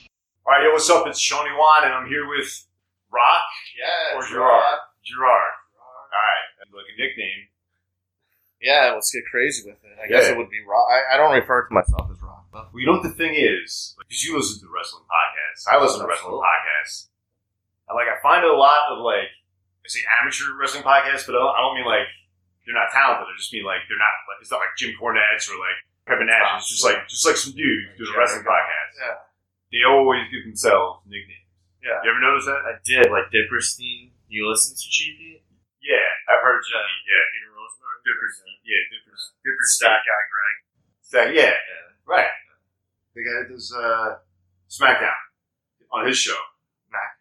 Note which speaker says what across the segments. Speaker 1: Yo, what's up? It's Shawnee Wan, and I'm here with Rock
Speaker 2: Yeah.
Speaker 1: or
Speaker 2: it's
Speaker 1: Gerard.
Speaker 2: rock.
Speaker 1: Gerard. All right, like a nickname.
Speaker 2: Yeah, let's get crazy with it. I guess
Speaker 1: Yeah.
Speaker 2: it would be rock. I, I don't refer to myself as rock. But
Speaker 1: Well, you know what the thing is, because you listen to wrestling podcasts, I listen to wrestling
Speaker 2: Absolutely.
Speaker 1: podcasts, and like I find a lot of like I say amateur wrestling podcasts, but I don't, I don't mean like they're not talented. I just mean like they're not. Like, it's not like Jim Cornette's or like Kevin Nash. It's just like just like some dude doing a wrestling podcast.
Speaker 2: yeah,
Speaker 1: They always give themselves nicknames.
Speaker 2: yeah.
Speaker 1: You ever notice that?
Speaker 2: I did like Dipperstein. You listen to GP?
Speaker 1: Yeah, I've heard. Yeah, yeah,
Speaker 2: Peter Rosenberg.
Speaker 1: different, yeah, different, different stack.
Speaker 2: Stack guy Greg.
Speaker 1: stack. Yeah,
Speaker 2: Yeah.
Speaker 1: right. The guy that does uh, SmackDown on his show.
Speaker 2: Mac.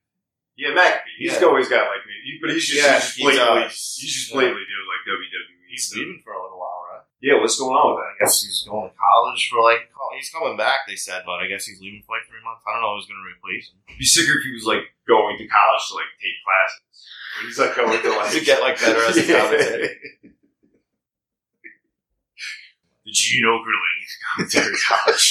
Speaker 1: Yeah, McAfee. He's
Speaker 2: Yeah.
Speaker 1: always got like me, he- but he's just,
Speaker 2: Yeah,
Speaker 1: he's just
Speaker 2: he
Speaker 1: blatantly,
Speaker 2: does.
Speaker 1: he's just
Speaker 2: Yeah.
Speaker 1: blatantly doing like WWE.
Speaker 2: He's
Speaker 1: stuff.
Speaker 2: leaving for a little while, right?
Speaker 1: Yeah, what's going on with that?
Speaker 2: I guess he's going to college for like. oh, He's coming back, they said, but I guess he's leaving for like three months. I don't know who's going to replace him.
Speaker 1: It'd be sicker if he was like going to college to like take classes. But he's like going to like
Speaker 2: To get, like, better as a
Speaker 1: Yeah.
Speaker 2: commentator.
Speaker 1: Did you know Grilling is commentary college?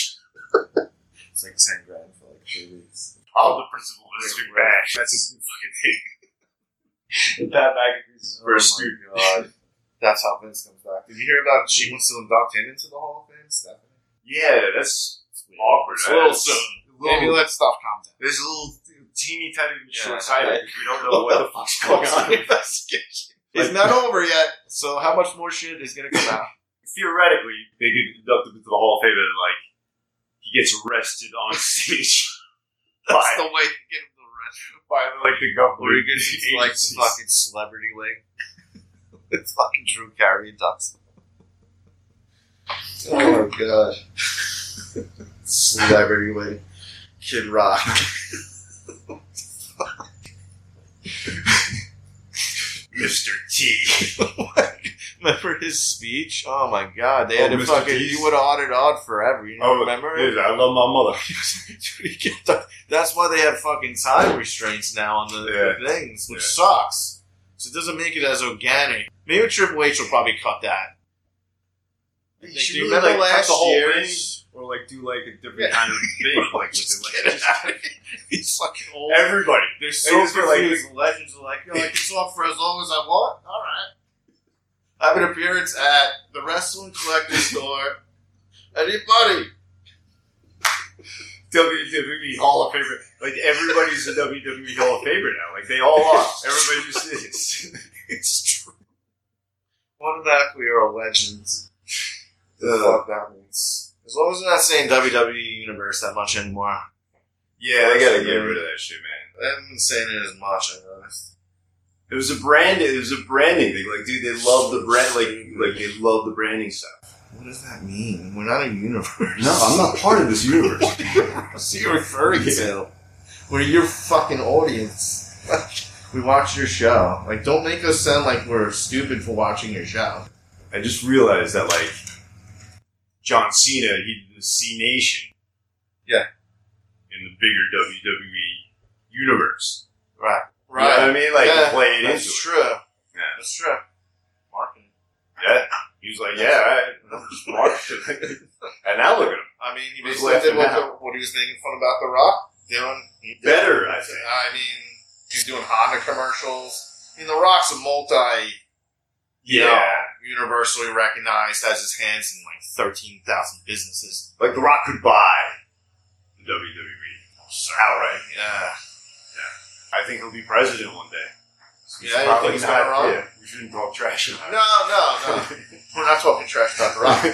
Speaker 2: It's like ten grand for like three weeks.
Speaker 1: All the principal is
Speaker 2: Right.
Speaker 1: back. That's his fucking thing.
Speaker 2: Pat McAfee's
Speaker 1: for a student.
Speaker 2: That's how Vince comes back. Did you hear about she wants to induct him into the Hall of Fame? Stephanie.
Speaker 1: Yeah, that's
Speaker 2: It's weird.
Speaker 1: awkward.
Speaker 2: It's
Speaker 1: right?
Speaker 2: a little
Speaker 1: It's-
Speaker 2: soon.
Speaker 1: a little-
Speaker 2: Maybe let stuff calm down.
Speaker 1: There's a little teeny tiny
Speaker 2: Yeah.
Speaker 1: short sighted because we don't know what the fuck's going on.
Speaker 2: investigation. It's not over yet, so how much more shit is gonna come out?
Speaker 1: Theoretically, they could induct him into the Hall of Fame and like he gets arrested on stage
Speaker 2: That's the
Speaker 1: by,
Speaker 2: way to get him the rest.
Speaker 1: by like the government.
Speaker 2: Or he gets into like the
Speaker 1: agencies.
Speaker 2: fucking celebrity league. it's fucking Drew Carey and Dux. Oh my god. celebrity league. Kid Rock.
Speaker 1: Mr. T.
Speaker 2: Remember his speech? Oh my god, they
Speaker 1: Oh,
Speaker 2: had to
Speaker 1: Mr.
Speaker 2: fucking.
Speaker 1: Keith.
Speaker 2: You would have audited odd forever. You know,
Speaker 1: Oh,
Speaker 2: remember?
Speaker 1: Dude, I love my mother.
Speaker 2: Dude, he kept on- That's why they have fucking time restraints now on the, the things, which sucks. So it doesn't make it as organic. Maybe Triple H will probably cut that. I think-
Speaker 1: Should
Speaker 2: do you
Speaker 1: we,
Speaker 2: remember
Speaker 1: like, cut
Speaker 2: last
Speaker 1: the whole
Speaker 2: year's?
Speaker 1: Or like do like a different
Speaker 2: Yeah.
Speaker 1: kind of thing. Like, with
Speaker 2: Just
Speaker 1: it,
Speaker 2: get
Speaker 1: like,
Speaker 2: it out of here. He's fucking old.
Speaker 1: everybody.
Speaker 2: They're
Speaker 1: I
Speaker 2: so
Speaker 1: just feel like-
Speaker 2: confused. the legends are like, you know, I can talk for as long as I want. All right. I have an appearance at the Wrestling Collector Store. Anybody?
Speaker 1: WWE E Hall of Famer. Like everybody's a WWE Hall of Famer now. Like they all are. Everybody just is.
Speaker 2: It's true. One of that we are legends.
Speaker 1: Ugh.
Speaker 2: Fuck that means. As long as they're not saying WWE Universe that much anymore.
Speaker 1: Yeah, they gotta get rid of that shit, man.
Speaker 2: I haven't been saying it as much, I noticed.
Speaker 1: It was a brand. It was a branding thing. Like, dude, they love the brand. Like, like they love the branding stuff.
Speaker 2: What does that mean? We're not a universe.
Speaker 1: part of this universe.
Speaker 2: What's he referring to? We're your fucking audience. we watch your show. Like, don't make us sound like we're stupid for watching your show.
Speaker 1: I just realized that like John Cena, he did the C Nation.
Speaker 2: Yeah.
Speaker 1: In the bigger WWE universe.
Speaker 2: Right.
Speaker 1: You know what I mean? Like
Speaker 2: Yeah,
Speaker 1: play it into
Speaker 2: That's
Speaker 1: it.
Speaker 2: true.
Speaker 1: Yeah.
Speaker 2: That's true. Marketing.
Speaker 1: Yeah. He was like, Yeah, I just watched it. and now look at him.
Speaker 2: I mean, he
Speaker 1: Who's
Speaker 2: basically
Speaker 1: laughing
Speaker 2: did what,
Speaker 1: now?
Speaker 2: the- what he was making fun about The Rock doing. He did.
Speaker 1: Better, I think.
Speaker 2: I mean, he's doing Honda commercials. I mean, The Rock's a multi, you know, universally recognized, has his hands in like thirteen thousand businesses.
Speaker 1: Like The Rock could buy the E. WWE outright.
Speaker 2: Yeah,
Speaker 1: I think he'll be president one day. So we
Speaker 2: Yeah,
Speaker 1: should
Speaker 2: you
Speaker 1: probably
Speaker 2: think he's not wrong?
Speaker 1: we shouldn't talk trash
Speaker 2: no,
Speaker 1: about it.
Speaker 2: no, no. We're not talking trash about The Rock. You,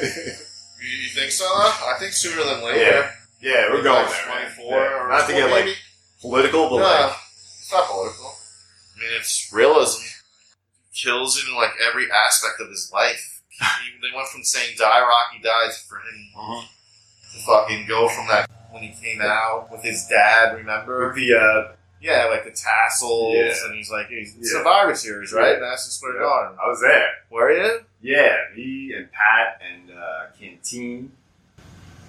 Speaker 2: you think so? Though? I think sooner than later.
Speaker 1: Yeah, yeah, we're going there. man.
Speaker 2: Twenty-four.
Speaker 1: Yeah.
Speaker 2: Or
Speaker 1: Not to get like
Speaker 2: maybe.
Speaker 1: political, but
Speaker 2: no,
Speaker 1: like
Speaker 2: it's not political. I mean, it's realism. Kills in like every aspect of his life. He- they went from saying "Die Rocky, die" to for him to fucking go from that when he came out with his dad. Remember?
Speaker 1: with the uh,
Speaker 2: Yeah, like the tassels,
Speaker 1: Yeah.
Speaker 2: and he's like, he's, it's
Speaker 1: Yeah.
Speaker 2: Survivor Series, right?
Speaker 1: Yeah.
Speaker 2: And that's just where
Speaker 1: Yeah.
Speaker 2: it on.
Speaker 1: I was there.
Speaker 2: Where you?
Speaker 1: Yeah, me and Pat and uh, Canteen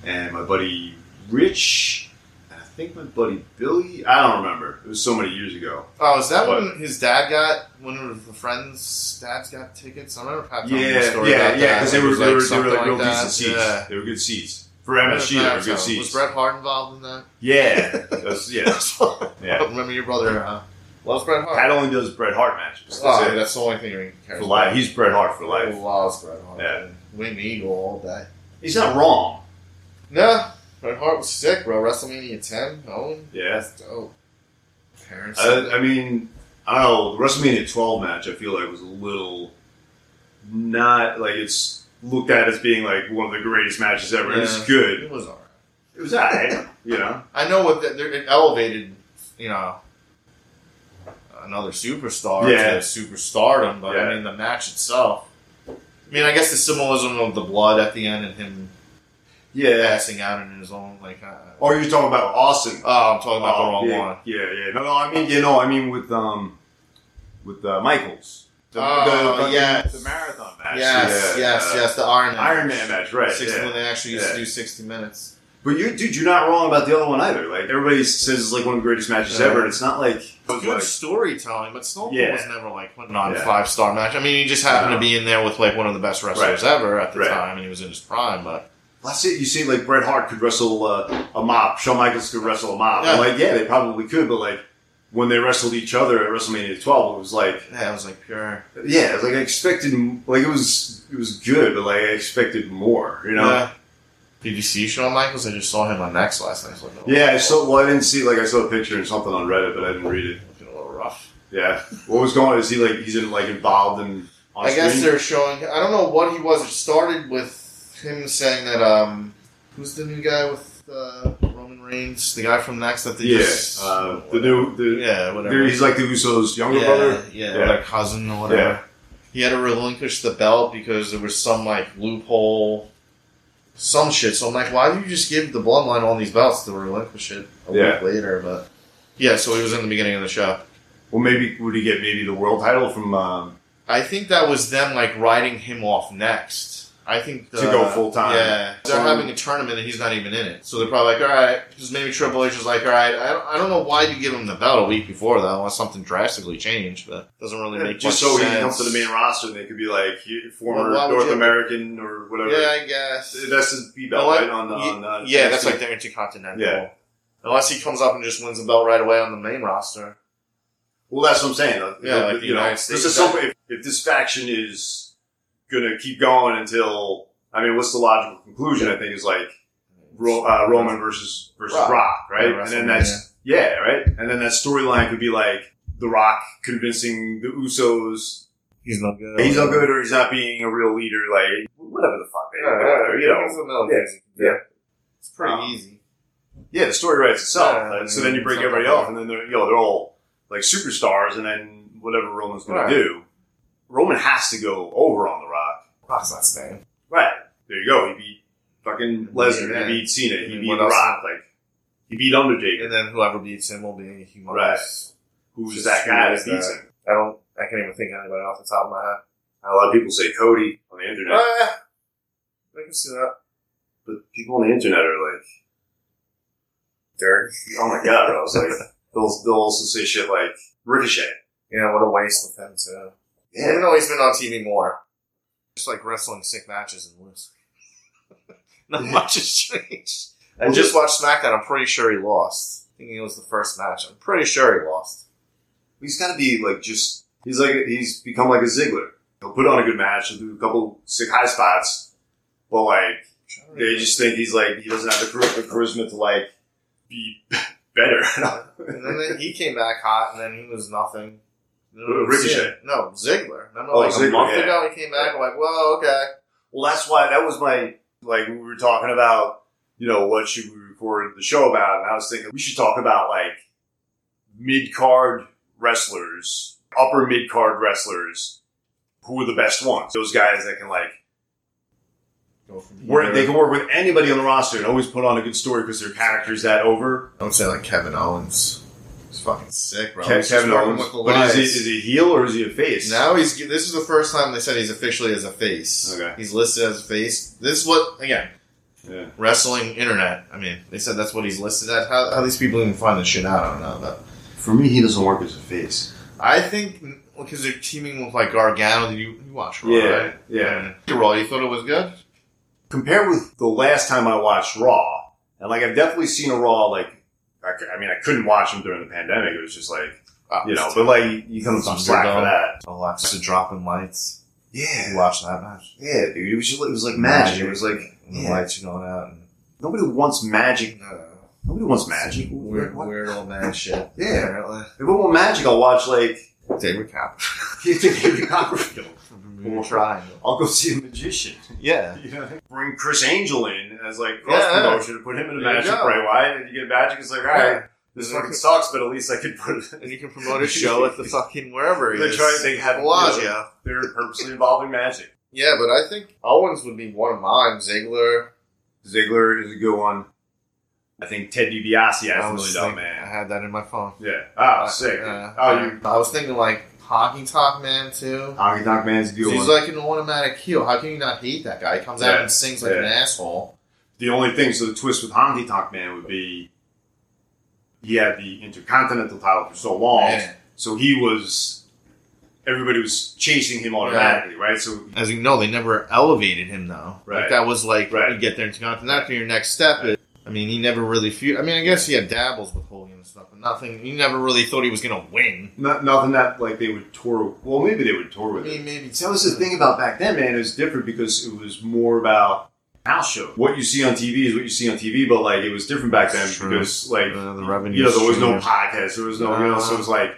Speaker 1: and my buddy Rich and I think my buddy Billy. I don't remember. It was so many years ago.
Speaker 2: Oh, is that
Speaker 1: What?
Speaker 2: when his dad got one of the friends' dads got tickets? I remember Pat telling me a
Speaker 1: Yeah,
Speaker 2: story
Speaker 1: yeah,
Speaker 2: about
Speaker 1: yeah.
Speaker 2: that.
Speaker 1: Because they
Speaker 2: It
Speaker 1: were
Speaker 2: was
Speaker 1: they were, they were
Speaker 2: something
Speaker 1: like real
Speaker 2: that.
Speaker 1: decent seats.
Speaker 2: Yeah.
Speaker 1: They were good seats for MSG. They were
Speaker 2: That's, uh,
Speaker 1: good
Speaker 2: Was
Speaker 1: seats.
Speaker 2: Bret Hart involved in that?
Speaker 1: Yeah, that's, yeah, yeah.
Speaker 2: Oh, Remember your brother uh, loves Bret Hart.
Speaker 1: Pat only does Bret Hart matches. That's
Speaker 2: Oh,
Speaker 1: it.
Speaker 2: that's the only thing he cares
Speaker 1: For life, he's Bret Hart for
Speaker 2: about.
Speaker 1: life.
Speaker 2: He loves Bret Hart.
Speaker 1: Yeah.
Speaker 2: man. Wing Eagle all day.
Speaker 1: He's not wrong.
Speaker 2: No, Bret Hart was sick, bro. WrestleMania 10, Owen.
Speaker 1: Yeah,
Speaker 2: That's dope. Parents.
Speaker 1: I, I mean, I don't know. The WrestleMania 12 match, I feel like was a little not like it's looked at as being like one of the greatest matches ever. It was
Speaker 2: Yeah.
Speaker 1: good.
Speaker 2: it was alright.
Speaker 1: It was alright, you know.
Speaker 2: I know what that they're- it elevated, you know, another superstar
Speaker 1: Yeah.
Speaker 2: to superstardom, but
Speaker 1: Yeah.
Speaker 2: I mean the match itself. I mean, I guess the symbolism of the blood at the end and him
Speaker 1: Yeah.
Speaker 2: passing out in his own like. Uh,
Speaker 1: Or you're talking about Austin?
Speaker 2: oh, I'm talking about
Speaker 1: Oh,
Speaker 2: the wrong
Speaker 1: yeah,
Speaker 2: one.
Speaker 1: Yeah, yeah. No, no. I mean, you know, I mean with um with uh, Michaels. The,
Speaker 2: Oh,
Speaker 1: fucking-
Speaker 2: yes.
Speaker 1: the marathon match.
Speaker 2: Yes,
Speaker 1: Yeah,
Speaker 2: yes,
Speaker 1: uh,
Speaker 2: yes. The Iron Man.
Speaker 1: Iron Man match, right?
Speaker 2: 60
Speaker 1: yeah.
Speaker 2: When they actually used
Speaker 1: Yeah.
Speaker 2: to do sixty minutes.
Speaker 1: But you, dude, you're not wrong about the other one either. Like everybody says, it's like one of the greatest matches
Speaker 2: Yeah.
Speaker 1: ever, and it's not like it was
Speaker 2: Good
Speaker 1: like-
Speaker 2: storytelling, but Stone Cold
Speaker 1: Yeah.
Speaker 2: was never like putting on
Speaker 1: Yeah.
Speaker 2: five star match. I mean, he just happened
Speaker 1: No.
Speaker 2: to be in there with like one of the best wrestlers ever at the
Speaker 1: Right.
Speaker 2: time, and he was in his prime. But
Speaker 1: That's it. You see, like Bret Hart could wrestle uh, a mop. Shawn Michaels could wrestle a mop.
Speaker 2: Yeah.
Speaker 1: I'm like, yeah, they probably could, but like when they wrestled each other at WrestleMania 12, it was like,
Speaker 2: yeah, it was like uh, pure.
Speaker 1: yeah, like I expected, like it was, it was good, but like I expected more, you know?
Speaker 2: Yeah. Did you see Shawn Michaels? I just saw him on Next last night. I was like, oh,
Speaker 1: Yeah. I saw. Well, I didn't see. Like I saw a picture and something on Reddit, but I didn't read it.
Speaker 2: looking a little rough.
Speaker 1: Yeah. What was going on? Is he like he's in, like involved in? On
Speaker 2: I guess
Speaker 1: screen?
Speaker 2: they're showing. I don't know what he was. It started with him saying that. um Who's the new guy with uh, Roman Reigns? The guy from Next that they
Speaker 1: Yeah.
Speaker 2: just
Speaker 1: Uh, the new. The,
Speaker 2: yeah whatever.
Speaker 1: they're- He's like the Usos' younger
Speaker 2: yeah,
Speaker 1: brother.
Speaker 2: Yeah,
Speaker 1: Yeah.
Speaker 2: or their cousin or whatever.
Speaker 1: Yeah.
Speaker 2: He had to relinquish the belt because there was some like loophole, some shit. So I'm like, why do you just give the bloodline all these belts to relinquish it a
Speaker 1: Yeah.
Speaker 2: week later? But yeah, so he was in the beginning of the show.
Speaker 1: Well, maybe would he get maybe the world title from um,
Speaker 2: I think that was them like riding him off next. I think
Speaker 1: To go full-time.
Speaker 2: Yeah, they're
Speaker 1: So-
Speaker 2: having a tournament and he's not even in it. So they're probably like, all right, because maybe Triple H was like, all right, I don't, I don't know why you give him the belt a week before that unless something drastically changed, but doesn't really
Speaker 1: Yeah,
Speaker 2: make
Speaker 1: just
Speaker 2: much
Speaker 1: so he
Speaker 2: sense.
Speaker 1: can come to the main roster, and they could be like he- former
Speaker 2: Well, why would
Speaker 1: North
Speaker 2: you-
Speaker 1: American or whatever.
Speaker 2: Yeah, I guess.
Speaker 1: That's his B belt,
Speaker 2: Well, I-
Speaker 1: right? On, the-
Speaker 2: ye-
Speaker 1: on uh,
Speaker 2: yeah, that's
Speaker 1: NXT.
Speaker 2: like the Intercontinental.
Speaker 1: Yeah.
Speaker 2: Unless he comes up and just wins the belt right away on the main roster.
Speaker 1: Well, that's what I'm saying. Like,
Speaker 2: Yeah, like the
Speaker 1: you know,
Speaker 2: United
Speaker 1: this
Speaker 2: States.
Speaker 1: is some, if, if this faction is gonna keep going until I mean, what's the logical conclusion? I think is like Ro- uh, Roman versus versus
Speaker 2: Rock.
Speaker 1: Rock, right?
Speaker 2: Yeah,
Speaker 1: and then that's yeah, right. And then that storyline could be like the Rock convincing the Usos
Speaker 2: He's not good.
Speaker 1: he's not good or he's not being a real leader, like whatever the fuck. They, whatever, you know. yeah, yeah.
Speaker 2: It's pretty
Speaker 1: Um,
Speaker 2: easy.
Speaker 1: Yeah, the story writes itself.
Speaker 2: Yeah,
Speaker 1: and so
Speaker 2: I
Speaker 1: then
Speaker 2: mean,
Speaker 1: you break
Speaker 2: something
Speaker 1: everybody
Speaker 2: like
Speaker 1: off, and then they're, you know, they're all like superstars, and then whatever Roman's going
Speaker 2: Right.
Speaker 1: to do, Roman has to go over on The Rock.
Speaker 2: Rock's not staying.
Speaker 1: Right. There you go. He beat fucking Lesnar.
Speaker 2: Yeah.
Speaker 1: He beat Cena.
Speaker 2: I
Speaker 1: He
Speaker 2: mean,
Speaker 1: beat
Speaker 2: what
Speaker 1: The
Speaker 2: else?
Speaker 1: Rock. Like, he beat Undertaker.
Speaker 2: And then whoever beats him will be a humongous.
Speaker 1: Right. Who's
Speaker 2: Just
Speaker 1: that guy that
Speaker 2: who is
Speaker 1: beats
Speaker 2: that?
Speaker 1: him?
Speaker 2: I don't. I can't even think of anybody off the top of my head.
Speaker 1: A lot of people say Cody on the internet,
Speaker 2: Ah, I can see that.
Speaker 1: but people on the internet are like,
Speaker 2: Dirty.
Speaker 1: oh my god, I was like, they'll, they'll also say shit like Ricochet.
Speaker 2: Yeah, what a waste with him too.
Speaker 1: Yeah.
Speaker 2: Even though he's been on TV more, just like wrestling sick matches and lose. Not much has changed. I
Speaker 1: Well,
Speaker 2: just watched SmackDown. I'm pretty sure he lost. I think it was the first match. I'm pretty sure he lost.
Speaker 1: He's got to be like just he's like he's become like a Ziggler. He'll put on a good match, he'll do a couple sick high spots, but like they just think he's like he doesn't have the, char- the charisma to like be better.
Speaker 2: and then they- he came back hot, and then he was nothing.
Speaker 1: Who, Ricochet?
Speaker 2: No, Ziggler. Remember,
Speaker 1: Oh,
Speaker 2: like
Speaker 1: Ziggler,
Speaker 2: a month
Speaker 1: yeah.
Speaker 2: ago, he came back. I'm like, well, okay.
Speaker 1: well, that's why that was my like we were talking about you know what should we record the show about, and I was thinking we should talk about like mid card wrestlers, upper mid card wrestlers, who are the best ones. Those guys that can like
Speaker 2: Go from
Speaker 1: Where they
Speaker 2: here.
Speaker 1: can work with anybody on the roster and always put on a good story because their character's that over.
Speaker 2: I would say like Kevin Owens. He's fucking sick, bro.
Speaker 1: Ke-
Speaker 2: He's just
Speaker 1: Kevin
Speaker 2: working
Speaker 1: Owens.
Speaker 2: with the
Speaker 1: But is he,
Speaker 2: lights.
Speaker 1: is he a heel or is he a face?
Speaker 2: Now he's. This is the first time they said he's officially as a face.
Speaker 1: Okay.
Speaker 2: He's listed as a face. This is what again?
Speaker 1: Yeah.
Speaker 2: Wrestling internet. I mean, they said that's what he's listed at. How, how these people even find this shit out? I don't know. But
Speaker 1: For me, he doesn't work as a face.
Speaker 2: I think because they're teaming with like Gargano. Did you, you watch Raw?
Speaker 1: Yeah,
Speaker 2: right?
Speaker 1: yeah.
Speaker 2: Raw. You thought it was good?
Speaker 1: compare with the last time I watched Raw, and like I've definitely seen a Raw like I, c- I mean I couldn't watch them during the pandemic. It was just like
Speaker 2: Uh,
Speaker 1: you know, but like you come some slack
Speaker 2: oh.
Speaker 1: for that.
Speaker 2: a lot just a drop in lights. You
Speaker 1: Yeah,
Speaker 2: watch that match.
Speaker 1: yeah, dude. It was just, it was like magic. It was like
Speaker 2: And the
Speaker 1: yeah.
Speaker 2: lights are going out. And,
Speaker 1: nobody wants magic.
Speaker 2: no.
Speaker 1: Nobody wants magic.
Speaker 2: Uh, Weird, weird old man shit.
Speaker 1: Yeah.
Speaker 2: Apparently.
Speaker 1: If I want magic, I'll watch like
Speaker 2: David Cap.
Speaker 1: you think David Copperfield.
Speaker 2: We'll try.
Speaker 1: I'll go see a magician.
Speaker 2: Yeah.
Speaker 1: You know, bring Chris Angel in as like cross
Speaker 2: Yeah.
Speaker 1: promotion and put him in a
Speaker 2: There you
Speaker 1: magic
Speaker 2: go.
Speaker 1: Bray Wyatt, and you get magic. It's like all right, this fucking sucks, but at least I could put it.
Speaker 2: And you can promote a show at the fucking wherever he
Speaker 1: They
Speaker 2: is.
Speaker 1: try- they have-
Speaker 2: Bellagio.
Speaker 1: They're purposely involving magic.
Speaker 2: Yeah, but I think Owens would be one of mine. Ziggler.
Speaker 1: Ziggler is a good one. I think Ted DiBiase. I,
Speaker 2: was
Speaker 1: really don't,
Speaker 2: thinking- I
Speaker 1: man.
Speaker 2: had that in my phone.
Speaker 1: Yeah. Oh,
Speaker 2: Uh,
Speaker 1: sick.
Speaker 2: uh,
Speaker 1: oh, you
Speaker 2: I was thinking like Honky Tonk Man too.
Speaker 1: Honky Tonk Man's a good
Speaker 2: He's
Speaker 1: one.
Speaker 2: like an automatic heel. How can you not hate that guy? He comes out
Speaker 1: Yeah.
Speaker 2: and sings like
Speaker 1: Yeah.
Speaker 2: an asshole.
Speaker 1: the only thing, so the twist with Honky Tonk Man would be he had the Intercontinental title for so long,
Speaker 2: Man.
Speaker 1: so he was everybody was chasing him automatically, right? So
Speaker 2: As you know, they never elevated him though.
Speaker 1: Right.
Speaker 2: Like that was like
Speaker 1: Right.
Speaker 2: you get there into Jonathan. After your next step, is, I mean, he never really. Fe- I mean, I guess he had dabbles with Hogan and stuff, but nothing. He never really thought he was gonna win.
Speaker 1: not, nothing that like they would tour. Well, maybe they would tour
Speaker 2: I
Speaker 1: with him.
Speaker 2: mean, maybe
Speaker 1: That was the thing about back then, man. It was different because it was more about house show. What you see on TV is what you see on TV, but like it was different back then
Speaker 2: That's true.
Speaker 1: because like
Speaker 2: Uh, the revenue
Speaker 1: you know there was no
Speaker 2: stream.
Speaker 1: podcast, there was no you know, so
Speaker 2: Uh-huh.
Speaker 1: it was like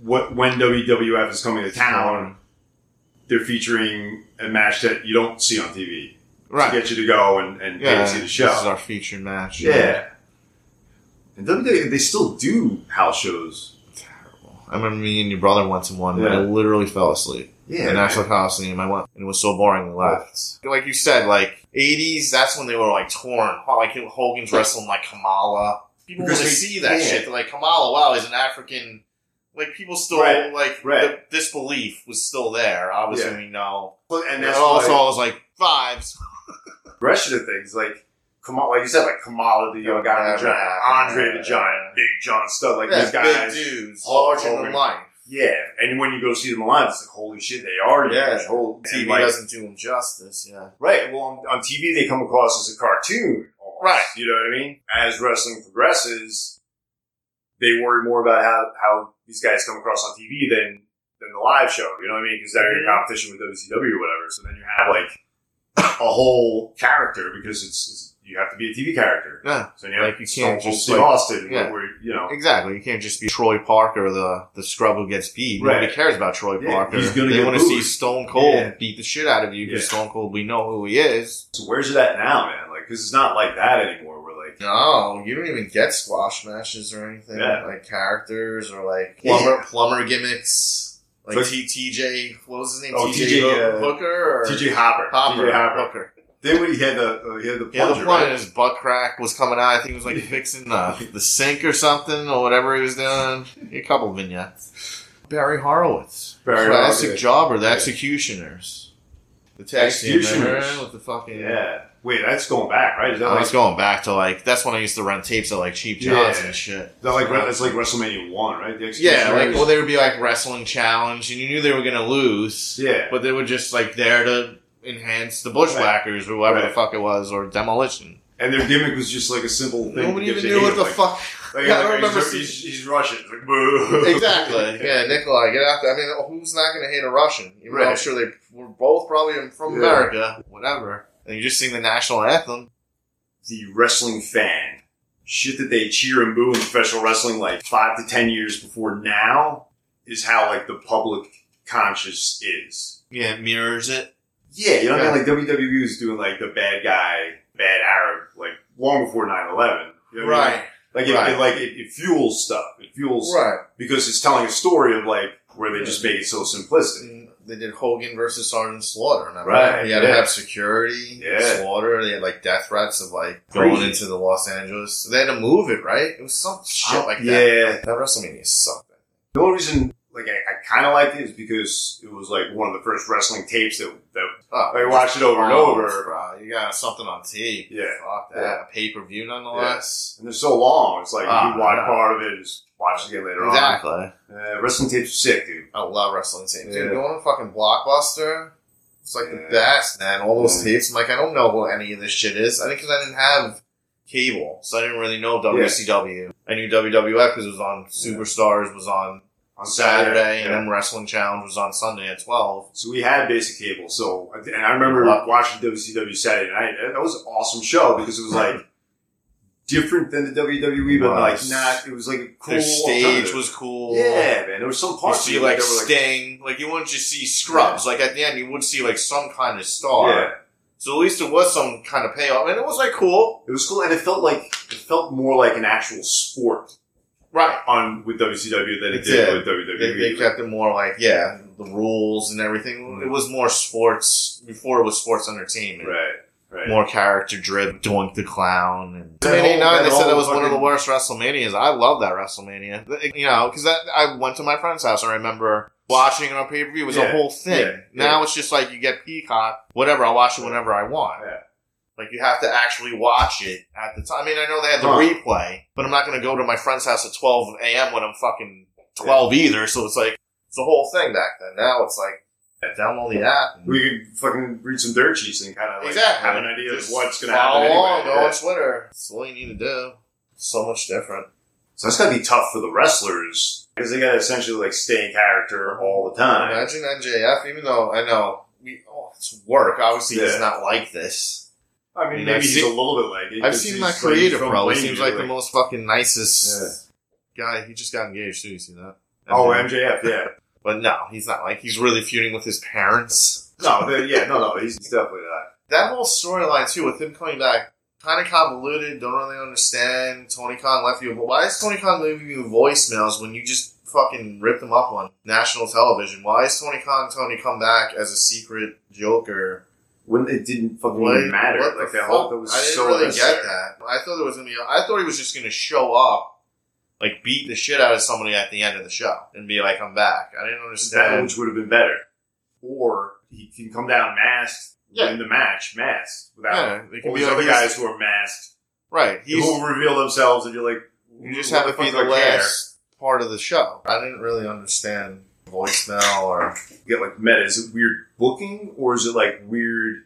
Speaker 1: what when WWF is coming to town, they're featuring a match that you don't see on TV to
Speaker 2: right?
Speaker 1: get you to go and, and pay to see the
Speaker 2: This is
Speaker 1: show.
Speaker 2: our featured match.
Speaker 1: Yeah, and WWE they still do house shows.
Speaker 2: Terrible. I remember me and your brother went to one, but
Speaker 1: Yeah.
Speaker 2: I literally fell asleep.
Speaker 1: Yeah,
Speaker 2: and that's
Speaker 1: man.
Speaker 2: what cost me. And I went, and it was so boring. We left. Like you said, like '80s. That's when they were like torn. Wow, Like Hogan's wrestling like Kamala. People
Speaker 1: Because
Speaker 2: really
Speaker 1: they-
Speaker 2: see that
Speaker 1: yeah.
Speaker 2: shit. They're like Kamala. Wow, he's an African. Like people still
Speaker 1: Right,
Speaker 2: like
Speaker 1: right.
Speaker 2: the disbelief was still there. Obviously, we know.
Speaker 1: and
Speaker 2: And
Speaker 1: that's
Speaker 2: also,
Speaker 1: why-
Speaker 2: I was like vibes.
Speaker 1: progression of things. Like Kamala, like you said, like Kamala the young guy, the giant, Andre the giant, Big John Studd, like
Speaker 2: Yeah,
Speaker 1: these guys.
Speaker 2: big dudes,
Speaker 1: Hulk
Speaker 2: larger than
Speaker 1: Hogan.
Speaker 2: life.
Speaker 1: Yeah, and when you go see them live, it's like holy shit, they are
Speaker 2: Yeah.
Speaker 1: huge. Whole
Speaker 2: TV
Speaker 1: and, like,
Speaker 2: doesn't do him justice. Yeah,
Speaker 1: right. Well, on, on TV they come across as a cartoon, almost,
Speaker 2: Right.
Speaker 1: You know what I mean? As wrestling progresses, they worry more about how how these guys come across on TV than than the live show. You know what I mean? Because they're in
Speaker 2: Mhm.
Speaker 1: competition with WCW or whatever. So then you have like a whole character because it's, it's you have to be a TV character.
Speaker 2: yeah,
Speaker 1: So you know,
Speaker 2: Like, you
Speaker 1: Stone
Speaker 2: can't
Speaker 1: Cold
Speaker 2: just,
Speaker 1: Steve
Speaker 2: like-
Speaker 1: Austin,
Speaker 2: yeah.
Speaker 1: where you know,
Speaker 2: exactly. You can't just be Troy Parker, the the scrub who gets beat. Nobody
Speaker 1: Right.
Speaker 2: cares about Troy
Speaker 1: Yeah,
Speaker 2: Parker.
Speaker 1: he's gonna
Speaker 2: they
Speaker 1: get
Speaker 2: want to see
Speaker 1: booed.
Speaker 2: Stone Cold
Speaker 1: Yeah.
Speaker 2: beat the shit out of you because
Speaker 1: Yeah.
Speaker 2: Stone Cold, we know who he is.
Speaker 1: so where's it at now, man? Like, because it's not like that anymore. We're like,
Speaker 2: No, you don't even get squash matches or anything
Speaker 1: Yeah.
Speaker 2: like characters or like
Speaker 1: Yeah.
Speaker 2: plumber, plumber gimmicks. Like
Speaker 1: But-
Speaker 2: T TJ, what was his name?
Speaker 1: Oh,
Speaker 2: TJ,
Speaker 1: TJ,
Speaker 2: Ho-
Speaker 1: uh,
Speaker 2: Hooker or
Speaker 1: T.J. Hopper,
Speaker 2: Hopper.
Speaker 1: T.J. Hopper.
Speaker 2: Hooker.
Speaker 1: Then when he had the uh, he had the plunger,
Speaker 2: Yeah, the point
Speaker 1: right?
Speaker 2: is butt crack was coming out. I think he was like fixing the, the sink or something or whatever he was doing. A couple vignettes. Barry Horowitz.
Speaker 1: Barry
Speaker 2: Classic
Speaker 1: Horowitz.
Speaker 2: jobber, the
Speaker 1: Yeah.
Speaker 2: executioners. The tag
Speaker 1: Executioners.
Speaker 2: executioners with the fucking
Speaker 1: yeah. Wait, that's going back, right? Is that
Speaker 2: I
Speaker 1: like
Speaker 2: was Uh, going back to like that's when I used to rent tapes of like Cheap Johns
Speaker 1: Yeah.
Speaker 2: and shit.
Speaker 1: is that like that's like WrestleMania one, right? The
Speaker 2: Yeah,
Speaker 1: Executioner
Speaker 2: like
Speaker 1: is-
Speaker 2: well, they would be like wrestling challenge, and you knew they were gonna lose,
Speaker 1: yeah,
Speaker 2: but they were just like there to enhance the Bushwhackers or whatever
Speaker 1: Right.
Speaker 2: the fuck it was, or Demolition.
Speaker 1: and their gimmick was just like a simple thing.
Speaker 2: Nobody
Speaker 1: to get
Speaker 2: even
Speaker 1: you
Speaker 2: knew what
Speaker 1: hated,
Speaker 2: the
Speaker 1: like,
Speaker 2: fuck.
Speaker 1: Like,
Speaker 2: Yeah, I
Speaker 1: like,
Speaker 2: remember
Speaker 1: he's,
Speaker 2: seeing-
Speaker 1: he's, he's Russian. It's like boo.
Speaker 2: Exactly. Yeah, Nikolai, get out there. I mean, who's not going to hate a Russian? Even though I'm
Speaker 1: Right.
Speaker 2: sure they were both probably from
Speaker 1: Yeah.
Speaker 2: America, whatever. And you just sing the national anthem.
Speaker 1: the wrestling fan. Shit that they cheer and boo in professional wrestling like five to ten years before now is how like the public conscious is.
Speaker 2: Yeah, it mirrors it.
Speaker 1: Yeah, you know what I
Speaker 2: Yeah.
Speaker 1: mean? Like WWE was doing like the bad guy, bad Arab, like long before 9-11. You know what I mean? Like it,
Speaker 2: Right.
Speaker 1: it like it, it fuels stuff. It fuels
Speaker 2: Right.
Speaker 1: because it's telling a story of like where they just make it so simplistic.
Speaker 2: And Mm. they did Hogan versus Sergeant Slaughter. Remember?
Speaker 1: Right,
Speaker 2: You had to
Speaker 1: yeah.
Speaker 2: have security.
Speaker 1: Yeah.
Speaker 2: Slaughter. They had like death threats of like
Speaker 1: Crazy.
Speaker 2: going into the Los Angeles. they had to move it, right? It was some shit like that.
Speaker 1: yeah.
Speaker 2: That WrestleMania sucked.
Speaker 1: The only reason like I, I kinda liked it is because it was like one of the first wrestling tapes that, that
Speaker 2: Oh,
Speaker 1: I watched it over and
Speaker 2: oh,
Speaker 1: over.
Speaker 2: bro. You got something on tape.
Speaker 1: Yeah.
Speaker 2: Fuck that.
Speaker 1: Yeah.
Speaker 2: A pay per view, nonetheless.
Speaker 1: and they're so long. It's like
Speaker 2: Ah,
Speaker 1: you watch
Speaker 2: yeah.
Speaker 1: part of it, just watch it again later
Speaker 2: Exactly.
Speaker 1: on. Uh, wrestling tapes are sick, dude.
Speaker 2: I love wrestling tapes.
Speaker 1: Yeah.
Speaker 2: Dude, going to fucking Blockbuster It's like the best, man. All those
Speaker 1: Mm.
Speaker 2: tapes. I'm like, I don't know who any of this shit is. I think because I didn't have cable, so I didn't really know WCW. I knew WWF because it was on Superstars, was on
Speaker 1: on
Speaker 2: Saturday,
Speaker 1: yeah.
Speaker 2: and then Wrestling Challenge was on Sunday at 12.
Speaker 1: So we had basic cable. So and I remember
Speaker 2: Wow.
Speaker 1: watching WCW Saturday night. and That was an awesome show because it was like different than the WWE, but like
Speaker 2: Was.
Speaker 1: not. It was like a cool
Speaker 2: Their stage
Speaker 1: alternative.
Speaker 2: was cool.
Speaker 1: Yeah, man. There was some
Speaker 2: You
Speaker 1: parts
Speaker 2: see
Speaker 1: of it
Speaker 2: like
Speaker 1: that were
Speaker 2: Sting, like you wouldn't just see scrubs. Like at the end, you would see like some kind of star.
Speaker 1: yeah,
Speaker 2: So at least it was some kind of payoff, and it was like cool,
Speaker 1: it was cool, and it felt like it felt more like an actual sport
Speaker 2: right?
Speaker 1: on with WCW than it
Speaker 2: It
Speaker 1: did
Speaker 2: did.
Speaker 1: with E. WWE.
Speaker 2: They, they kept it more like yeah, the rules and everything. It was more sports before it was sports entertainment.
Speaker 1: right, right.
Speaker 2: More character driven, Doink the Clown, and
Speaker 1: That whole-
Speaker 2: WrestleMania 9.
Speaker 1: that
Speaker 2: They said
Speaker 1: whole
Speaker 2: it was one of the
Speaker 1: fucking-
Speaker 2: worst WrestleManias. I love that WrestleMania, Th- you know, because I went to my friend's house. I remember watching it on pay per view. It was
Speaker 1: Yeah.
Speaker 2: a whole thing.
Speaker 1: Yeah.
Speaker 2: Now it's just like you get Peacock, whatever. I'll watch it whenever I want.
Speaker 1: Yeah.
Speaker 2: Like you have to actually watch it at the time. I mean, I know they had the
Speaker 1: Huh.
Speaker 2: replay, but I'm not going to go to my friend's house at 12 a.m. when I'm fucking 12 either. So it's like it's a whole thing back then. Now it's like download the app. and-
Speaker 1: we could fucking read some dirt sheets and kind of like
Speaker 2: exactly.
Speaker 1: have an idea
Speaker 2: Just
Speaker 1: of what's going to
Speaker 2: follow
Speaker 1: happen. Anyway.
Speaker 2: along, go
Speaker 1: Yeah.
Speaker 2: on Twitter. That's all you need to do. So much different.
Speaker 1: So that's gotta be tough for the wrestlers because they gotta essentially like stay in character all the time.
Speaker 2: Imagine MJF, even though I know we oh, it's work. Obviously,
Speaker 1: Yeah.
Speaker 2: he's not like this.
Speaker 1: I
Speaker 2: I
Speaker 1: mean,
Speaker 2: mean,
Speaker 1: maybe
Speaker 2: I've
Speaker 1: he's
Speaker 2: seen-
Speaker 1: a little bit like it.
Speaker 2: I've
Speaker 1: because
Speaker 2: seen
Speaker 1: he's,
Speaker 2: that
Speaker 1: like,
Speaker 2: creative,
Speaker 1: from
Speaker 2: bro. He
Speaker 1: Wayne,
Speaker 2: seems
Speaker 1: you're
Speaker 2: like the most fucking nicest guy. He just got engaged too. You see that?
Speaker 1: Oh,
Speaker 2: MJF.
Speaker 1: MJF, yeah.
Speaker 2: But no, he's not like he's really feuding with his parents.
Speaker 1: No, but yeah, no, no, he's definitely not.
Speaker 2: That whole storyline too with him coming back, kind of convoluted. Don't really understand. Tony Khan left you. But why is Tony Khan leaving you voicemails when you just fucking ripped him up on national television? Why is Tony Khan telling you come back as a secret Joker?
Speaker 1: When it didn't fucking
Speaker 2: What-
Speaker 1: even matter,
Speaker 2: what
Speaker 1: like
Speaker 2: the
Speaker 1: that whole
Speaker 2: fuck?
Speaker 1: that was
Speaker 2: I didn't
Speaker 1: so
Speaker 2: really
Speaker 1: unnecessary.
Speaker 2: get that. I thought there was gonna be. I thought he was just gonna show up, like beat the shit out of somebody at the end of the show and be like, "I'm back." I didn't
Speaker 1: That
Speaker 2: understand.
Speaker 1: which would have been better, or he can come down masked,
Speaker 2: Yeah.
Speaker 1: win the match masked without
Speaker 2: Yeah, they can
Speaker 1: all
Speaker 2: be
Speaker 1: these
Speaker 2: like,
Speaker 1: other
Speaker 2: he's-
Speaker 1: guys who are masked
Speaker 2: Right. He's
Speaker 1: who will reveal themselves, and you're like,
Speaker 2: You just
Speaker 1: what
Speaker 2: have it
Speaker 1: fuck
Speaker 2: be
Speaker 1: do
Speaker 2: the
Speaker 1: I care?
Speaker 2: last part of the show. I didn't really understand voicemail or
Speaker 1: get like meta? Is it weird booking or is it like weird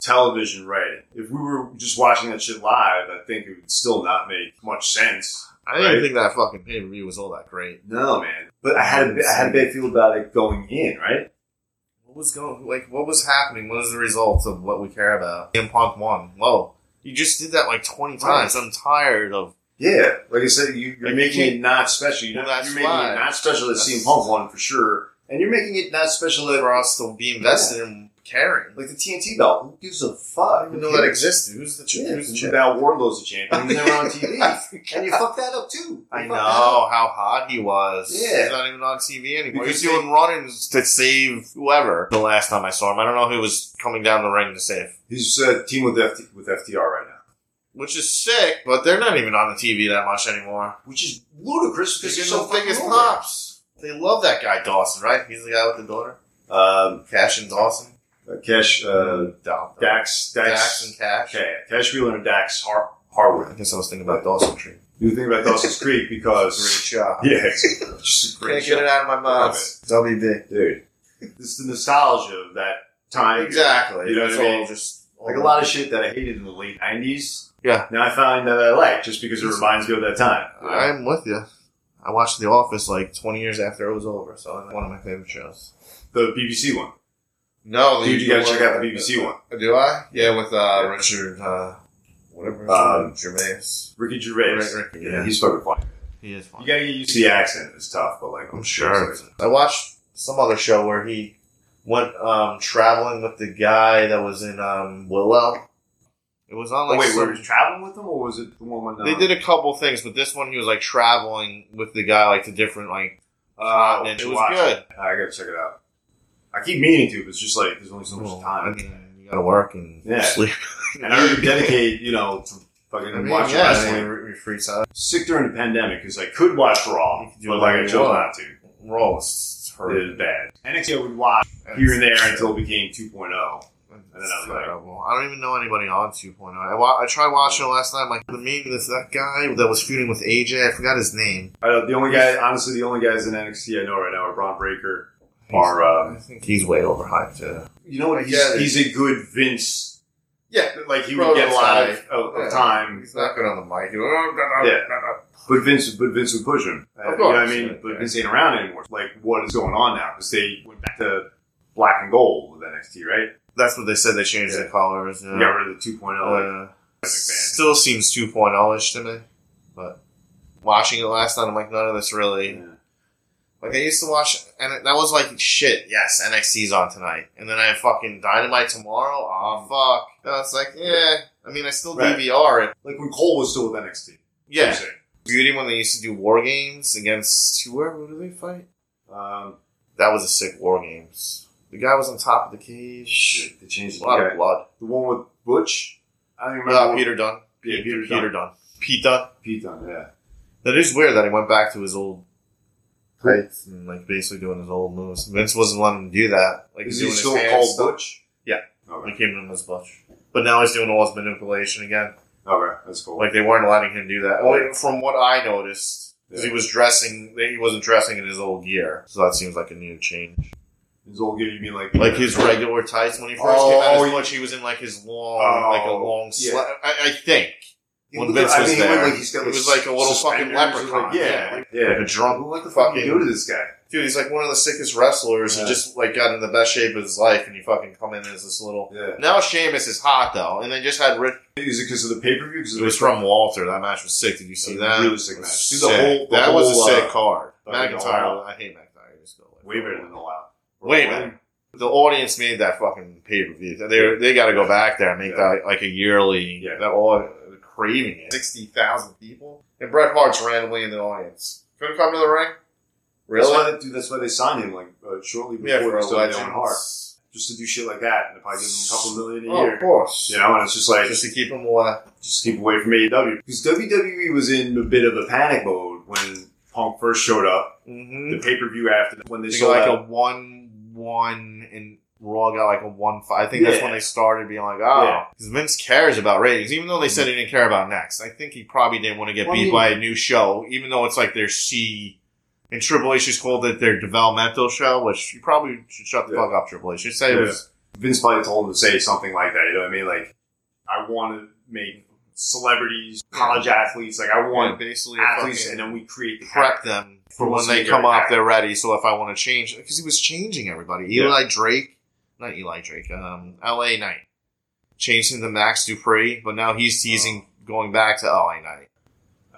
Speaker 1: television writing? If we were just watching that shit live, I think it would still not make much sense.
Speaker 2: I didn't
Speaker 1: Right.
Speaker 2: think that fucking pay per view was all that great.
Speaker 1: No, man. But I had a, I had a bad feel about it going in, right?
Speaker 2: What was going like what was happening? What was the result of what we care about? CM Punk won. Whoa. You just did that like twenty times. I'm tired of
Speaker 1: Yeah, like I said, you, you're
Speaker 2: Like, you
Speaker 1: making it
Speaker 2: can't-
Speaker 1: not special. You're,
Speaker 2: Well,
Speaker 1: not,
Speaker 2: that's
Speaker 1: you're making
Speaker 2: why.
Speaker 1: it not special that CM
Speaker 2: That's-
Speaker 1: Punk won for sure, and you're making it not special that
Speaker 2: for us to be invested in caring.
Speaker 1: like the TNT belt. Who gives a fuck?
Speaker 2: I didn't even know that existed. Who's the
Speaker 1: Yeah,
Speaker 2: champ? Who's the champ?
Speaker 1: now Wardlow's a champion. He's never on TV, and you fucked that up too.
Speaker 2: I
Speaker 1: You fucked
Speaker 2: know
Speaker 1: that up.
Speaker 2: how hot he was.
Speaker 1: Yeah.
Speaker 2: He's not even on TV anymore.
Speaker 1: Because
Speaker 2: He's doing run-ins to save whoever. The last time I saw him, I don't know who was coming down the ring to save.
Speaker 1: He's uh, team with FT, with FTR right now.
Speaker 2: which is sick, but they're not even on the TV that much anymore.
Speaker 1: which is ludicrous
Speaker 2: They're
Speaker 1: because you're
Speaker 2: getting
Speaker 1: so
Speaker 2: the biggest
Speaker 1: fucking
Speaker 2: pops. They love that guy Dawson, right? He's the guy with the daughter,
Speaker 1: Um,
Speaker 2: Cash and Dawson.
Speaker 1: Cash, uh,
Speaker 2: Dax,
Speaker 1: Dax,
Speaker 2: Dax
Speaker 1: Dax,
Speaker 2: and Cash.
Speaker 1: okay, Cash Wheeler and Dax Har-
Speaker 2: I
Speaker 1: Harwood.
Speaker 2: guess I was thinking about Dawson Tree.
Speaker 1: You think about Dawson's Creek because
Speaker 2: job.
Speaker 1: yeah, it's just a great
Speaker 2: Can't get
Speaker 1: show.
Speaker 2: it out of my mouth. WD.
Speaker 1: dude. It's the nostalgia of that time.
Speaker 2: Exactly.
Speaker 1: You know
Speaker 2: it's
Speaker 1: what I mean?
Speaker 2: all just
Speaker 1: Like a lot of shit that I hated in the late '90s.
Speaker 2: Yeah.
Speaker 1: Now I find that I like just because it reminds me of that time.
Speaker 2: I'm with you. I watched The Office like 20 years after it was over, so it's one of my favorite shows.
Speaker 1: The BBC one,
Speaker 2: No,
Speaker 1: dude. You gotta check out the BBC one.
Speaker 2: Do I? Yeah, with uh,
Speaker 1: Yeah.
Speaker 2: Richard, uh, whatever,
Speaker 1: Um,
Speaker 2: Gervais.
Speaker 1: Ricky Gervais.
Speaker 2: Right, right, yeah.
Speaker 1: he's fucking funny.
Speaker 2: He is fun.
Speaker 1: You gotta get used to the accent. It's tough, but like
Speaker 2: I'm sure. I watched some other show where he went um, traveling with the guy that was in um, Willow. It was on
Speaker 1: Oh,
Speaker 2: like
Speaker 1: wait,
Speaker 2: some-
Speaker 1: were you traveling with uh, them, or was it the one when
Speaker 2: they did a couple things, but this one he was like traveling with the guy like to different like
Speaker 1: Uh,
Speaker 2: continents.
Speaker 1: to
Speaker 2: Oh, It was
Speaker 1: watch
Speaker 2: good.
Speaker 1: I gotta check it out. I keep meaning to, but it's just like there's only so
Speaker 2: Well,
Speaker 1: much
Speaker 2: I
Speaker 1: time,
Speaker 2: mean, you gotta work and
Speaker 1: Yeah.
Speaker 2: sleep.
Speaker 1: and I already dedicate, you know, to fucking
Speaker 2: I mean,
Speaker 1: watching
Speaker 2: yeah, I
Speaker 1: wrestling.
Speaker 2: mean, your- your free time.
Speaker 1: Sick during the pandemic because I could watch
Speaker 2: You
Speaker 1: Raw,
Speaker 2: could do
Speaker 1: but like I
Speaker 2: whatever you
Speaker 1: chose
Speaker 2: want.
Speaker 1: not to.
Speaker 2: Raw is
Speaker 1: It was bad. NXT I would watch here and there until it became oh. 2.0. then I was like-
Speaker 2: terrible. I don't even know anybody on 2.0. I, wa- I tried watching it last night. I'm like, the meme, this, that guy that was feuding with AJ, I forgot his name.
Speaker 1: I, don't- the only guy, honestly, the only guys in NXT I know right now are Braun Breaker, are. Um,
Speaker 2: I think he's way overhyped. Uh,
Speaker 1: you know what? He's,
Speaker 3: Yeah,
Speaker 1: he's a good Vince.
Speaker 3: Yeah.
Speaker 1: like he would get a lot of, of,
Speaker 3: Yeah.
Speaker 1: of time,
Speaker 2: he's "Oh, not good on the mic. He-
Speaker 1: Yeah. but Vince, but Vince would push him. Uh,
Speaker 3: Of
Speaker 1: you know what I
Speaker 3: course.
Speaker 1: mean?
Speaker 2: Yeah.
Speaker 1: But Vince ain't around anymore. Like, what is going on now? Because they went back to black and gold with NXT, right?
Speaker 2: That's what they said. They changed the colors.
Speaker 1: They
Speaker 2: Uh,
Speaker 1: Got rid of the 2.0. like,
Speaker 2: uh, still seems 2.0 ish to me, but watching it last night, I'm like, none of this really.
Speaker 1: yeah.
Speaker 2: Like I used to watch, and it- that was like shit. Yes, NXT's on tonight, and then I have fucking Dynamite tomorrow. Oh fuck! No, it's like yeah. I mean, I still
Speaker 1: Mm-hmm. Right.
Speaker 2: DVR it.
Speaker 1: Like when Cole was still with NXT.
Speaker 2: Yeah,
Speaker 1: Tuesday.
Speaker 2: Beauty when they used to do war games against whoever. Who did they fight?
Speaker 1: Um,
Speaker 2: That was a sick war games. The guy was on top of the cage.
Speaker 1: shit, they changed
Speaker 2: A
Speaker 1: the
Speaker 2: lot
Speaker 1: guy.
Speaker 2: of blood.
Speaker 1: The one with Butch. I don't even remember.
Speaker 2: Uh,
Speaker 1: what-
Speaker 2: Peter Dunn.
Speaker 1: Yeah, Peter,
Speaker 2: Peter, Dunn. Pete Dunn.
Speaker 1: Pete Dunne, yeah.
Speaker 2: That is weird that he went back to his old heights and like basically doing his old moves. Vince wasn't letting him do that. Like
Speaker 1: Is
Speaker 2: he's
Speaker 1: he
Speaker 2: doing his
Speaker 1: still
Speaker 2: hands
Speaker 1: called
Speaker 2: stuff.
Speaker 1: Butch?
Speaker 2: Yeah.
Speaker 1: Okay.
Speaker 2: He came in as Butch. But now he's doing all his manipulation again.
Speaker 1: Okay, that's cool.
Speaker 2: Like they weren't letting him do that. Well, from what I noticed, 'cause he
Speaker 1: Yeah.
Speaker 2: was dressing, he wasn't dressing in his old gear. So that seems like a new change.
Speaker 1: his old gear, you mean like
Speaker 2: Like his regular tights when he first
Speaker 1: Oh,
Speaker 2: came out as
Speaker 1: yeah.
Speaker 2: Butch, he was in like his long,
Speaker 1: Oh,
Speaker 2: like a long sli-
Speaker 1: yeah.
Speaker 2: I, I think.
Speaker 1: He
Speaker 2: when
Speaker 1: looked
Speaker 2: Vince
Speaker 1: like-
Speaker 2: was
Speaker 1: he
Speaker 2: there,
Speaker 1: looked like he's got,
Speaker 2: it
Speaker 1: like,
Speaker 2: was like a little
Speaker 1: suspenders,
Speaker 2: fucking leprechaun.
Speaker 1: like, yeah, like, yeah.
Speaker 2: Like a drunk
Speaker 1: What the fuck
Speaker 2: fucking
Speaker 1: you do to this guy?
Speaker 2: Dude, he's like one of the sickest wrestlers and
Speaker 1: Yeah.
Speaker 2: just like got in the best shape of his life and you fucking come in as this little
Speaker 1: Yeah.
Speaker 2: now Sheamus is hot though, and they just had Rich
Speaker 1: Is it because of the pay per view? Because
Speaker 2: it was from Walter. That match was sick. Did you
Speaker 1: It
Speaker 2: see
Speaker 1: was
Speaker 2: that?
Speaker 1: really sick match. Dude, the
Speaker 2: Sick.
Speaker 1: whole- the
Speaker 2: that was
Speaker 1: whole,
Speaker 2: a sick
Speaker 1: uh,
Speaker 2: card.
Speaker 1: the whole
Speaker 2: McIntyre I hate McIntyre. Just go like,
Speaker 1: way better than the Wild.
Speaker 2: Way better. The audience made that fucking pay per view. They they gotta go back there and make
Speaker 1: Yeah.
Speaker 2: that like a yearly
Speaker 1: Yeah.
Speaker 2: that all craving it. Sixty thousand people. And Bret Hart's randomly in the audience. Couldn't come to the ring?
Speaker 1: That's
Speaker 2: Really?
Speaker 1: why, they, dude, that's why they signed him like uh, shortly before
Speaker 2: Yeah,
Speaker 1: he
Speaker 2: for
Speaker 1: was
Speaker 2: a
Speaker 1: still at Owen
Speaker 2: legend.
Speaker 1: Hart, just to do shit like that, and they probably give him a couple million a
Speaker 2: Oh,
Speaker 1: year.
Speaker 2: of course.
Speaker 1: You know, and it's just like
Speaker 2: just
Speaker 1: just,
Speaker 2: to keep him alive.
Speaker 1: keep away from E AEW because WWE E was in a bit of a panic mode when Punk first showed up.
Speaker 2: Mm-hmm.
Speaker 1: The pay per view after when they
Speaker 2: They
Speaker 1: saw
Speaker 2: got like
Speaker 1: that-
Speaker 2: a one one and Raw got like a one five. I think that's
Speaker 1: Yeah.
Speaker 2: when they started being like, oh,
Speaker 1: Yeah. Mm-hmm.
Speaker 2: because Vince cares about ratings, even though they said he didn't care about next. I think he probably didn't want to get
Speaker 1: Well, I
Speaker 2: beat
Speaker 1: mean-
Speaker 2: by a new show, even though it's like their C. And Triple H just called it their developmental show, which you probably should shut the
Speaker 1: Yeah.
Speaker 2: fuck up, Triple H. Just say it
Speaker 1: Yeah.
Speaker 2: was
Speaker 1: Vince probably told him to say something like that. You know what I mean? Like, I want to make celebrities, college athletes. Like, I
Speaker 2: one
Speaker 1: want
Speaker 2: basically a
Speaker 1: athletes, and
Speaker 2: fucking
Speaker 1: then we create the
Speaker 2: prep them for
Speaker 1: For
Speaker 2: when
Speaker 1: what's
Speaker 2: they
Speaker 1: needed.
Speaker 2: come off, they're ready. So if I want to change, because he was changing everybody,
Speaker 1: Yeah.
Speaker 2: Eli Drake, not Eli Drake, um, L.A. Knight, changed him to Max Dupree, but now he's teasing
Speaker 1: Oh.
Speaker 2: going back to L.A. Knight.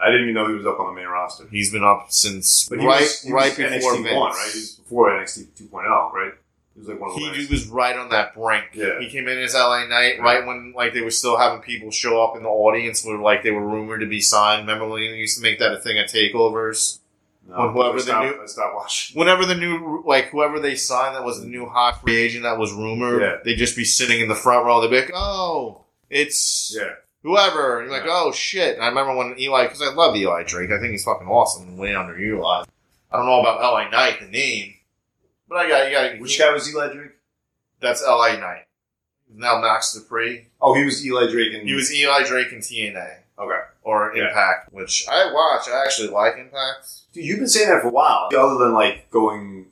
Speaker 1: I didn't even know he was up on the main roster.
Speaker 2: He's been up since
Speaker 1: But he
Speaker 2: right,
Speaker 1: was, he
Speaker 2: right
Speaker 1: was
Speaker 2: before
Speaker 1: NXT
Speaker 2: Vince.
Speaker 1: one, right? He was before NXT 2.0, oh, right? He was like one of the
Speaker 2: He
Speaker 1: last.
Speaker 2: was right on that brink.
Speaker 1: Yeah.
Speaker 2: He came in as LA Knight right when like they were still having people show up in the audience where like they were rumored to be signed. Remember when they used to make that a thing at takeovers?
Speaker 1: No,
Speaker 2: Well, whoever
Speaker 1: I
Speaker 2: the
Speaker 1: stopped,
Speaker 2: new-
Speaker 1: I stopped watching.
Speaker 2: whenever the new like whoever they signed that was the new hot free agent that was rumored,
Speaker 1: Yeah.
Speaker 2: they'd just be sitting in the front row. They'd be like, "Oh, it's
Speaker 1: Yeah,
Speaker 2: whoever." And you're like,
Speaker 1: Yeah.
Speaker 2: "Oh shit!" And I remember when Eli, because I love Eli Drake. I think he's fucking awesome and way underutilized. I don't know about La Knight, the name, but I got you. Got
Speaker 1: which guy was Eli Drake?
Speaker 2: That's La Knight. Now Max Dupree.
Speaker 1: Oh, he was Eli Drake, and
Speaker 2: He was Eli Drake in TNA.
Speaker 1: Okay.
Speaker 2: Or
Speaker 1: Yeah.
Speaker 2: Impact, which I watch. I actually like Impact.
Speaker 1: Dude, you've been saying that for a while. Other than like going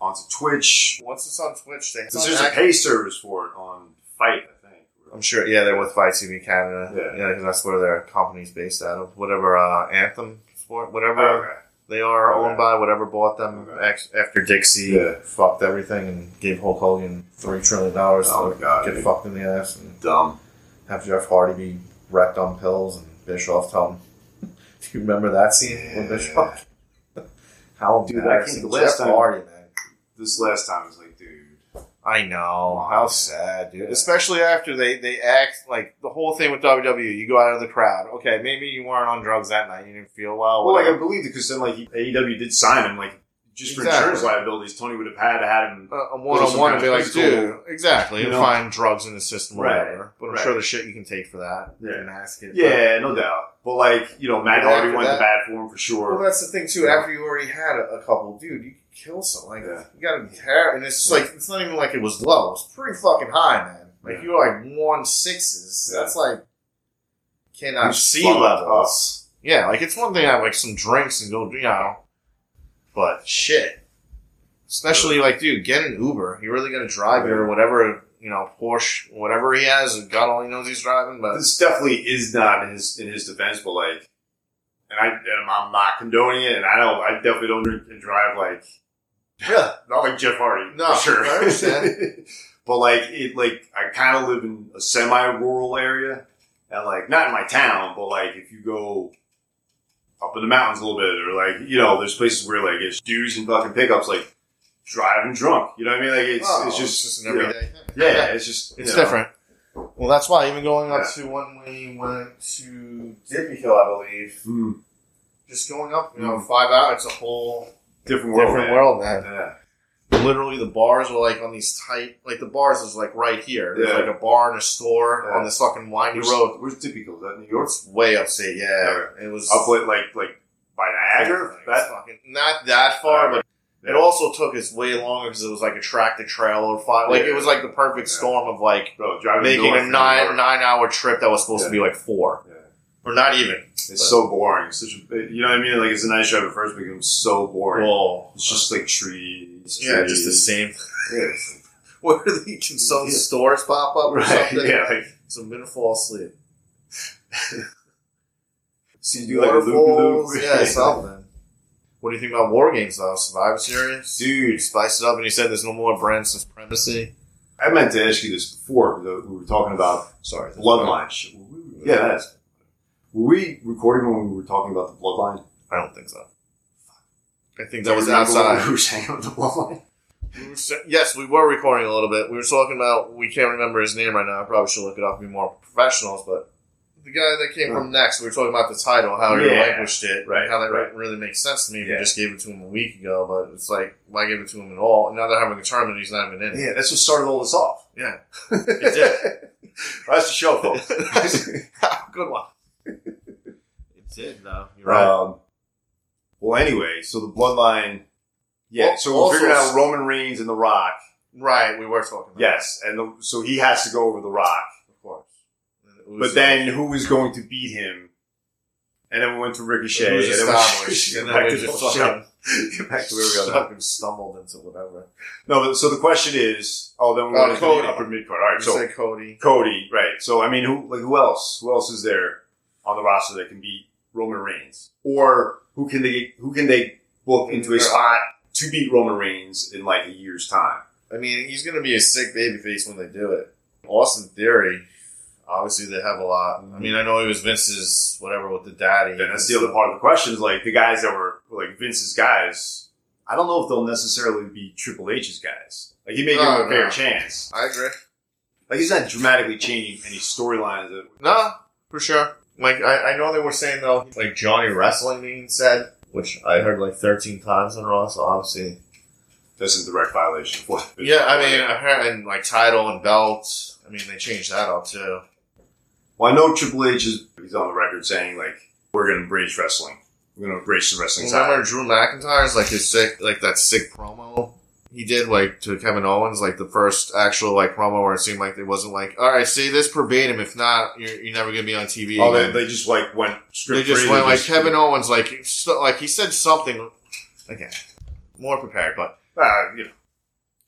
Speaker 1: onto Twitch,
Speaker 2: Once it's on Twitch, they it's on
Speaker 1: there's a
Speaker 2: Act-
Speaker 1: pay service for it on Fight, I think.
Speaker 2: I'm sure. Yeah, they're with Fight TV Canada.
Speaker 1: Yeah.
Speaker 2: Yeah, because that's where their company's based out of. Whatever uh, Anthem Sport, whatever
Speaker 1: Oh, okay.
Speaker 2: they are
Speaker 1: Okay.
Speaker 2: owned by, whatever bought them
Speaker 1: Okay.
Speaker 2: ex- after Dixie
Speaker 1: Yeah.
Speaker 2: fucked everything and gave Hulk Hogan three trillion dollars
Speaker 1: Oh
Speaker 2: to
Speaker 1: my god,
Speaker 2: get
Speaker 1: dude.
Speaker 2: fucked in the ass and
Speaker 1: dumb.
Speaker 2: have Jeff Hardy be wrecked on pills and Bischoff tell him. Do you remember that scene with
Speaker 1: Yeah.
Speaker 2: Bischoff? How
Speaker 1: Dude, I
Speaker 2: embarrassing.
Speaker 1: think the last
Speaker 2: Jeff
Speaker 1: time-
Speaker 2: Hardy, man.
Speaker 1: This last time was like, dude.
Speaker 2: I know.
Speaker 1: Wow.
Speaker 2: How sad, dude.
Speaker 1: Yeah.
Speaker 2: Especially after they, they act like the whole thing with WWE, you go out of the crowd. Okay, maybe you weren't on drugs that night. You didn't feel well.
Speaker 1: Oh, Well, like I
Speaker 2: whatever.
Speaker 1: believe it because then like he- AEW did sign him like just for
Speaker 2: Exactly.
Speaker 1: insurance liabilities. Tony would have had had him.
Speaker 2: a one on one and be like,
Speaker 1: Physical.
Speaker 2: dude, exactly.
Speaker 1: You
Speaker 2: You
Speaker 1: know?
Speaker 2: find drugs in the system or
Speaker 1: Right.
Speaker 2: whatever. But I'm
Speaker 1: Right.
Speaker 2: sure the shit you can take for that.
Speaker 1: Yeah.
Speaker 2: And ask it.
Speaker 1: Yeah, no doubt. But like you know, Matt
Speaker 2: Yeah,
Speaker 1: Hardy
Speaker 2: after
Speaker 1: went
Speaker 2: that-
Speaker 1: to bat for him for
Speaker 2: Well,
Speaker 1: sure.
Speaker 2: that's the thing too. After you already had a, a couple, dude, you could kill someone. Like
Speaker 1: Yeah.
Speaker 2: you got to be terrible, and it's just like it's not even like it was low. It was pretty fucking high, man. Like
Speaker 1: Yeah.
Speaker 2: you were like one sixes.
Speaker 1: Yeah.
Speaker 2: That's like cannot
Speaker 1: You
Speaker 2: see
Speaker 1: fucked
Speaker 2: levels. Yeah, like it's one thing to have like some drinks and go, you know, but shit, Especially like, dude, get an Uber. You're really gonna drive your whatever you know Porsche, whatever he has. God only knows he's driving, but
Speaker 1: this definitely is not in his in his defense, but like, and I and I'm not condoning it, and I don't, I definitely don't drink and drive like,
Speaker 2: Yeah.
Speaker 1: not like Jeff Hardy,
Speaker 2: No,
Speaker 1: for sure.
Speaker 2: I understand.
Speaker 1: but like, it like I kind of live in a semi-rural area, and like not in my town, but like if you go up in the mountains a little bit, or like you know, there's places where like it's dudes and fucking pickups like driving drunk. You know what I mean? Like it's
Speaker 2: Oh,
Speaker 1: it's just
Speaker 2: an everyday. thing.
Speaker 1: yeah, yeah, it's just
Speaker 2: It's
Speaker 1: you know.
Speaker 2: different. Well, that's why even going up to when we went to Dippy Hill, I believe,
Speaker 1: Mm,
Speaker 2: just going up, you know,
Speaker 1: Mm.
Speaker 2: five hours, it's a whole
Speaker 1: different world.
Speaker 2: different
Speaker 1: man.
Speaker 2: world, man.
Speaker 1: Yeah.
Speaker 2: Literally, the bars were like on these tight, like the bars is like right here. There's
Speaker 1: Yeah.
Speaker 2: like a bar and a store
Speaker 1: Yeah.
Speaker 2: on this fucking windy
Speaker 1: Where's,
Speaker 2: road.
Speaker 1: where's Typical? Is that New York?
Speaker 2: It's way upstate, yeah. It was
Speaker 1: Up with like like by Niagara.
Speaker 2: Like,
Speaker 1: That
Speaker 2: fucking, not that far, but
Speaker 1: Yeah.
Speaker 2: it also took us way longer because it was like a tractor trailer. Five, like
Speaker 1: Yeah.
Speaker 2: it was like the perfect
Speaker 1: Yeah.
Speaker 2: storm of like
Speaker 1: bro driving to
Speaker 2: making
Speaker 1: Newark
Speaker 2: a
Speaker 1: from
Speaker 2: nine
Speaker 1: Newark.
Speaker 2: nine hour trip that was supposed to be like four
Speaker 1: Yeah.
Speaker 2: or not even.
Speaker 1: It's so boring. It's such a you know what I mean? Like it's a nice drive at first, but it becomes so boring.
Speaker 2: Whoa.
Speaker 1: it's just like trees.
Speaker 2: Yeah,
Speaker 1: trees.
Speaker 2: just the same.
Speaker 1: Yeah, it's like-
Speaker 2: Where the can some
Speaker 1: Yeah.
Speaker 2: stores pop up or
Speaker 1: Right.
Speaker 2: something?
Speaker 1: Yeah. Like,
Speaker 2: So I'm gonna fall asleep.
Speaker 1: so you do like a loop
Speaker 2: Waterfalls,
Speaker 1: loop.
Speaker 2: yeah, something. What do you think about war games though? Survivor Series, dude, spice it up. And you said there's no more brand supremacy.
Speaker 1: I meant to ask you this before. but We were talking about
Speaker 2: Sorry,
Speaker 1: bloodline. shit. Were we- Yeah, that's. Were we recording when we were talking about the bloodline?
Speaker 2: I don't think so. I think that was
Speaker 1: Do you remember
Speaker 2: outside.
Speaker 1: when We were saying about the bloodline.
Speaker 2: We were sa- Yes, we were recording a little bit. We were talking about we can't remember his name right now. I probably should look it up and be more professionals, but the guy that came from next, we were talking about the title, how he
Speaker 1: Yeah.
Speaker 2: relinquished it,
Speaker 1: Right,
Speaker 2: How that
Speaker 1: right.
Speaker 2: really makes sense to me.
Speaker 1: Yeah.
Speaker 2: We just gave it to him a week ago, but it's like why give it to him at all? And now they're having a tournament, he's not even in it.
Speaker 1: Yeah, that's what started all this off.
Speaker 2: Yeah,
Speaker 1: It did. That's the show, folks.
Speaker 2: good one. it did though. You're
Speaker 1: Um, well, anyway, so the bloodline. Yeah,
Speaker 2: Well,
Speaker 1: so we
Speaker 2: also-
Speaker 1: figured out Roman Reigns and The Rock.
Speaker 2: Right, we were talking. About
Speaker 1: Yes, and the, so he has to go over The Rock.
Speaker 2: it, of course.
Speaker 1: But then who is going to beat him? And then we went to
Speaker 2: Uso-
Speaker 1: Ricochet.
Speaker 2: it was
Speaker 1: and then we-
Speaker 2: established, and then
Speaker 1: back
Speaker 2: we
Speaker 1: to
Speaker 2: just
Speaker 1: the show.
Speaker 2: fucking,
Speaker 1: Get back to where we are now.
Speaker 2: fucking stumbled into whatever.
Speaker 1: No, but, so the question is, oh, then we
Speaker 2: Oh,
Speaker 1: went to
Speaker 2: Cody.
Speaker 1: the upper mid card. All right,
Speaker 2: You
Speaker 1: so
Speaker 2: said Cody.
Speaker 1: Cody, right? So I mean, who like who else? Who else is there on the roster that can beat Roman Reigns, or who can they who can they book into a spot to beat Roman Reigns in like a year's time?
Speaker 2: I mean, he's going to be a sick babyface when they do it. Austin Theory, obviously they have a lot. I mean, I know he was Vince's whatever with the daddy.
Speaker 1: And that's the other part of the question is like the guys that were like Vince's guys. I don't know if they'll necessarily be Triple H's guys. Like he may give
Speaker 2: No,
Speaker 1: them a fair
Speaker 2: Oh, no.
Speaker 1: chance.
Speaker 2: I agree.
Speaker 1: Like he's not dramatically changing any storylines. that-
Speaker 2: No, for sure. Like I, I know they were saying though, like Johnny Wrestling being said, which I heard like thirteen times on Raw. So obviously,
Speaker 1: That's a direct violation. of what-
Speaker 2: yeah. I mean, apparently, and like title and belt. I mean, they changed that up too.
Speaker 1: Well, I know Triple H is he's on the record saying like we're going to embrace wrestling. We're going to embrace the wrestling side.
Speaker 2: Remember Drew McIntyre's like his sick, like that sick promo he did like to Kevin Owens, like the first actual like promo where it seemed like it wasn't like, all right, say this verbatim. If not, you're, you're never gonna be on TV.
Speaker 1: Oh, they,
Speaker 2: again."
Speaker 1: they just like went
Speaker 2: They
Speaker 1: script.
Speaker 2: just
Speaker 1: free,
Speaker 2: went like
Speaker 1: just-
Speaker 2: Kevin Owens, like so, like he said something. Again, more prepared, but
Speaker 1: Ah, you know,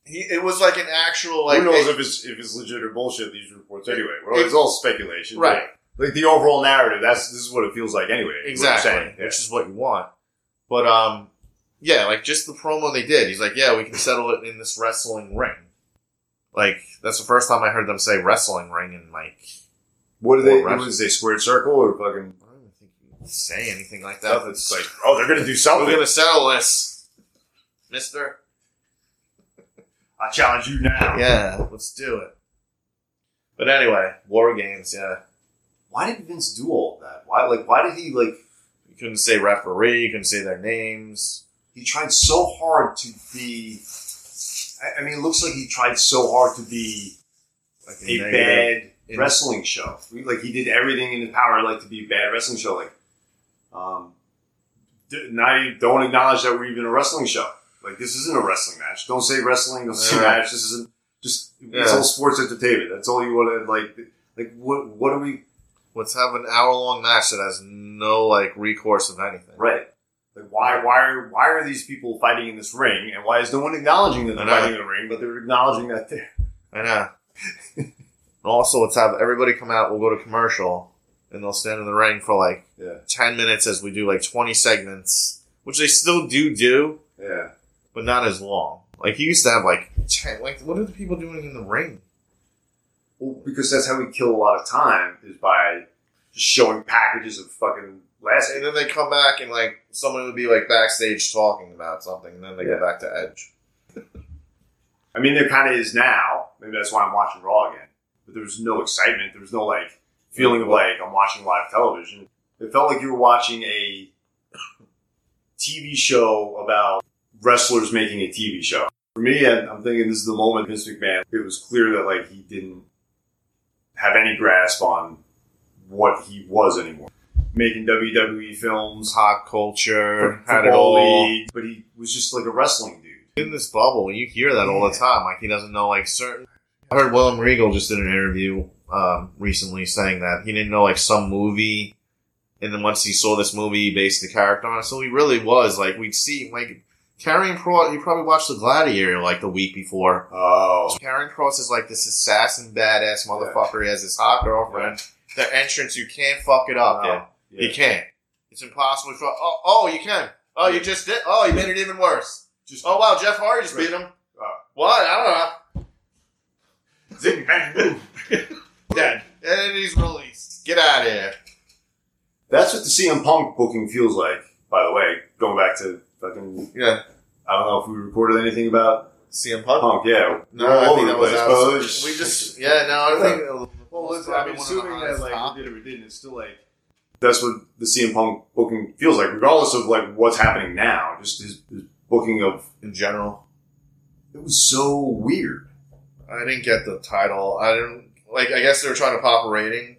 Speaker 2: he, it was like an actual like
Speaker 1: who knows
Speaker 2: hey-
Speaker 1: if it's if it's legit or bullshit? These reports, anyway. Well, it's all speculation,
Speaker 2: right.
Speaker 1: but, like the overall narrative. That's this is what it feels like, anyway. is what I'm
Speaker 2: Exactly,
Speaker 1: saying. Yeah.
Speaker 2: which is what you want. But um, yeah, like just the promo they did. He's like, yeah, we can settle it in this wrestling ring. Like that's the first time I heard them say wrestling ring, and like
Speaker 1: What do they?
Speaker 2: Or
Speaker 1: What is they squared circle or fucking?
Speaker 2: I don't even think you can say anything like that.
Speaker 1: Stuff? It's like, oh, they're gonna do
Speaker 2: we're
Speaker 1: something.
Speaker 2: gonna settle this, Mister.
Speaker 1: I challenge you now.
Speaker 2: Yeah, let's do it. But anyway, war games. Yeah,
Speaker 1: Why did Vince do all of that? Why like why did he like?
Speaker 2: you couldn't say referee, you couldn't say their names.
Speaker 1: He tried so hard to be. I, I mean, it looks like he tried so hard to be
Speaker 2: Like
Speaker 1: a
Speaker 2: negative-
Speaker 1: bad
Speaker 2: in-
Speaker 1: wrestling show. We- Like he did everything in his power, like to be a bad wrestling show. Like, um, d- not even, don't acknowledge that we're even a wrestling show. Like this isn't a wrestling match. Don't say wrestling. Don't say
Speaker 2: Yeah.
Speaker 1: match. This isn't just. It's
Speaker 2: Yeah.
Speaker 1: all sports entertainment. That's all you want to like. Like what? What are we?
Speaker 2: Let's have an hour long match that has no like recourse of anything.
Speaker 1: Right. Like why why are why are these people fighting in this ring and why is no one acknowledging that they're
Speaker 2: I know.
Speaker 1: fighting in the ring, but they're acknowledging that they're
Speaker 2: I know. also, let's have everybody come out. We'll go to commercial, and they'll stand in the ring for like
Speaker 1: Yeah.
Speaker 2: ten minutes as we do like twenty segments, which they still do do,
Speaker 1: Yeah.
Speaker 2: but not as long. Like you used to have like ten. Like what are the people doing in the ring?
Speaker 1: Well, because that's how we kill a lot of time is by just showing packages of fucking last
Speaker 2: And then they come back and like someone would be like backstage talking about something, and then they
Speaker 1: Yeah.
Speaker 2: go back to Edge.
Speaker 1: I mean, there kind of is now. Maybe that's why I'm watching Raw again. But there was no excitement. There was no like feeling of like I'm watching live television. It felt like you were watching a TV show about wrestlers making a TV show. For me, I- I'm thinking this is the moment Vince McMahon. It was clear that like he didn't have any grasp on what he was anymore. Making WWE films,
Speaker 2: Hot culture, had it
Speaker 1: football
Speaker 2: all.
Speaker 1: league, but he was just like a wrestling dude.
Speaker 2: in this bubble. You hear that all the time. Like he doesn't know like certain. I heard Willem Regal just did an interview um, recently saying that he didn't know like some movie, and then once he saw this movie, he based the character on it. So he really was like we'd see like Carrying Cross. You probably watched The Gladiator like the week before.
Speaker 1: Oh,
Speaker 2: Carrying Cross is like this assassin, badass motherfucker. He has his hot girlfriend. Their entrance, you can't fuck it up.
Speaker 1: Wow.
Speaker 2: dude. You can't. It's impossible. For, oh, oh, you can. Oh, you just did. Oh, you made it even worse.
Speaker 1: Just-
Speaker 2: oh wow, Jeff Hardy just
Speaker 1: Right.
Speaker 2: beat him.
Speaker 1: Oh.
Speaker 2: What? I
Speaker 1: Zing, bang, boom.
Speaker 2: don't know. Dead. And he's released. Get out of here.
Speaker 1: That's what the CM Punk booking feels like, by the way. Going back to fucking,
Speaker 2: Yeah.
Speaker 1: I don't know if we recorded anything about
Speaker 2: CM Punk.
Speaker 1: Punk. Yeah,
Speaker 2: No,
Speaker 1: We're all
Speaker 2: I
Speaker 1: over
Speaker 2: think
Speaker 1: the
Speaker 2: that was
Speaker 1: place,
Speaker 2: out.
Speaker 1: but-
Speaker 2: We just yeah. No, I think.
Speaker 1: Well,
Speaker 2: Well, it's
Speaker 1: listen,
Speaker 2: probably
Speaker 1: I'm
Speaker 2: one of the
Speaker 1: assuming that
Speaker 2: highest
Speaker 1: like
Speaker 2: top.
Speaker 1: we did or we didn't, it's still like that's what the CM Punk booking feels like, regardless of like what's happening now. Just his, his booking of
Speaker 2: in general,
Speaker 1: it was so weird.
Speaker 2: I didn't get the title. I didn't like. I guess they were trying to pop a rating.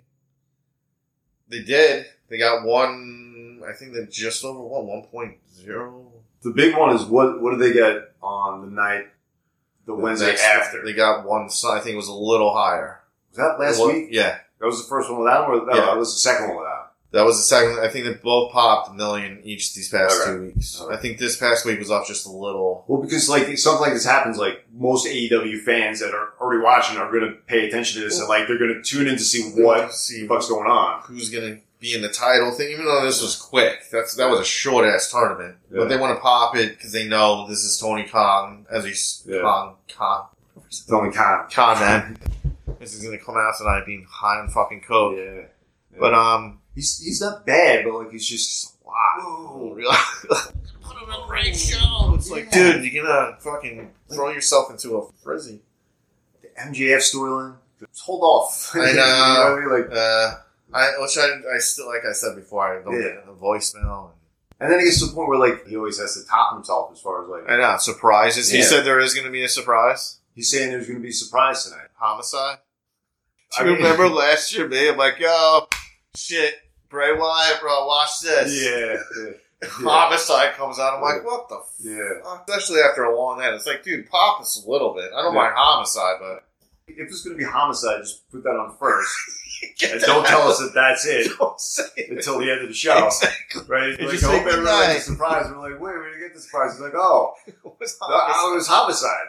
Speaker 2: They did. They got one. I think they just over one one point zero.
Speaker 1: The big one is what what did they get on the night, the, Wednesday
Speaker 2: Next-
Speaker 1: after?
Speaker 2: they got one. so- I think it was a little higher.
Speaker 1: was that last
Speaker 2: It wa-
Speaker 1: week?
Speaker 2: yeah.
Speaker 1: That was the first one without him, or no,
Speaker 2: Yeah.
Speaker 1: that was the second one without him.
Speaker 2: That was the second. I think they both popped a million each these past
Speaker 1: Okay.
Speaker 2: two weeks.
Speaker 1: Okay.
Speaker 2: I think this past week was off just a little.
Speaker 1: Well, because like something like this happens, like most AEW fans that are already watching are going to pay attention to this, and like they're going to tune in to see what the
Speaker 2: See
Speaker 1: fuck's going on.
Speaker 2: who's gonna be in the title thing. Even though this was quick, that's that was a short ass tournament.
Speaker 1: Yeah.
Speaker 2: But they want to pop it because they know this is Tony Khan as he's
Speaker 1: Yeah.
Speaker 2: Khan Khan
Speaker 1: It's only time.
Speaker 2: Khan man. this is gonna come out tonight being high on fucking coke.
Speaker 1: yeah,
Speaker 2: But um,
Speaker 1: he's he's not bad, but like he's just a lot.
Speaker 2: what a great show! It's like, dude, you're gonna fucking throw yourself into a frizzy.
Speaker 1: The MJF storyline. Just hold off.
Speaker 2: I know.
Speaker 1: You what I mean? Like,
Speaker 2: Uh, I which I, I still like I said before I don't
Speaker 1: Yeah.
Speaker 2: get the voicemail.
Speaker 1: and then it gets to the point where like he always has to top himself as far as like
Speaker 2: I know surprises. He
Speaker 1: Yeah.
Speaker 2: said there is going to be a surprise
Speaker 1: he's saying there's going to be a surprise tonight.
Speaker 2: homicide.
Speaker 1: I
Speaker 2: Do you
Speaker 1: mean-
Speaker 2: remember last year, me? I'm like, oh shit, Bray Wyatt, bro, watch this.
Speaker 1: Yeah, yeah,
Speaker 2: Homicide comes out. I'm like, what the
Speaker 1: yeah.
Speaker 2: fuck? Especially after a long night, it's like, dude, pop us a little bit. I don't
Speaker 1: Yeah.
Speaker 2: mind homicide, but
Speaker 1: If it's going to be homicide, just put that on first. And don't tell us that that's it.
Speaker 2: Don't say it.
Speaker 1: until the end of the show. Right? It's
Speaker 2: It's
Speaker 1: like,
Speaker 2: just
Speaker 1: I hope
Speaker 2: like
Speaker 1: everyone
Speaker 2: the
Speaker 1: gets a surprise. We're like, wait, where did you get the surprise? He's like, oh,
Speaker 2: What's
Speaker 1: no,
Speaker 2: homicide?
Speaker 1: I- it was homicide.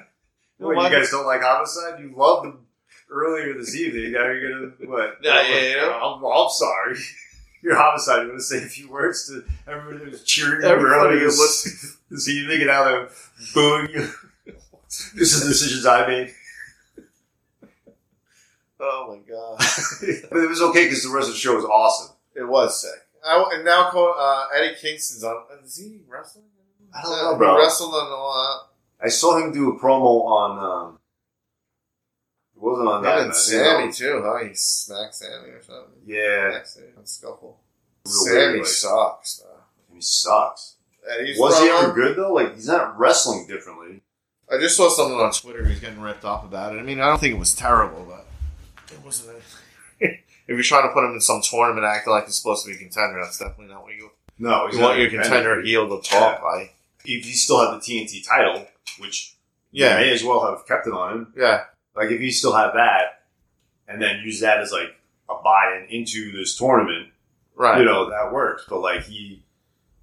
Speaker 2: No
Speaker 1: Wait, you
Speaker 2: wonder.
Speaker 1: guys don't like homicide? You loved them earlier this evening. Now you're gonna what?
Speaker 2: Yeah, yeah, yeah.
Speaker 1: I'm, I'm sorry. You're homicide. You want to say a few words to everyone who's cheering you
Speaker 2: Everybody
Speaker 1: earlier
Speaker 2: is-
Speaker 1: this, this evening, and now they're booing you. this is the decisions I made.
Speaker 2: Oh my god.
Speaker 1: but it was okay because the rest of the show was awesome.
Speaker 2: It was sick. I, and now co- uh, Eddie Kingston's on. uh, Is he wrestling?
Speaker 1: I don't
Speaker 2: Uh,
Speaker 1: know,
Speaker 2: he
Speaker 1: bro.
Speaker 2: wrestled on all
Speaker 1: I saw him do a promo on. Um, it wasn't on
Speaker 2: out.
Speaker 1: that.
Speaker 2: Him and Sammy too, huh? He smacked Sammy or something.
Speaker 1: Yeah,
Speaker 2: Smacked Sammy in a scuffle.
Speaker 1: Real
Speaker 2: Sammy
Speaker 1: weird, like-
Speaker 2: sucks. Bro.
Speaker 1: he sucks.
Speaker 2: Eddie's
Speaker 1: was he
Speaker 2: from- uh,
Speaker 1: ever good though? Like he's not wrestling differently.
Speaker 2: I just saw someone on Twitter who's getting ripped off about it. I mean, I don't think it was terrible, but it wasn't. A, if you're trying to put him in some tournament, acting like he's supposed to be a contender, that's definitely not what you,
Speaker 1: No,
Speaker 2: you want your contender heel to talk by.
Speaker 1: If he still had the TNT title, which yeah,
Speaker 2: Yeah,
Speaker 1: may as well have kept it on him.
Speaker 2: yeah.
Speaker 1: Like if you still have that, and then use that as like a buy-in into this tournament,
Speaker 2: Right.
Speaker 1: you know that works. But like he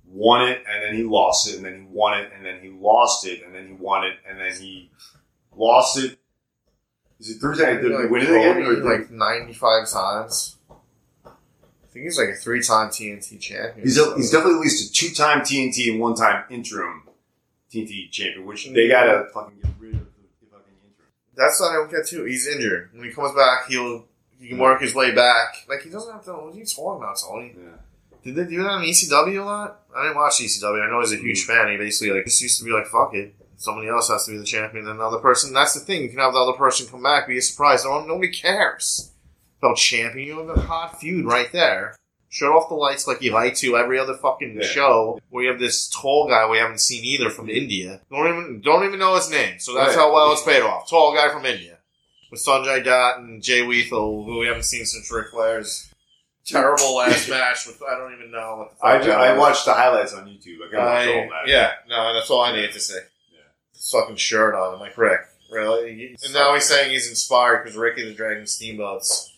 Speaker 1: won it and then he lost it and then he won it and then he lost it and then he won it and then he lost it. Is it three times? Did he win it again? Or
Speaker 2: Probably, like ninety five times. I think he's like a three time TNT champion.
Speaker 1: he's,
Speaker 2: so-
Speaker 1: he's definitely at least a two time TNT and one time interim TNT champion, which
Speaker 2: Mm-hmm.
Speaker 1: they gotta fucking get rid of the fucking interim.
Speaker 2: That's what I don't get too. He's injured. When he comes back, he'll he can work his way back. Like he doesn't have to. What are you talking about, Tony?
Speaker 1: Yeah.
Speaker 2: Did they do that on ECW a lot? I didn't watch ECW. I know he's a
Speaker 1: Mm.
Speaker 2: huge fan. He basically like just used to be like, fuck it. Somebody else has to be the champion, and another person. That's the thing. You can have the other person come back, be a surprise. No one, nobody cares about champion. You have a hot feud right there. Shut off the lights like you like to every other fucking
Speaker 1: Yeah.
Speaker 2: show. Where you have this tall guy we haven't seen either from India. Don't even don't even know his name. So that's
Speaker 1: Right.
Speaker 2: how well it's paid off. Tall guy from India with Sanjay Dutt and Jay Lethal, who we haven't seen since Ric Flair's terrible last match. With I don't even know what the fuck
Speaker 1: I,
Speaker 2: that
Speaker 1: I
Speaker 2: was.
Speaker 1: watched the highlights on YouTube. I gotta watch all
Speaker 2: I,
Speaker 1: that.
Speaker 2: yeah, no, that's all I need to say.
Speaker 1: Yeah.
Speaker 2: This fucking shirt on. I'm like, Rick, really? And now he's saying he's inspired because Ricky the Dragon Steamboat's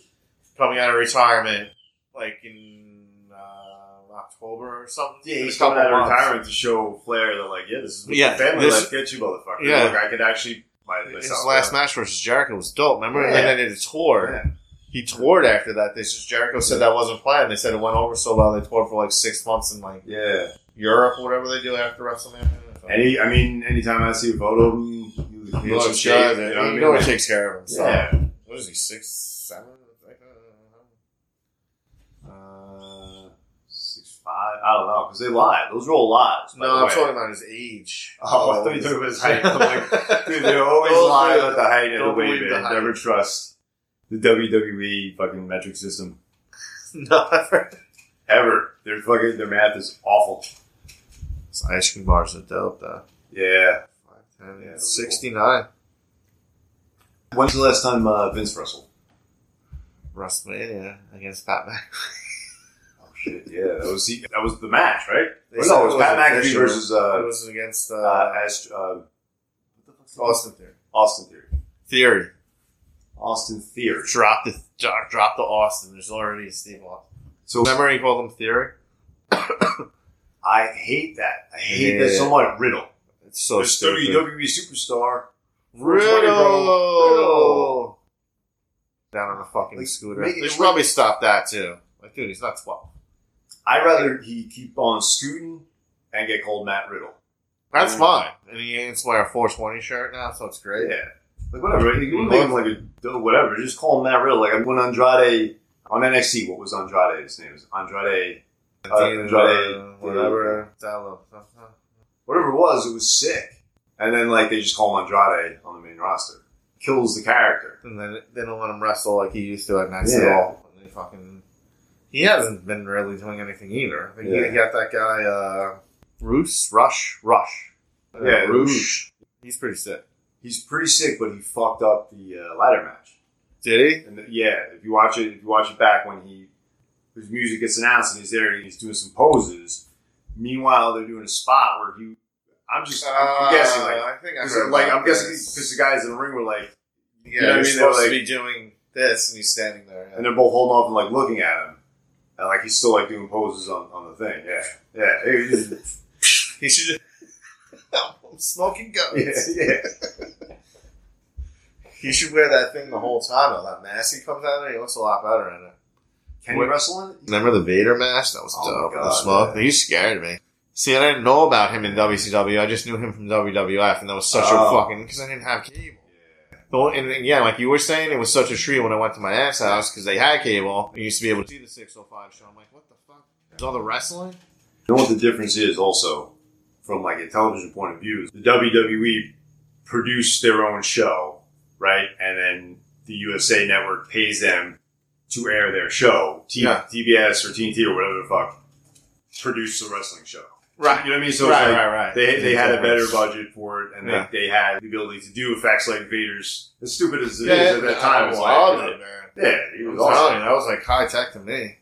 Speaker 2: coming out of retirement, like in uh, October or something.
Speaker 1: Yeah,
Speaker 2: In a
Speaker 1: he's
Speaker 2: couple
Speaker 1: coming out of
Speaker 2: months.
Speaker 1: retirement to show Flair that, like, yeah, this is what
Speaker 2: Yeah,
Speaker 1: the family.
Speaker 2: this-
Speaker 1: Let's get you, motherfucker.
Speaker 2: Yeah.
Speaker 1: Look, I could actually buy it
Speaker 2: His
Speaker 1: myself.
Speaker 2: last match versus Jericho was dope. Remember?
Speaker 1: Yeah.
Speaker 2: And then they did a tour.
Speaker 1: Yeah.
Speaker 2: He toured after that. They just Jericho said that wasn't planned. They said it went over so well they toured for like six months in like
Speaker 1: Yeah.
Speaker 2: Europe, whatever they do after WrestleMania.
Speaker 1: Any, I mean, anytime I see a photo of him, he, he
Speaker 2: he
Speaker 1: looks
Speaker 2: loves
Speaker 1: shape,
Speaker 2: Jericho.
Speaker 1: you
Speaker 2: You
Speaker 1: know what I mean?
Speaker 2: know he
Speaker 1: Like,
Speaker 2: takes care of himself.
Speaker 1: yeah.
Speaker 2: What is he? Six, seven?
Speaker 1: Uh, six five. I don't know because they lied. Those are all lies. by the
Speaker 2: No, I'm
Speaker 1: way.
Speaker 2: talking about his age.
Speaker 1: Oh, I thought you were talking about his height. I'm like, dude, they always
Speaker 2: Don't
Speaker 1: lie
Speaker 2: do
Speaker 1: about
Speaker 2: it.
Speaker 1: the height and the
Speaker 2: Don't
Speaker 1: weight.
Speaker 2: believe
Speaker 1: man.
Speaker 2: the height.
Speaker 1: Never trust the WWE fucking metric system
Speaker 2: Never.
Speaker 1: ever. Their fucking their math is awful.
Speaker 2: His ice cream bars are dope, though.
Speaker 1: Yeah.
Speaker 2: Five,
Speaker 1: Yeah,
Speaker 2: ten,
Speaker 1: those are
Speaker 2: 69.
Speaker 1: When's the last time uh, Vince wrestled?
Speaker 2: WrestleMania against Pat Mac.
Speaker 1: Oh shit! Yeah, that was he, that was the match, right?
Speaker 2: They
Speaker 1: Or
Speaker 2: said
Speaker 1: no, it was Pat McAfee
Speaker 2: official.
Speaker 1: versus
Speaker 2: It
Speaker 1: uh,
Speaker 2: was against uh,
Speaker 1: uh, Ast- uh,
Speaker 2: Austin Theory.
Speaker 1: Austin Theory.
Speaker 2: Theory.
Speaker 1: Austin Theory.
Speaker 2: Drop the drop, drop the Austin. There's already a Steve Austin.
Speaker 1: So
Speaker 2: Remember he called him Theory?
Speaker 1: I hate that. I hate that
Speaker 2: Yeah.
Speaker 1: so much. Riddle.
Speaker 2: It's so
Speaker 1: this
Speaker 2: stupid.
Speaker 1: WWE E superstar.
Speaker 2: Riddle! Down on a fucking
Speaker 1: Like,
Speaker 2: scooter.
Speaker 1: make it-
Speaker 2: They should probably stop that, too. Like, dude, he's not 12.
Speaker 1: I'd rather he keep on scooting and get called Matt Riddle.
Speaker 2: That's
Speaker 1: Yeah.
Speaker 2: fine. And he ain't wear a 420 shirt now, so it's great.
Speaker 1: Yeah. Like whatever. You can make him like a do- whatever. Just call him Matt Riddle. Like when Andrade on NXT, what was Andrade's name? It was Andrade Uh,
Speaker 2: Adidas,
Speaker 1: Andrade,
Speaker 2: uh, whatever. Dial up.
Speaker 1: whatever it was, it was sick. And then like they just call him Andrade on the main roster. Kills the character.
Speaker 2: And then they don't let him wrestle like he used to at nights at
Speaker 1: Yeah.
Speaker 2: all. And they fucking, he hasn't been really doing anything either. I think
Speaker 1: Yeah.
Speaker 2: he got that guy, uh, Bruce Rush. Rush. Uh,
Speaker 1: Yeah,
Speaker 2: Rush. He's pretty sick.
Speaker 1: He's pretty sick, but he fucked up the uh, ladder match.
Speaker 2: Did he?
Speaker 1: And yeah, if you watch it, if you watch it back when he his music gets announced and he's there and he's doing some poses. Meanwhile, they're doing a spot where he. I'm just I'm guessing like
Speaker 2: Uh, I think
Speaker 1: Because, like, I'm guessing because the guys in the ring were like,
Speaker 2: yeah,
Speaker 1: know what I
Speaker 2: he's
Speaker 1: mean? They're
Speaker 2: supposed to
Speaker 1: like-
Speaker 2: be doing this, and he's standing there. yeah.
Speaker 1: and they're both holding off and like looking at him, and like he's still like doing poses on, on the thing. Yeah, yeah, It was just-
Speaker 2: He should. I'm smoking guns.
Speaker 1: yeah, yeah.
Speaker 2: He should wear that thing the whole time. though. That mask he comes out in, he looks a lot better in it.
Speaker 1: Can you wrestle in it?
Speaker 2: Remember the Vader mask? That was
Speaker 1: Oh my
Speaker 2: dope.
Speaker 1: God,
Speaker 2: the smoke.
Speaker 1: yeah.
Speaker 2: He scared me. See, I didn't know about him in WCW. I just knew him from WWF, and that was such
Speaker 1: Oh.
Speaker 2: a fucking because I didn't have cable.
Speaker 1: Yeah.
Speaker 2: The one- And again, like you were saying, it was such a treat when I went to my aunt's house because they had cable. I used to be able to see the 605 show. I'm like, what the fuck? Is all the wrestling?
Speaker 1: You know what the difference is also from like a television point of view is the WWE produced their own show, right? And then the USA network pays them to air their show. T-
Speaker 2: Yeah.
Speaker 1: TBS or TNT or whatever the fuck produced the wrestling show. You know what I mean? So it's
Speaker 2: right,
Speaker 1: like,
Speaker 2: right, right.
Speaker 1: They, they had a better budget for it, and
Speaker 2: Yeah.
Speaker 1: they, they had the ability to do effects like Vader's. As stupid as it is
Speaker 2: Yeah,
Speaker 1: at that time, it's
Speaker 2: loved
Speaker 1: like,
Speaker 2: it, man.
Speaker 1: yeah, he
Speaker 2: It
Speaker 1: was
Speaker 2: was awesome.
Speaker 1: awesome.
Speaker 2: That was like high tech to me. E,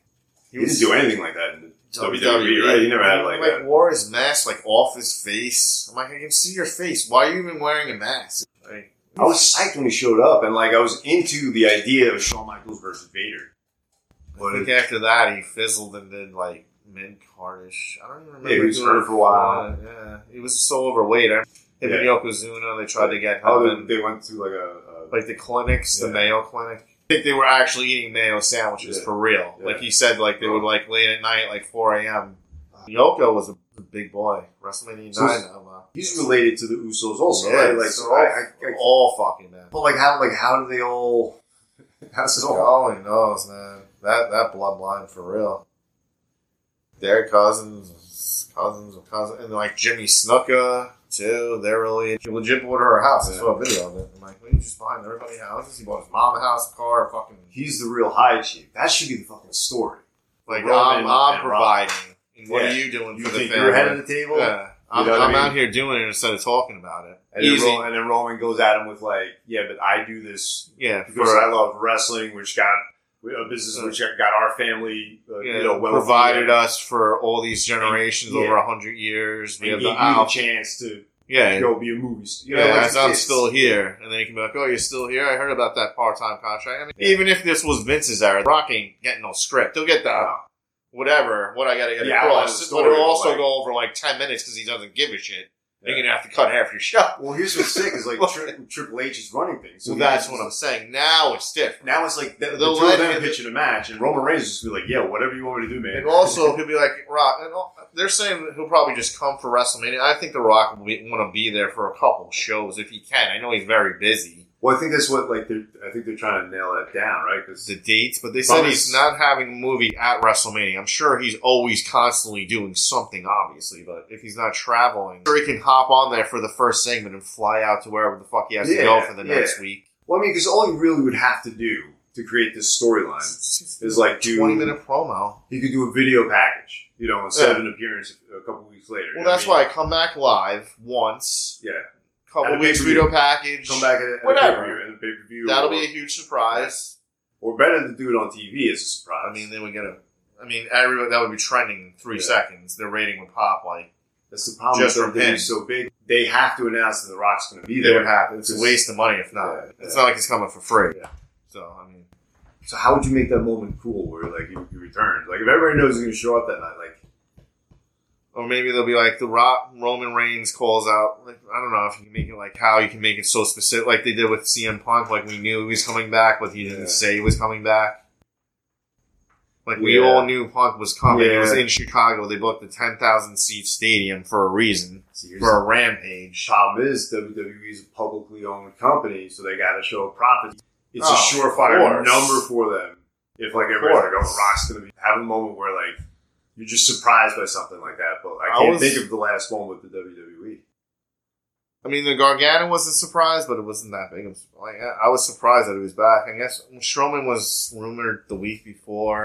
Speaker 1: He didn't do anything like that in the WWE, E, right? He never had like,
Speaker 2: like
Speaker 1: that.
Speaker 2: wore his mask like off his face. I'm like, I can see your face. Why are you even wearing a mask? Like,
Speaker 1: I was psyched when he showed up, and like I was into the idea of Shawn Michaels versus Vader.
Speaker 2: I think after that, he fizzled and did like mid cardish. I don't even remember.
Speaker 1: Yeah, he was
Speaker 2: who
Speaker 1: hurt for a while.
Speaker 2: fought. Yeah, he was so overweight. I, him and Yokozuna, they tried to get him
Speaker 1: Oh,
Speaker 2: in,
Speaker 1: they, they went to like a, a
Speaker 2: like the clinics,
Speaker 1: Yeah.
Speaker 2: the Mayo Clinic. I think they were actually eating Mayo sandwiches
Speaker 1: Yeah.
Speaker 2: for real.
Speaker 1: Yeah.
Speaker 2: Like he said, like they would like late at night, like four a.m. Yoko was a big boy. WrestleMania
Speaker 1: So
Speaker 2: nine.
Speaker 1: he's-
Speaker 2: I'm, uh,
Speaker 1: He's related to the Usos also,
Speaker 2: Yeah,
Speaker 1: right? Like,
Speaker 2: so
Speaker 1: so I, I, I,
Speaker 2: all fucking man.
Speaker 1: but like, how, like, how do they all? How's it all?
Speaker 2: Oh, he knows, man. That that bloodline for real. Their cousins, cousins, cousins, and like Jimmy Snuka too. They're really she legit bought her a house. I saw a video of it. I'm like, what are you just buying everybody houses? He bought his mom a house, a car, a fucking
Speaker 1: He's the real high chief. That should be the fucking story.
Speaker 2: like
Speaker 1: Roman
Speaker 2: I'm, I'm
Speaker 1: and
Speaker 2: providing. And what
Speaker 1: Yeah.
Speaker 2: are you doing
Speaker 1: You
Speaker 2: for the
Speaker 1: think
Speaker 2: family?
Speaker 1: you're head of the table,
Speaker 2: yeah. I'm,
Speaker 1: know what I
Speaker 2: I'm
Speaker 1: mean?
Speaker 2: out here doing it instead of talking about it.
Speaker 1: and, then
Speaker 2: Easy,
Speaker 1: Roman, and then Roman goes at him with like, "Yeah, but I do this
Speaker 2: yeah.
Speaker 1: because
Speaker 2: for-
Speaker 1: I love wrestling, which got a business which got our family, uh,
Speaker 2: yeah,
Speaker 1: you know, well
Speaker 2: provided us for all these generations
Speaker 1: Yeah.
Speaker 2: over a hundred years. We
Speaker 1: and
Speaker 2: have
Speaker 1: gave
Speaker 2: the
Speaker 1: you the
Speaker 2: Alps.
Speaker 1: chance to
Speaker 2: Yeah,
Speaker 1: go be a movie. star. You know,
Speaker 2: yeah,
Speaker 1: like
Speaker 2: as I'm
Speaker 1: it's-
Speaker 2: still here, and then he can be like, "Oh, you're still here? I heard about that part-time contract." I mean,
Speaker 1: Yeah.
Speaker 2: even if this was Vince's era, Rock ain't getting no script. He'll get the whatever. What I got to get
Speaker 1: Yeah, I don't have a
Speaker 2: across,
Speaker 1: story,
Speaker 2: but it'll
Speaker 1: but
Speaker 2: also
Speaker 1: like-
Speaker 2: go over like ten minutes because he doesn't give a shit.
Speaker 1: Yeah.
Speaker 2: You're gonna have to cut half your show.
Speaker 1: Well, here's what's sick is like
Speaker 2: What?
Speaker 1: tri- Triple H is running things.
Speaker 2: So
Speaker 1: So
Speaker 2: that's
Speaker 1: he's-
Speaker 2: what I'm saying. Now it's different.
Speaker 1: Now it's like the, the
Speaker 2: They'll
Speaker 1: two of
Speaker 2: let
Speaker 1: them
Speaker 2: him-
Speaker 1: pitching a match, and Roman Reigns just be like, "Yeah, whatever you want me to do, man."
Speaker 2: And also, he'll be like Rock. And all- they're saying that he'll probably just come for WrestleMania. I think the Rock will be, want to be there for a couple shows if he can. I know he's very busy.
Speaker 1: well, I think that's what like they're, I think they're trying to nail that down, right? 'Cause-
Speaker 2: the dates, but they said
Speaker 1: Probably
Speaker 2: he's
Speaker 1: s-
Speaker 2: not having a movie at WrestleMania. I'm sure he's always constantly doing something, obviously, but if he's not traveling, I'm sure he can hop on there for the first segment and fly out to wherever the fuck he has to
Speaker 1: Yeah,
Speaker 2: go for the
Speaker 1: yeah.
Speaker 2: next week.
Speaker 1: well, I mean, because all he really would have to do to create this storyline is like do
Speaker 2: 20 minute promo.
Speaker 1: He could do a video package, you know, instead of an appearance a couple weeks later. you
Speaker 2: Well,
Speaker 1: know
Speaker 2: that's
Speaker 1: what
Speaker 2: why I come back live once,
Speaker 1: I mean? Yeah, At
Speaker 2: couple
Speaker 1: a
Speaker 2: weeks
Speaker 1: pay-per-view.
Speaker 2: video package.
Speaker 1: come back at, at
Speaker 2: Whatever.
Speaker 1: a pay per view.
Speaker 2: That'll
Speaker 1: or,
Speaker 2: be a huge surprise.
Speaker 1: or better to do it on TV as a surprise.
Speaker 2: I mean, they would get a. I mean, everybody that would be trending in three
Speaker 1: Yeah.
Speaker 2: seconds. Their rating would pop like
Speaker 1: that's the problem.
Speaker 2: just
Speaker 1: Just
Speaker 2: from him.
Speaker 1: is so big, they have to announce that The Rock's going to be
Speaker 2: they
Speaker 1: there.
Speaker 2: would have. It's a waste of money if not.
Speaker 1: Yeah,
Speaker 2: It's
Speaker 1: yeah.
Speaker 2: not like it's coming for free.
Speaker 1: Yeah.
Speaker 2: So I mean,
Speaker 1: So how would you make that moment cool where like he, he returns? Like if everybody knows he's going to show up that night, like
Speaker 2: Or maybe they'll be like the Rock Roman Reigns calls out. Like, I don't know if you can make it like how you can make it so specific, like they did with CM Punk. Like we knew he was coming back, but he didn't
Speaker 1: Yeah.
Speaker 2: say he was coming back. Like we
Speaker 1: Yeah.
Speaker 2: all knew Punk was coming. It was
Speaker 1: Yeah.
Speaker 2: in Chicago. They booked a ten thousand seat stadium for a reason
Speaker 1: see, here's
Speaker 2: for
Speaker 1: the
Speaker 2: a rampage.
Speaker 1: problem is WWE's a publicly owned company, so they got to show a profit. It's
Speaker 2: Oh,
Speaker 1: a surefire
Speaker 2: of course.
Speaker 1: number for them. If like everybody's like, oh,
Speaker 2: course.
Speaker 1: The Rock's going to be have a moment where like you're just surprised by something like that. But I
Speaker 2: I
Speaker 1: can't
Speaker 2: was-
Speaker 1: think of the last one with the E. WWE.
Speaker 2: I mean, the Gargano was a surprise, but it wasn't that big. of a- Like I I was surprised that he was back. I guess Strowman was rumored the week before,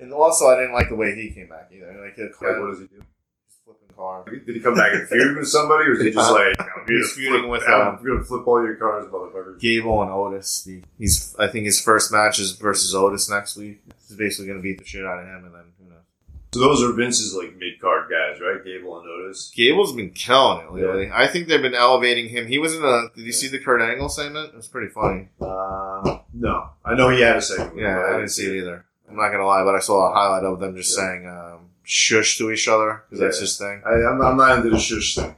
Speaker 2: and also I didn't like the way he came back either. Like he
Speaker 1: Like, what does he do?
Speaker 2: flipping car.
Speaker 1: Did he come back and feud with somebody, or is he just like I'm gonna
Speaker 2: He's feuding
Speaker 1: flip-
Speaker 2: with,
Speaker 1: I'm
Speaker 2: um,
Speaker 1: going to flip all your cars, motherfucker?
Speaker 2: Gable and Otis. The, he's I think his first match is versus Otis next week. He's basically going to beat the shit out of him, and then you know
Speaker 1: So those are Vince's like mid card guys, right? Gable and Otis.
Speaker 2: Gable's been killing it lately. I think they've been elevating him. He was in a. Did you
Speaker 1: Yeah.
Speaker 2: see the Kurt Angle segment? It was pretty funny.
Speaker 1: Uh, no, I know he had a segment.
Speaker 2: Yeah, I didn't see it either. I'm not gonna lie, but I saw a highlight of them just
Speaker 1: Yeah.
Speaker 2: saying um, "shush" to each other because that's
Speaker 1: Yeah.
Speaker 2: his thing.
Speaker 1: I, I'm, I'm not into the shush thing.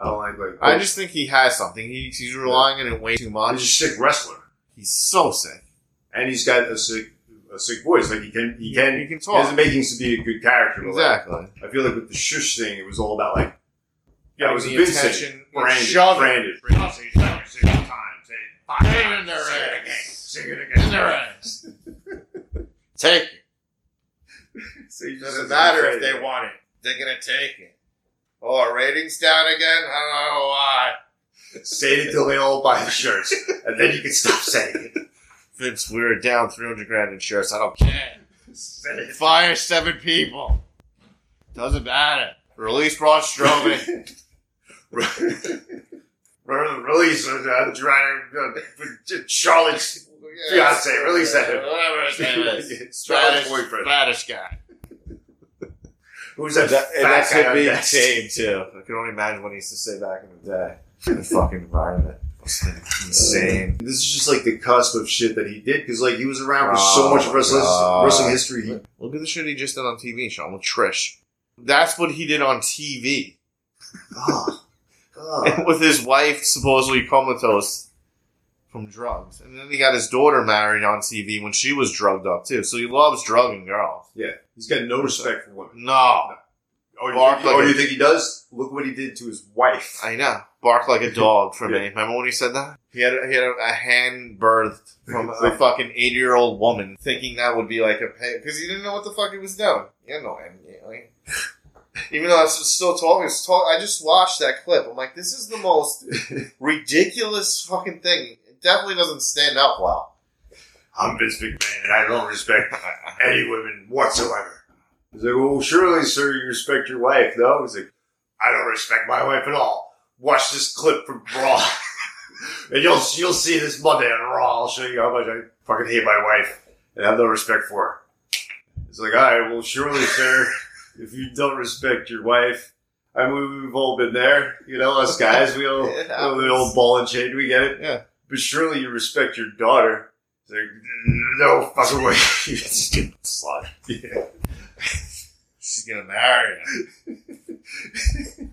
Speaker 1: I don't like like.
Speaker 2: I just think he has something. He, he's relying on it way too
Speaker 1: he's a
Speaker 2: much.
Speaker 1: sick wrestler,
Speaker 2: He's so sick.
Speaker 1: and he's got a sick a sick voice. Like he can he can
Speaker 2: He
Speaker 1: he,
Speaker 2: can
Speaker 1: has the
Speaker 2: talk.
Speaker 1: makings to be a good character. But like,
Speaker 2: Exactly.
Speaker 1: I feel like with the shush thing, it was all about like yeah, it was
Speaker 2: the
Speaker 1: a Vince
Speaker 2: attention.
Speaker 1: thing. Branded,
Speaker 2: Shove it.
Speaker 1: branded, branded. Say it every single time. Say it five
Speaker 3: Say it
Speaker 1: times.
Speaker 3: in their
Speaker 1: Say it
Speaker 3: ass.
Speaker 1: again. Say it again.
Speaker 3: eyes. Take it.
Speaker 1: So he just
Speaker 2: Doesn't
Speaker 1: says
Speaker 2: matter
Speaker 1: it's
Speaker 2: if they
Speaker 1: branded.
Speaker 2: want it. They're gonna take it. Oh, our ratings down again? I don't know why.
Speaker 1: Say it until they all buy the shirts, and then you can stop saying it.
Speaker 2: Vince, we were down 300 grand in shirts. I don't care.
Speaker 1: Say it.
Speaker 2: Fire seven people. Doesn't matter. Release Braun Strowman.
Speaker 1: Remember the release of uh, Joanna, uh, Charlotte's Fiance, release that.
Speaker 2: Whatever his name is.
Speaker 1: Charlotte's
Speaker 2: Spanish,
Speaker 1: boyfriend.
Speaker 2: Spanish guy.
Speaker 1: Who's that? fat guy on that?
Speaker 2: too. I can only imagine what he used to say back in the day. In the fucking environment. insane.
Speaker 1: This is just like the cusp of shit that he did because like he was around for
Speaker 2: Oh,
Speaker 1: so much
Speaker 2: my
Speaker 1: wrestling,
Speaker 2: God.
Speaker 1: wrestling history. He-
Speaker 2: Look at the shit he just did on TV, Sean with Trish. That's what he did on TV
Speaker 1: oh, God.
Speaker 2: with his wife supposedly comatose from drugs, and then he got his daughter married on TV when she was drugged up too. So he loves drugging girls.
Speaker 1: Yeah, he's got no respect for women.
Speaker 2: No,
Speaker 1: Oh, you,
Speaker 2: Bark
Speaker 1: think,
Speaker 2: like
Speaker 1: oh,
Speaker 2: a-
Speaker 1: you think he does? Look what he did to his wife.
Speaker 2: I know. Bark like a dog for me.
Speaker 1: Yeah.
Speaker 2: Remember when he said that? He had a, he had a, a hand birthed from
Speaker 1: It's
Speaker 2: a
Speaker 1: like-
Speaker 2: fucking eighty year old woman, thinking that would be like a pay because he didn't know what the fuck he was doing. You know, and like, even though I was still talking, it's talk, I just watched that clip. I'm like, this is the most ridiculous fucking thing. It definitely doesn't stand up well.
Speaker 1: I'm Vince McMahon, and I don't respect any women whatsoever. He's like, well, surely, sir, you respect your wife, no? He's like, I don't respect my wife at all. Watch this clip from Raw, and you'll you'll see this Monday on Raw. I'll show you how much I fucking hate my wife and have no respect for her. It's like, all right, well, surely, sir, if you don't respect your wife. I mean, we've all been there, you know, us guys. We all,
Speaker 2: It
Speaker 1: the old ball and chain, we get it.
Speaker 2: Yeah.
Speaker 1: But surely you respect your daughter. It's like, no fucking way. You stupid slut. Yeah.
Speaker 2: She's gonna marry him.
Speaker 1: And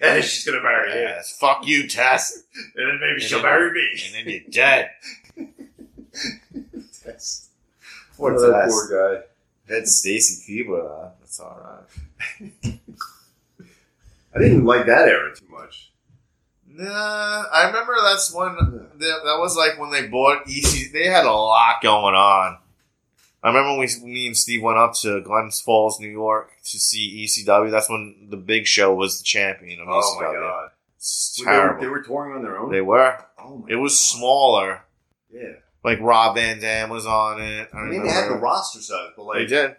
Speaker 1: then she's gonna marry him.
Speaker 2: Yes. Fuck you, Tess.
Speaker 1: And then maybe
Speaker 2: And
Speaker 1: she'll
Speaker 2: then-
Speaker 1: marry me.
Speaker 2: And then you're dead.
Speaker 1: Poor
Speaker 2: Oh, that
Speaker 1: poor guy.
Speaker 2: That's Stacy Keebler. though. That's all right.
Speaker 1: I didn't like that era too much.
Speaker 2: Nah, I remember that's when that, that was like when they bought EC. They had a lot going on. I remember when we, me and Steve went up to Glens Falls, New York, to see ECW. That's when the Big Show was the champion of
Speaker 1: Oh my
Speaker 2: ECW.
Speaker 1: god.
Speaker 2: It's
Speaker 1: They were,
Speaker 2: terrible.
Speaker 1: they were touring on their own.
Speaker 2: They were.
Speaker 1: oh my
Speaker 2: It was
Speaker 1: God.
Speaker 2: smaller.
Speaker 1: Yeah.
Speaker 2: Like Rob Van Dam was on it. I
Speaker 1: I mean, they had the
Speaker 2: remember.
Speaker 1: roster size, but
Speaker 2: They
Speaker 1: like,
Speaker 2: did.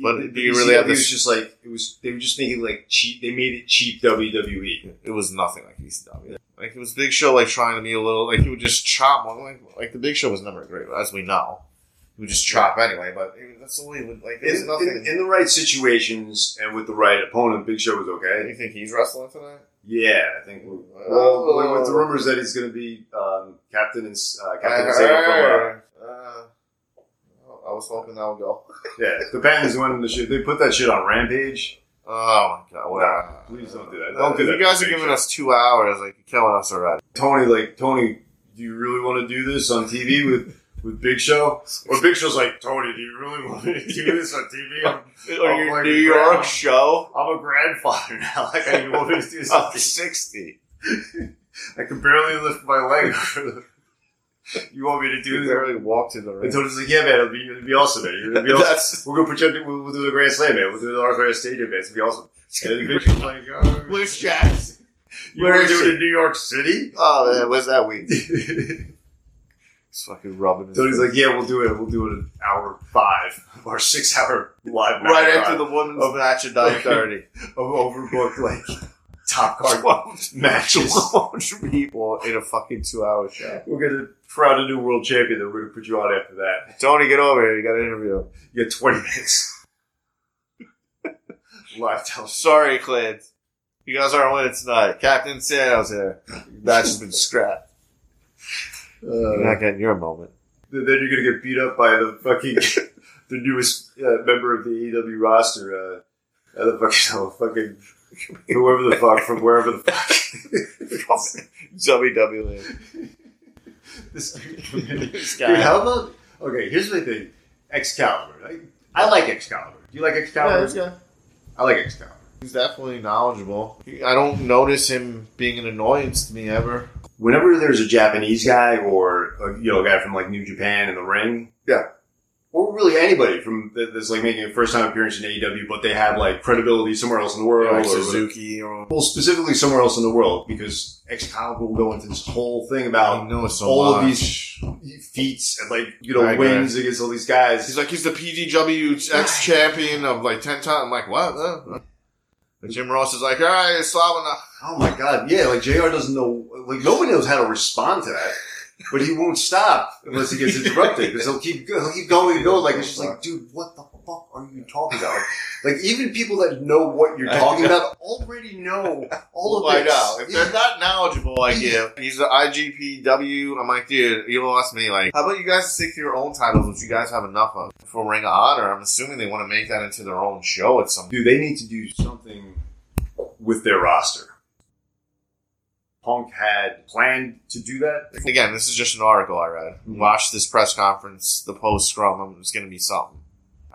Speaker 2: But
Speaker 1: the-
Speaker 2: do
Speaker 1: the
Speaker 2: you really have
Speaker 1: ECW was
Speaker 2: this-
Speaker 1: just like it was. They were just making like cheap. They made it cheap E. WWE.
Speaker 2: It was nothing like ECW. Like it was Big Show, like trying to be a little like he would just chop one. Like like the Big Show was never great, as we know. He would just chop anyway, but it- that's all he would like. There's
Speaker 1: In,
Speaker 2: nothing.
Speaker 1: in, in the right situations and with the right opponent, Big Show was okay.
Speaker 2: you think he's wrestling tonight?
Speaker 1: Yeah, I think. We're,
Speaker 2: Oh.
Speaker 1: Well, with the rumors that he's going to be um, captain and s- uh, captain
Speaker 2: I,
Speaker 1: and sailor for a while.
Speaker 2: uh, I was hoping that would go.
Speaker 1: Yeah, the Penguins won the shit. They put that shit on Rampage.
Speaker 2: Oh my god! Wow.
Speaker 1: please don't do that. Don't do
Speaker 2: you
Speaker 1: that.
Speaker 2: You guys are
Speaker 1: Big
Speaker 2: giving
Speaker 1: Show.
Speaker 2: us two hours. Like you're killing us already.
Speaker 1: Tony, like Tony, do you really want to do this on TV with with Big Show? Or Big Show's like Tony, do you really want me to do this on TV? I'm,
Speaker 2: On your
Speaker 1: my
Speaker 2: New
Speaker 1: God.
Speaker 2: York show.
Speaker 1: I'm a grandfather now. Like, I want me to do
Speaker 2: I'm
Speaker 1: something.
Speaker 2: 60.
Speaker 1: I can barely lift my leg. over the- you want me to
Speaker 2: You
Speaker 1: do this?
Speaker 2: literally walked to the
Speaker 1: And
Speaker 2: ring.
Speaker 1: Tony's like, yeah, man, it'll be, it'll be awesome, man. You're gonna be awesome.
Speaker 2: That's
Speaker 1: We're gonna put you. Up, we'll, we'll do the Grand Slam, man. We'll do the North Grand Stadium, man. It's gonna be awesome. And the bitch was like, oh,
Speaker 2: Loose Jacks.
Speaker 1: you want
Speaker 2: where
Speaker 1: to
Speaker 2: is
Speaker 1: do it
Speaker 2: it?
Speaker 1: in New York City?
Speaker 2: Oh man, what's that week?
Speaker 1: Tony's
Speaker 2: He's fucking rubbing his
Speaker 1: like, yeah, we'll do it. We'll do it in hour five or six hour live
Speaker 2: right after the Oh. women's
Speaker 1: Of-
Speaker 2: match at nine thirty.
Speaker 1: the of overbooked like top card
Speaker 2: Twelve
Speaker 1: matches.
Speaker 2: people in a fucking two-hour show.
Speaker 1: We're gonna crown a new world champion. Then we're gonna put you on after that.
Speaker 2: Tony, get over here. You got an interview.
Speaker 1: You get twenty minutes live television.
Speaker 2: Sorry, Clint. You guys aren't winning tonight. Captain Sando's here. Your Match has been scrapped. You're
Speaker 1: Uh,
Speaker 2: not getting your moment.
Speaker 1: then you're gonna get beat up by the fucking the newest uh, member of the AEW roster. Uh, uh, the fucking, oh, fucking whoever the fuck from wherever the fuck.
Speaker 2: WWE.
Speaker 1: this dude,
Speaker 2: This
Speaker 1: dude,
Speaker 2: guy.
Speaker 1: how about okay? Here's my thing: Excalibur. I, I like Excalibur. Do you like
Speaker 2: Yeah,
Speaker 1: Excalibur?
Speaker 2: this guy.
Speaker 1: I like Excalibur.
Speaker 2: He's definitely knowledgeable. He- I don't notice him being an annoyance to me ever.
Speaker 1: Whenever there's a Japanese guy or a, you know a guy from like New Japan in the ring,
Speaker 2: Yeah.
Speaker 1: or really anybody from that- that's like making a first time appearance in AEW, but they have like credibility somewhere else in the world,
Speaker 2: Like
Speaker 1: or-
Speaker 2: Suzuki or
Speaker 1: well, specifically somewhere else in the world, because Excalibur will go into this whole thing
Speaker 2: I
Speaker 1: about
Speaker 2: know so
Speaker 1: all
Speaker 2: much.
Speaker 1: of these feats and like you know
Speaker 2: Mm. Right,
Speaker 1: wins against all these guys.
Speaker 2: He's like, he's the PGW ex champion of like 10 times. I'm like, what? Uh, uh. And Jim Ross is like, all right, Slavina.
Speaker 1: Oh my god, yeah, like JR doesn't know, like nobody knows how to respond to that. But he won't stop unless he gets interrupted because he'll keep he'll keep going and going. Like it's just like, dude, what the
Speaker 4: fuck are you talking about? Like, even people that know what you're talking about already know all of
Speaker 2: I
Speaker 4: this.
Speaker 2: know. If they're not knowledgeable like you, he's the IGPW. I'm like, dude, you lost me. Like, how about you guys stick to your own titles, which you guys have enough of? For Ring of Honor, I'm assuming they want to make that into their own show at some.
Speaker 1: Do they need to do something with their roster? Punk had planned to do that.
Speaker 2: Again, this is just an article I read.
Speaker 1: Mm-hmm.
Speaker 2: Watch this press conference, the post scrum. It's going to be something.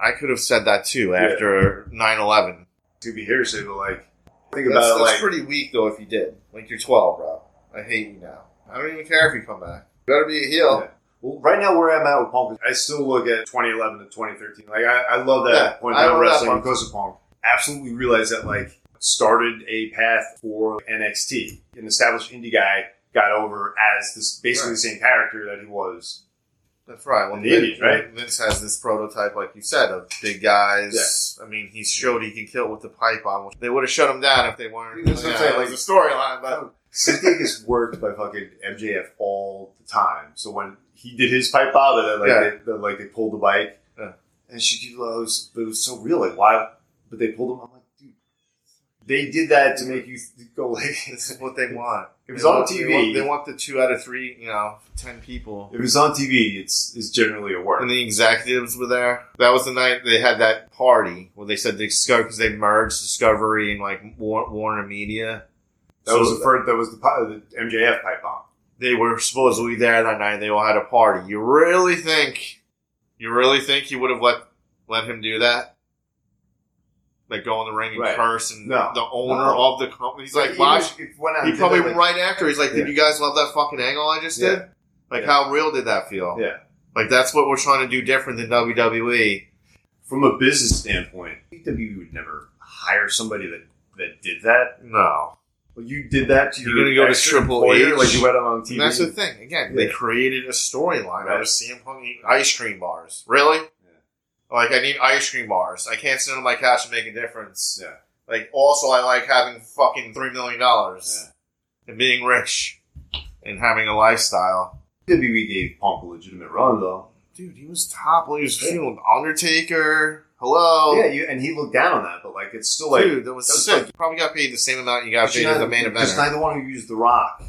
Speaker 2: I could have said that too
Speaker 1: Yeah.
Speaker 2: after 9/11.
Speaker 1: To be hearsay, but like, think
Speaker 2: That's,
Speaker 1: about it,
Speaker 2: that's
Speaker 1: like,
Speaker 2: pretty weak though. If you did, like, you're 12, bro. I hate you now. I don't even care if you come back. You better be a heel.
Speaker 1: Yeah. well, right now where I'm at with Punk, I still look at 2011 to 2013. Like, I, I love that
Speaker 2: Yeah,
Speaker 1: point
Speaker 2: I
Speaker 1: about
Speaker 2: love that
Speaker 1: wrestling
Speaker 2: Punk.
Speaker 1: because of Punk. Absolutely realized that like started a path for NXT. An established indie guy got over as this basically the same character that he was.
Speaker 2: That's right. Well,
Speaker 1: And the Indies,
Speaker 2: Vince-
Speaker 1: right?
Speaker 2: Vince has this prototype, like you said, of big guys. I mean, he showed he can kill with the pipe on. Which they would have shut him down if they weren't.
Speaker 1: That's what I'm saying,
Speaker 2: it was a storyline, but
Speaker 1: Cynthia gets worked by fucking MJF all the time. So when he did his pipe out, and then like,
Speaker 2: Yeah.
Speaker 1: they, they, like they pulled the bike,
Speaker 2: Yeah.
Speaker 1: and she keeps, well, it was, but it was so real. Like why? But they pulled him. I'm like, dude, they did that to make you th- go like.
Speaker 2: this is what they want.
Speaker 1: It was
Speaker 2: They
Speaker 1: on
Speaker 2: want-
Speaker 1: TV.
Speaker 2: They want, they want the two out of three, you know, ten people.
Speaker 1: If it's on TV, it's it's generally a work.
Speaker 2: And the executives were there. That was the night they had that party where they said they discovered because they merged Discovery and like War- Warner Media.
Speaker 1: that was
Speaker 2: So-
Speaker 1: the first. That was the, pi- the MJF pipe bomb.
Speaker 2: they were supposedly there that night. They all had a party. You really think? You really think you would have let let him do that? Like go in the ring and
Speaker 1: Right.
Speaker 2: curse and
Speaker 1: No.
Speaker 2: the owner
Speaker 1: No.
Speaker 2: of the company. He's like,
Speaker 1: Even
Speaker 2: why?
Speaker 1: if it went out
Speaker 2: He
Speaker 1: and did
Speaker 2: probably
Speaker 1: that, like-
Speaker 2: right after. He's like, did
Speaker 1: Yeah.
Speaker 2: you guys love that fucking angle I just
Speaker 1: Yeah.
Speaker 2: did? Like,
Speaker 1: Yeah.
Speaker 2: how real did that feel?
Speaker 1: Yeah.
Speaker 2: Like that's what we're trying to do different than E. WWE.
Speaker 1: from a business standpoint, WWE would never hire somebody that that did that.
Speaker 2: No,
Speaker 1: Well, you did that to
Speaker 2: You're
Speaker 1: your
Speaker 2: gonna go to
Speaker 1: ex
Speaker 2: Triple
Speaker 1: employer,
Speaker 2: H?
Speaker 1: like you went on TV.
Speaker 2: and that's the thing. Again, they
Speaker 1: Yeah.
Speaker 2: created a storyline
Speaker 1: Right.
Speaker 2: out of CM Punk eating ice cream bars. Really? Like I need ice cream bars. I can't sit on my couch and make a difference.
Speaker 1: Yeah.
Speaker 2: Like, also, I like having fucking three million dollars
Speaker 1: Yeah.
Speaker 2: and being rich and having a lifestyle.
Speaker 1: WWE E gave Punk a legitimate run, though.
Speaker 2: Dude, he was top. He was feuding with Undertaker. Hello,
Speaker 1: yeah, you, and he looked down on that, but like it's still like
Speaker 2: Oh. dude, that was
Speaker 1: that was
Speaker 2: sick. You probably got paid the same amount you got
Speaker 1: But
Speaker 2: paid
Speaker 1: you're
Speaker 2: as
Speaker 1: not-
Speaker 2: the main
Speaker 1: Because
Speaker 2: eventer.
Speaker 1: neither one who used The Rock,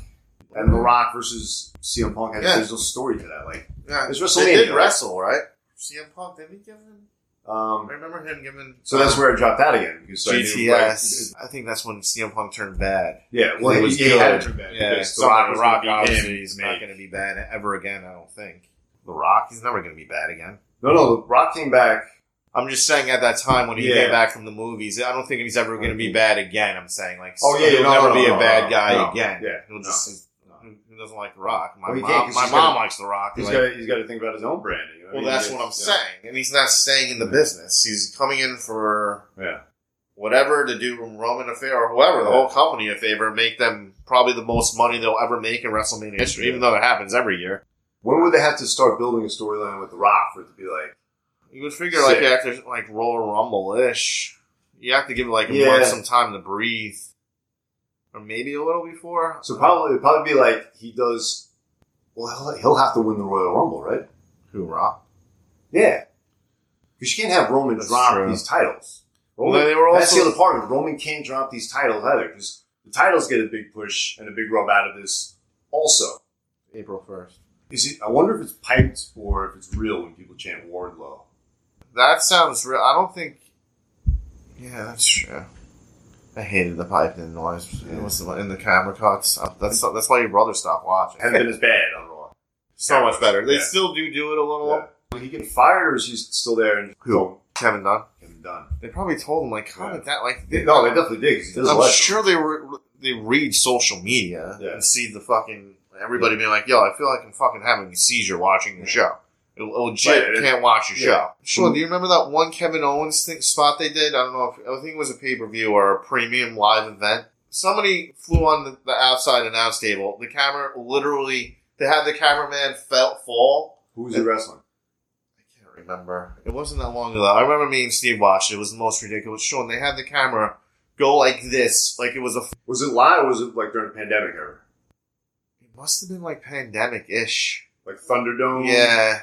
Speaker 1: and The Rock versus CM Punk had
Speaker 2: Yeah.
Speaker 1: there's no story to that. Like
Speaker 2: Yeah,
Speaker 1: it's
Speaker 2: they
Speaker 1: WrestleMania.
Speaker 2: did
Speaker 1: right?
Speaker 2: wrestle, right? CM Punk, did he give him? I
Speaker 1: Um,
Speaker 2: remember him giving.
Speaker 1: so that's
Speaker 2: uh,
Speaker 1: where I dropped out again because I knew,
Speaker 2: GTS. I think that's when CM Punk turned bad.
Speaker 1: like, yeah, well,
Speaker 2: It
Speaker 1: he,
Speaker 2: was
Speaker 1: he had
Speaker 2: good.
Speaker 1: to turn back
Speaker 2: Yeah,
Speaker 1: because
Speaker 2: so Rock,
Speaker 1: was
Speaker 2: Rock
Speaker 1: gonna beat him
Speaker 2: obviously oh, he's
Speaker 1: and
Speaker 2: not
Speaker 1: make-
Speaker 2: going to be bad ever again. I don't think. The Rock, he's never going to be bad again.
Speaker 1: No, no, Rock came back.
Speaker 2: I'm just saying at that time when he
Speaker 1: Yeah.
Speaker 2: came back from the movies, I don't think he's ever going to be bad again. I'm saying like,
Speaker 1: Oh, yeah,
Speaker 2: he'll
Speaker 1: no,
Speaker 2: never
Speaker 1: no,
Speaker 2: be
Speaker 1: no,
Speaker 2: a
Speaker 1: no,
Speaker 2: bad
Speaker 1: no,
Speaker 2: guy
Speaker 1: no.
Speaker 2: again.
Speaker 1: Yeah,
Speaker 2: he'll
Speaker 1: no,
Speaker 2: just.
Speaker 1: no.
Speaker 2: who- Who doesn't like The Rock? My
Speaker 1: Well, he can't
Speaker 2: mom,
Speaker 1: 'cause
Speaker 2: my
Speaker 1: he's got-
Speaker 2: mom likes The Rock.
Speaker 1: He's
Speaker 2: like-
Speaker 1: got he's got to think about his own branding. you know
Speaker 2: well,
Speaker 1: mean?
Speaker 2: that's
Speaker 1: He
Speaker 2: what I'm
Speaker 1: gets-
Speaker 2: saying, and he's not staying in the business. He's coming in for
Speaker 1: Yeah.
Speaker 2: whatever to do Roman a favor or whoever, the whole company a favor, and make them probably the most money they'll ever make in WrestleMania history, even though that happens every year.
Speaker 1: When would they have to start building a storyline with The Rock for it to be like,
Speaker 2: You would figure like
Speaker 1: Sick.
Speaker 2: after like Royal Rumble ish, you have to give like a
Speaker 1: Yeah.
Speaker 2: month some time to breathe, or maybe a little before.
Speaker 1: so probably it'd probably be like he does. Well, he'll, he'll have to win the Royal Rumble, right?
Speaker 2: who Rock?
Speaker 1: Yeah, because you can't have Roman
Speaker 2: That's
Speaker 1: drop
Speaker 2: true.
Speaker 1: these titles.
Speaker 2: Well,
Speaker 1: Roman,
Speaker 2: they were
Speaker 1: that's the
Speaker 2: also
Speaker 1: other part of it. Roman can't drop these titles either because the titles get a big push and a big rub out of this. Also,
Speaker 2: April first.
Speaker 1: is it? I wonder if it's piped or if it's real when people chant Wardlow.
Speaker 2: That sounds real. I don't think. Yeah, that's true. I hated the piping noise. It was in the camera cuts. That's that's why your brother stopped watching.
Speaker 1: Hasn't been as bad on Raw.
Speaker 2: so much better. They
Speaker 1: Yeah.
Speaker 2: still do do it a little.
Speaker 1: Yeah. Did he get fired or is he still there and
Speaker 2: Who? Kevin Dunn.
Speaker 1: Kevin Dunn?
Speaker 2: They probably told him like comment that like. They,
Speaker 1: No, they definitely did. 'cause he does
Speaker 2: I'm
Speaker 1: like them.
Speaker 2: sure they were they read social media
Speaker 1: Yeah.
Speaker 2: and see the fucking everybody being like, yo, I feel like I'm fucking having a seizure watching your
Speaker 1: Yeah.
Speaker 2: show. I legit
Speaker 1: Right, it-
Speaker 2: can't watch your
Speaker 1: yeah.
Speaker 2: show. Sure. Do you remember that one Kevin Owens thing, spot they did? I don't know if I think it was a pay per view or a premium live event. Somebody flew on the, the outside announce table. The camera literally they had the cameraman felt fall
Speaker 1: Who was he wrestling?
Speaker 2: I can't remember. It wasn't that long ago. I remember me and Steve watched. It It was the most ridiculous show, and they had the camera go like this, like it was a.
Speaker 1: Was it live or was it like during the pandemic era?
Speaker 2: It must have been like pandemic ish.
Speaker 1: Like Thunderdome?
Speaker 2: Yeah,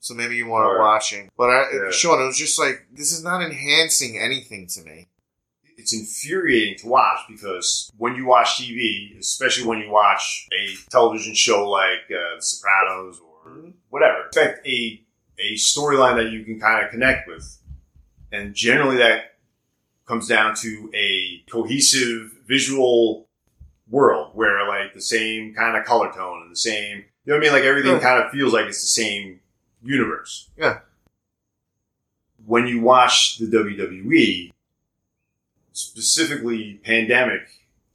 Speaker 2: so maybe you weren't
Speaker 1: Right.
Speaker 2: watching. But I,
Speaker 1: Yeah.
Speaker 2: Sean, it was just like this is not enhancing anything to me.
Speaker 1: it's infuriating to watch because when you watch TV, especially when you watch a television show like uh, The Sopranos or whatever, expect a a storyline that you can kind of connect with, and generally that comes down to a cohesive visual world where like the same kind of color tone and the same you know what I mean like everything
Speaker 2: Yeah.
Speaker 1: kind of feels like it's the same universe.
Speaker 2: Yeah.
Speaker 1: When you watch the WWE, specifically pandemic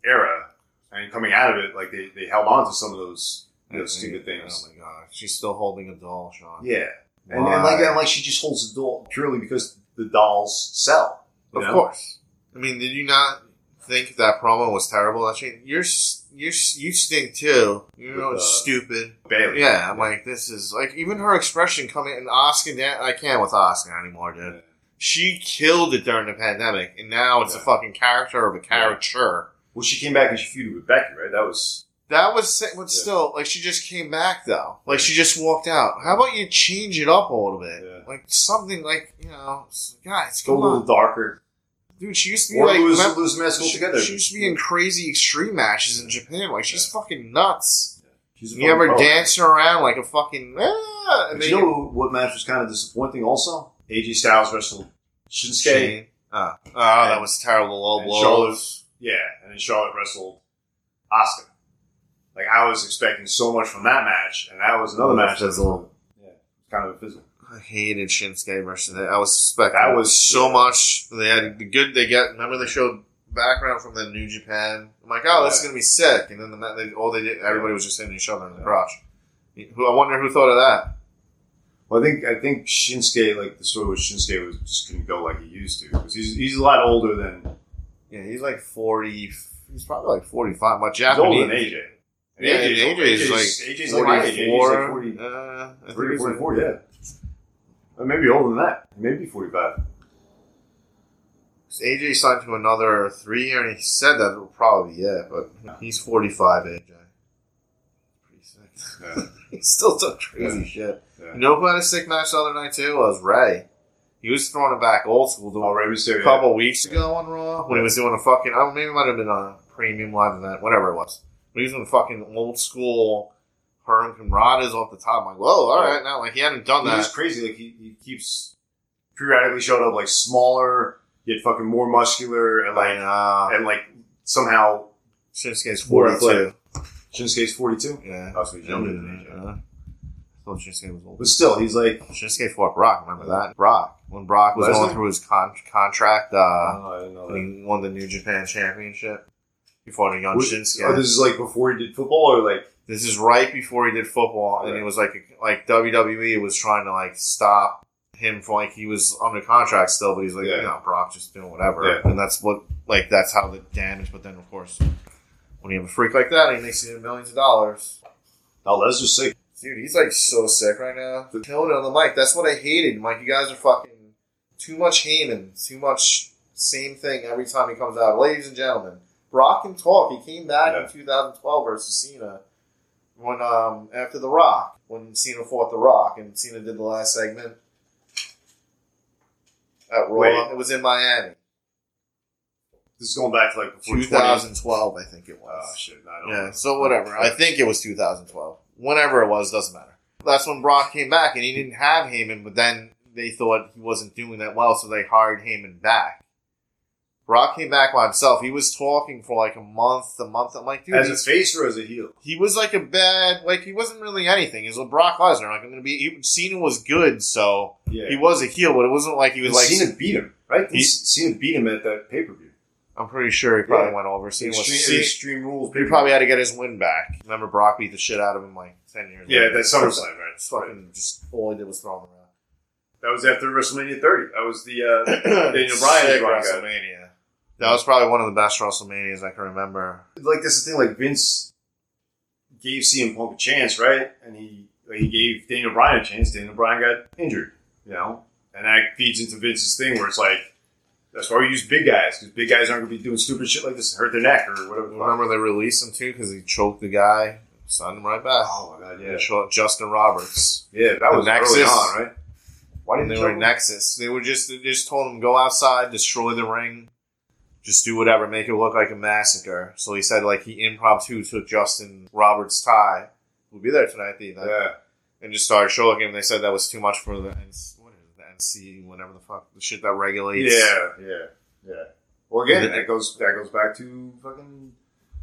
Speaker 1: era and coming out of it, like they, they held on to some of those you know, stupid things.
Speaker 2: Oh my god, she's still holding a doll, Sean.
Speaker 1: Yeah. And, and like and like she just holds the doll purely because the dolls sell. you
Speaker 2: Of
Speaker 1: know?
Speaker 2: course. I mean, did you not think that promo was terrible? That she, you're s- you're s- you stink too. You know,
Speaker 1: With,
Speaker 2: it's
Speaker 1: uh,
Speaker 2: stupid.
Speaker 1: Bailey.
Speaker 2: Yeah, I'm like, this is like even her expression coming and Oscar. Dan- I can't with Oscar anymore, dude. She killed it during the pandemic, and now it's a
Speaker 1: Yeah.
Speaker 2: fucking character of a caricature.
Speaker 1: Well she came back and she feuded with Becky, right? That was
Speaker 2: That was, sa- but
Speaker 1: Yeah.
Speaker 2: still, like she just came back though. Like she just walked out. How about you change it up a little bit?
Speaker 1: Yeah.
Speaker 2: Like something like you know, s- guys,
Speaker 1: go a
Speaker 2: come
Speaker 1: little
Speaker 2: on,
Speaker 1: darker.
Speaker 2: dude. She used to be
Speaker 1: Or
Speaker 2: like
Speaker 1: lose
Speaker 2: remember-
Speaker 1: lose the mask
Speaker 2: she,
Speaker 1: altogether.
Speaker 2: she used to be in crazy extreme matches in Japan. Like she's fucking nuts.
Speaker 1: She's a
Speaker 2: You have her
Speaker 1: fucking pro.
Speaker 2: dancing around like a fucking. Ah,
Speaker 1: But
Speaker 2: and then
Speaker 1: you know what match was kind of disappointing also? AJ Styles wrestled Shinsuke.
Speaker 2: Shane. Oh. oh, that was terrible. Low
Speaker 1: And
Speaker 2: blows.
Speaker 1: Charlotte, yeah, and then Charlotte wrestled Oscar. Like I was expecting so much from that match, and that was another
Speaker 2: Another
Speaker 1: match that's
Speaker 2: fizzle.
Speaker 1: kind of a fizzle.
Speaker 2: I hated Shinsuke versus that. I was suspecting
Speaker 1: That was-
Speaker 2: so much. They had the good. They get. Remember they showed background from the New Japan. I'm like, oh, this is
Speaker 1: Yeah.
Speaker 2: gonna be sick. And then the, ma- they, all they did, everybody was just hitting each other in the crotch. Who I wonder who thought of that.
Speaker 1: Well, I think I think Shinsuke, like the story with Shinsuke, was just couldn't go like he used to because he's he's a lot older than
Speaker 2: Yeah, he's like forty. He's probably like forty-five. My
Speaker 1: he's older than
Speaker 2: Japanese.
Speaker 1: AJ. And
Speaker 2: Yeah,
Speaker 1: AJ 's
Speaker 2: and
Speaker 1: older.
Speaker 2: AJ 's
Speaker 1: AJ's AJ's like my age. AJ's like
Speaker 2: 44.
Speaker 1: 40,
Speaker 2: Uh, I think
Speaker 1: 43,
Speaker 2: he's like-
Speaker 1: 44, yeah, Or maybe older than that, maybe forty five.
Speaker 2: AJ signed to another three year, and he said that will probably be it, but he's 45, AJ. Pretty sick.
Speaker 1: Yeah.
Speaker 2: he still took crazy shit.
Speaker 1: Yeah.
Speaker 2: You know who had a sick match the other night, too? Was Ray. He was throwing it back old school
Speaker 1: Oh,
Speaker 2: doing
Speaker 1: Rey Mysterio.
Speaker 2: a couple weeks ago on Raw when he was doing a fucking, I don't maybe it might have been a premium live event, whatever it was. But he was doing fucking old school Herm Conradas off the top. I'm like, whoa, all right, now, like, he hadn't done
Speaker 1: He was
Speaker 2: that.
Speaker 1: crazy. Like he, he keeps periodically showing up like smaller, yet fucking more muscular, and like
Speaker 2: I know.
Speaker 1: and like somehow
Speaker 2: Shinsuke's
Speaker 1: Four foot.
Speaker 2: 42.
Speaker 1: Shinsuke's forty two.
Speaker 2: Yeah.
Speaker 1: Oh, so he's younger than AJ.
Speaker 2: I thought Shinsuke was old.
Speaker 1: But still, he's like
Speaker 2: Shinsuke fought Brock. Remember that? Brock. When Brock was
Speaker 1: Lesnar?
Speaker 2: going through his con- contract, uh,
Speaker 1: oh, I didn't know that.
Speaker 2: when he won the New Japan Championship. He fought a young
Speaker 1: What-
Speaker 2: Shinsuke.
Speaker 1: Oh,
Speaker 2: this,
Speaker 1: this is like before he did football, or like
Speaker 2: is right before he did football, and it
Speaker 1: Right.
Speaker 2: was like like WWE was trying to like stop him from like he was under contract still, but he's like,
Speaker 1: Yeah.
Speaker 2: you know, Brock just doing whatever,
Speaker 1: Yeah.
Speaker 2: and that's what like that's how the damage. But then of course, when you have a freak like that, he makes you millions of dollars.
Speaker 1: oh, that's just sick.
Speaker 2: Dude, he's like so sick right now. The tone on the mic. That's what I hated. Mike, you guys are fucking too much Heyman, too much same thing every time he comes out. Ladies and gentlemen, Rock and Talk. He came back
Speaker 1: Yeah.
Speaker 2: in 2012 versus Cena when um after The Rock when Cena fought The Rock and Cena did the last segment at Raw.
Speaker 1: Wait.
Speaker 2: It was in Miami,
Speaker 1: This is going back to like before 2000.
Speaker 2: 2012, I think it was.
Speaker 1: Oh shit! I don't
Speaker 2: Yeah, so whatever. I think it was 2012. Whenever it was, doesn't matter. That's when Brock came back, and he didn't have Heyman, but then they thought he wasn't doing that well, so they hired Heyman back. Brock came back by himself. He was talking for like a month, a month. I'm like, dude,
Speaker 1: As a
Speaker 2: he's-
Speaker 1: face or as a heel?
Speaker 2: he was like a bad, like he wasn't really anything. He was a Brock Lesnar. Like I'm gonna be. He, Cena was good, so
Speaker 1: Yeah.
Speaker 2: he was a heel, but it wasn't like he was
Speaker 1: And
Speaker 2: like.
Speaker 1: Cena beat him, right?
Speaker 2: He-
Speaker 1: Cena beat him at that pay per view.
Speaker 2: I'm pretty sure he probably
Speaker 1: Yeah.
Speaker 2: went over. Cena was.
Speaker 1: Extreme,
Speaker 2: Cena,
Speaker 1: extreme rules.
Speaker 2: he
Speaker 1: pay-per-view.
Speaker 2: probably had to get his win back. Remember, Brock beat the shit out of him like ten years.
Speaker 1: yeah.
Speaker 2: later.
Speaker 1: That SummerSlam, right?
Speaker 2: It's fucking just all I did was throw him
Speaker 1: That was after WrestleMania 30. That was the uh,
Speaker 2: around.
Speaker 1: Daniel Bryan
Speaker 2: Sick
Speaker 1: is wrong, guys.
Speaker 2: WrestleMania. That was probably one of the best WrestleManias I can remember.
Speaker 1: like that's the thing. Like Vince gave CM Punk a chance, right? And he like, he gave Daniel Bryan a chance. Daniel Bryan got injured, you know, and that feeds into Vince's thing where it's like that's why we use big guys because big guys aren't going to be doing stupid shit like this and hurt their neck or whatever. the fuck.
Speaker 2: Remember they released him too because he choked the guy. Send him right back.
Speaker 1: Oh my god, yeah,
Speaker 2: They shot Justin Roberts.
Speaker 1: yeah, that
Speaker 2: The
Speaker 1: was early
Speaker 2: Nexus.
Speaker 1: on, right? Why
Speaker 2: And
Speaker 1: didn't
Speaker 2: they
Speaker 1: you
Speaker 2: were
Speaker 1: tell
Speaker 2: in
Speaker 1: them?
Speaker 2: Nexus. They were just they just told him go outside, destroy the ring, just do whatever, make it look like a massacre. So he said like he impromptu took Justin Roberts' tie. We'll be there tonight, the event,
Speaker 1: Yeah,
Speaker 2: and just started showing him. They said that was too much for the NC, what is it, the NC, whatever the fuck the shit that regulates.
Speaker 1: yeah, yeah, yeah. Well, again,
Speaker 2: Yeah.
Speaker 1: that goes that goes back to fucking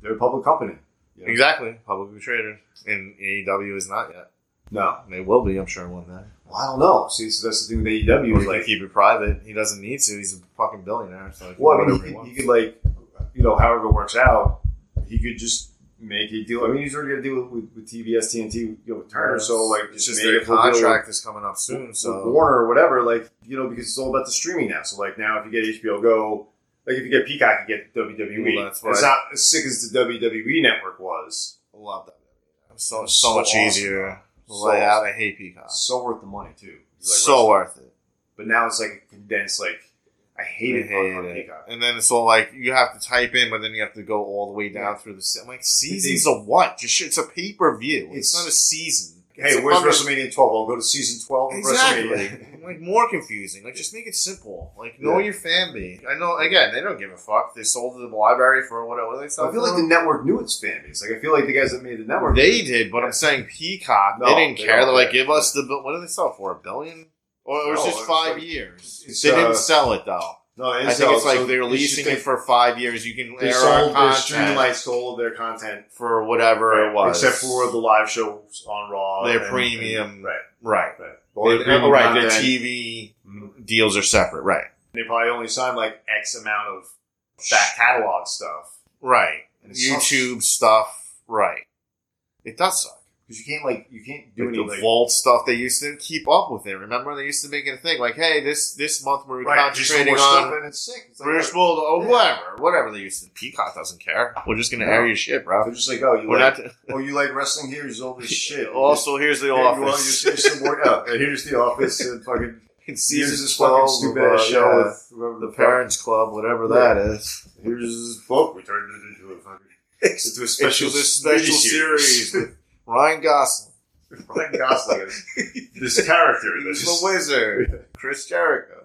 Speaker 1: they're a public company. you know?
Speaker 2: exactly. Publicly traded, and AEW is not yet.
Speaker 1: No,
Speaker 2: They will be, I'm sure, one day.
Speaker 1: well, I don't know. See, so that's the thing with AEW
Speaker 2: Or
Speaker 1: is
Speaker 2: he can
Speaker 1: like,
Speaker 2: keep it private. He doesn't need to. He's a fucking billionaire. So he can
Speaker 1: well,
Speaker 2: do
Speaker 1: I mean,
Speaker 2: whatever
Speaker 1: he,
Speaker 2: he
Speaker 1: could-
Speaker 2: wants.
Speaker 1: he could like, you know, however it works out, he could just make a deal. I mean, he's already got a deal with, with TBS, TNT, you know, with Turner. So like,
Speaker 2: it's just
Speaker 1: make
Speaker 2: their
Speaker 1: a full deal with-
Speaker 2: contract is coming up soon.
Speaker 1: so
Speaker 2: So
Speaker 1: Warner or whatever, like you know, because it's all about the streaming now. So like now, if you get HBO Go, like if you get Peacock, you get WWE.
Speaker 2: Well, that's
Speaker 1: It's
Speaker 2: right.
Speaker 1: not as sick as the WWE network was.
Speaker 2: love that. So so,
Speaker 1: So
Speaker 2: much
Speaker 1: awesome.
Speaker 2: easier.
Speaker 1: So
Speaker 2: Lay out.
Speaker 1: awesome.
Speaker 2: I hate Peacock.
Speaker 1: So worth the money too. You like
Speaker 2: so
Speaker 1: wrestling.
Speaker 2: worth it.
Speaker 1: but now it's like condensed. Like I hate
Speaker 2: I
Speaker 1: it on- on
Speaker 2: hate it.
Speaker 1: Peacock.
Speaker 2: And then it's all like you have to type in, but then you have to go all the way down through the. se- I'm like seasons of what? Just shit- it's a pay per view. It's,
Speaker 1: It's-
Speaker 2: not a season. It's
Speaker 1: Hey,
Speaker 2: a
Speaker 1: where's
Speaker 2: fucking-
Speaker 1: WrestleMania 12? I'll go to season 12 of
Speaker 2: Exactly.
Speaker 1: WrestleMania.
Speaker 2: like more confusing. Like just make it simple. Like know
Speaker 1: Yeah.
Speaker 2: your fan base. I know. Again, they don't give a fuck. They sold the library for whatever they
Speaker 1: So
Speaker 2: sold.
Speaker 1: I feel
Speaker 2: for.
Speaker 1: like the network knew its fan base. Like I feel like the guys that made the network,
Speaker 2: They did, but I'm saying Peacock. they
Speaker 1: No,
Speaker 2: didn't
Speaker 1: they
Speaker 2: care.
Speaker 1: don't
Speaker 2: They're like,
Speaker 1: care.
Speaker 2: give us the bill. What did they sell for? A billion? Or it was
Speaker 1: No,
Speaker 2: just
Speaker 1: it's
Speaker 2: five
Speaker 1: like-
Speaker 2: years.
Speaker 1: it's,
Speaker 2: They
Speaker 1: uh,
Speaker 2: didn't sell it though.
Speaker 1: no,
Speaker 2: I think it's like they're leasing it for five years. You can
Speaker 1: They
Speaker 2: air our
Speaker 1: sold their
Speaker 2: content
Speaker 1: streamlined, sold their content
Speaker 2: for whatever it was,
Speaker 1: Except for the live shows on Raw.
Speaker 2: Their
Speaker 1: and-
Speaker 2: premium.
Speaker 1: and- right,
Speaker 2: right,
Speaker 1: right. All
Speaker 2: They-
Speaker 1: their premium
Speaker 2: oh, right. Their
Speaker 1: content. mm,
Speaker 2: TV deals are separate. Right,
Speaker 1: They probably only signed like X amount of back catalog stuff.
Speaker 2: right.
Speaker 1: And it sucks.
Speaker 2: YouTube stuff. Right. It does suck.
Speaker 1: Because you can't like, you can't do
Speaker 2: Like
Speaker 1: any
Speaker 2: the
Speaker 1: like,
Speaker 2: vault stuff they used to keep up with it. Remember, they used to make it a thing like, "Hey, this this month we're
Speaker 1: right, just
Speaker 2: concentrating
Speaker 1: more stuff
Speaker 2: on
Speaker 1: and it's sick. It's like,
Speaker 2: British
Speaker 1: oh,
Speaker 2: Bulldog,
Speaker 1: Yeah.
Speaker 2: or whoever, whatever they use. Peacock doesn't care. We're just gonna
Speaker 1: No.
Speaker 2: air your shit,
Speaker 1: They're
Speaker 2: bro.
Speaker 1: just like, oh, you
Speaker 2: We're
Speaker 1: like,
Speaker 2: not.
Speaker 1: oh, you like wrestling? Here's all this shit.
Speaker 2: also, here's the
Speaker 1: Here you are,
Speaker 2: office.
Speaker 1: here's- here's some more- yeah, and here's the office and fucking
Speaker 2: It's
Speaker 1: here's
Speaker 2: season
Speaker 1: this fucking
Speaker 2: 12
Speaker 1: stupid
Speaker 2: of,
Speaker 1: ass
Speaker 2: uh,
Speaker 1: show
Speaker 2: yeah,
Speaker 1: with whoever
Speaker 2: the
Speaker 1: fuck-
Speaker 2: Parents Club, whatever
Speaker 1: Yeah.
Speaker 2: that is.
Speaker 1: Here's this book. We turned it into a fucking into a special
Speaker 2: Special special series with Ryan Gosling,
Speaker 1: Ryan Gosling is this character. that
Speaker 2: He's
Speaker 1: just-
Speaker 2: the Wizard, Chris Jericho.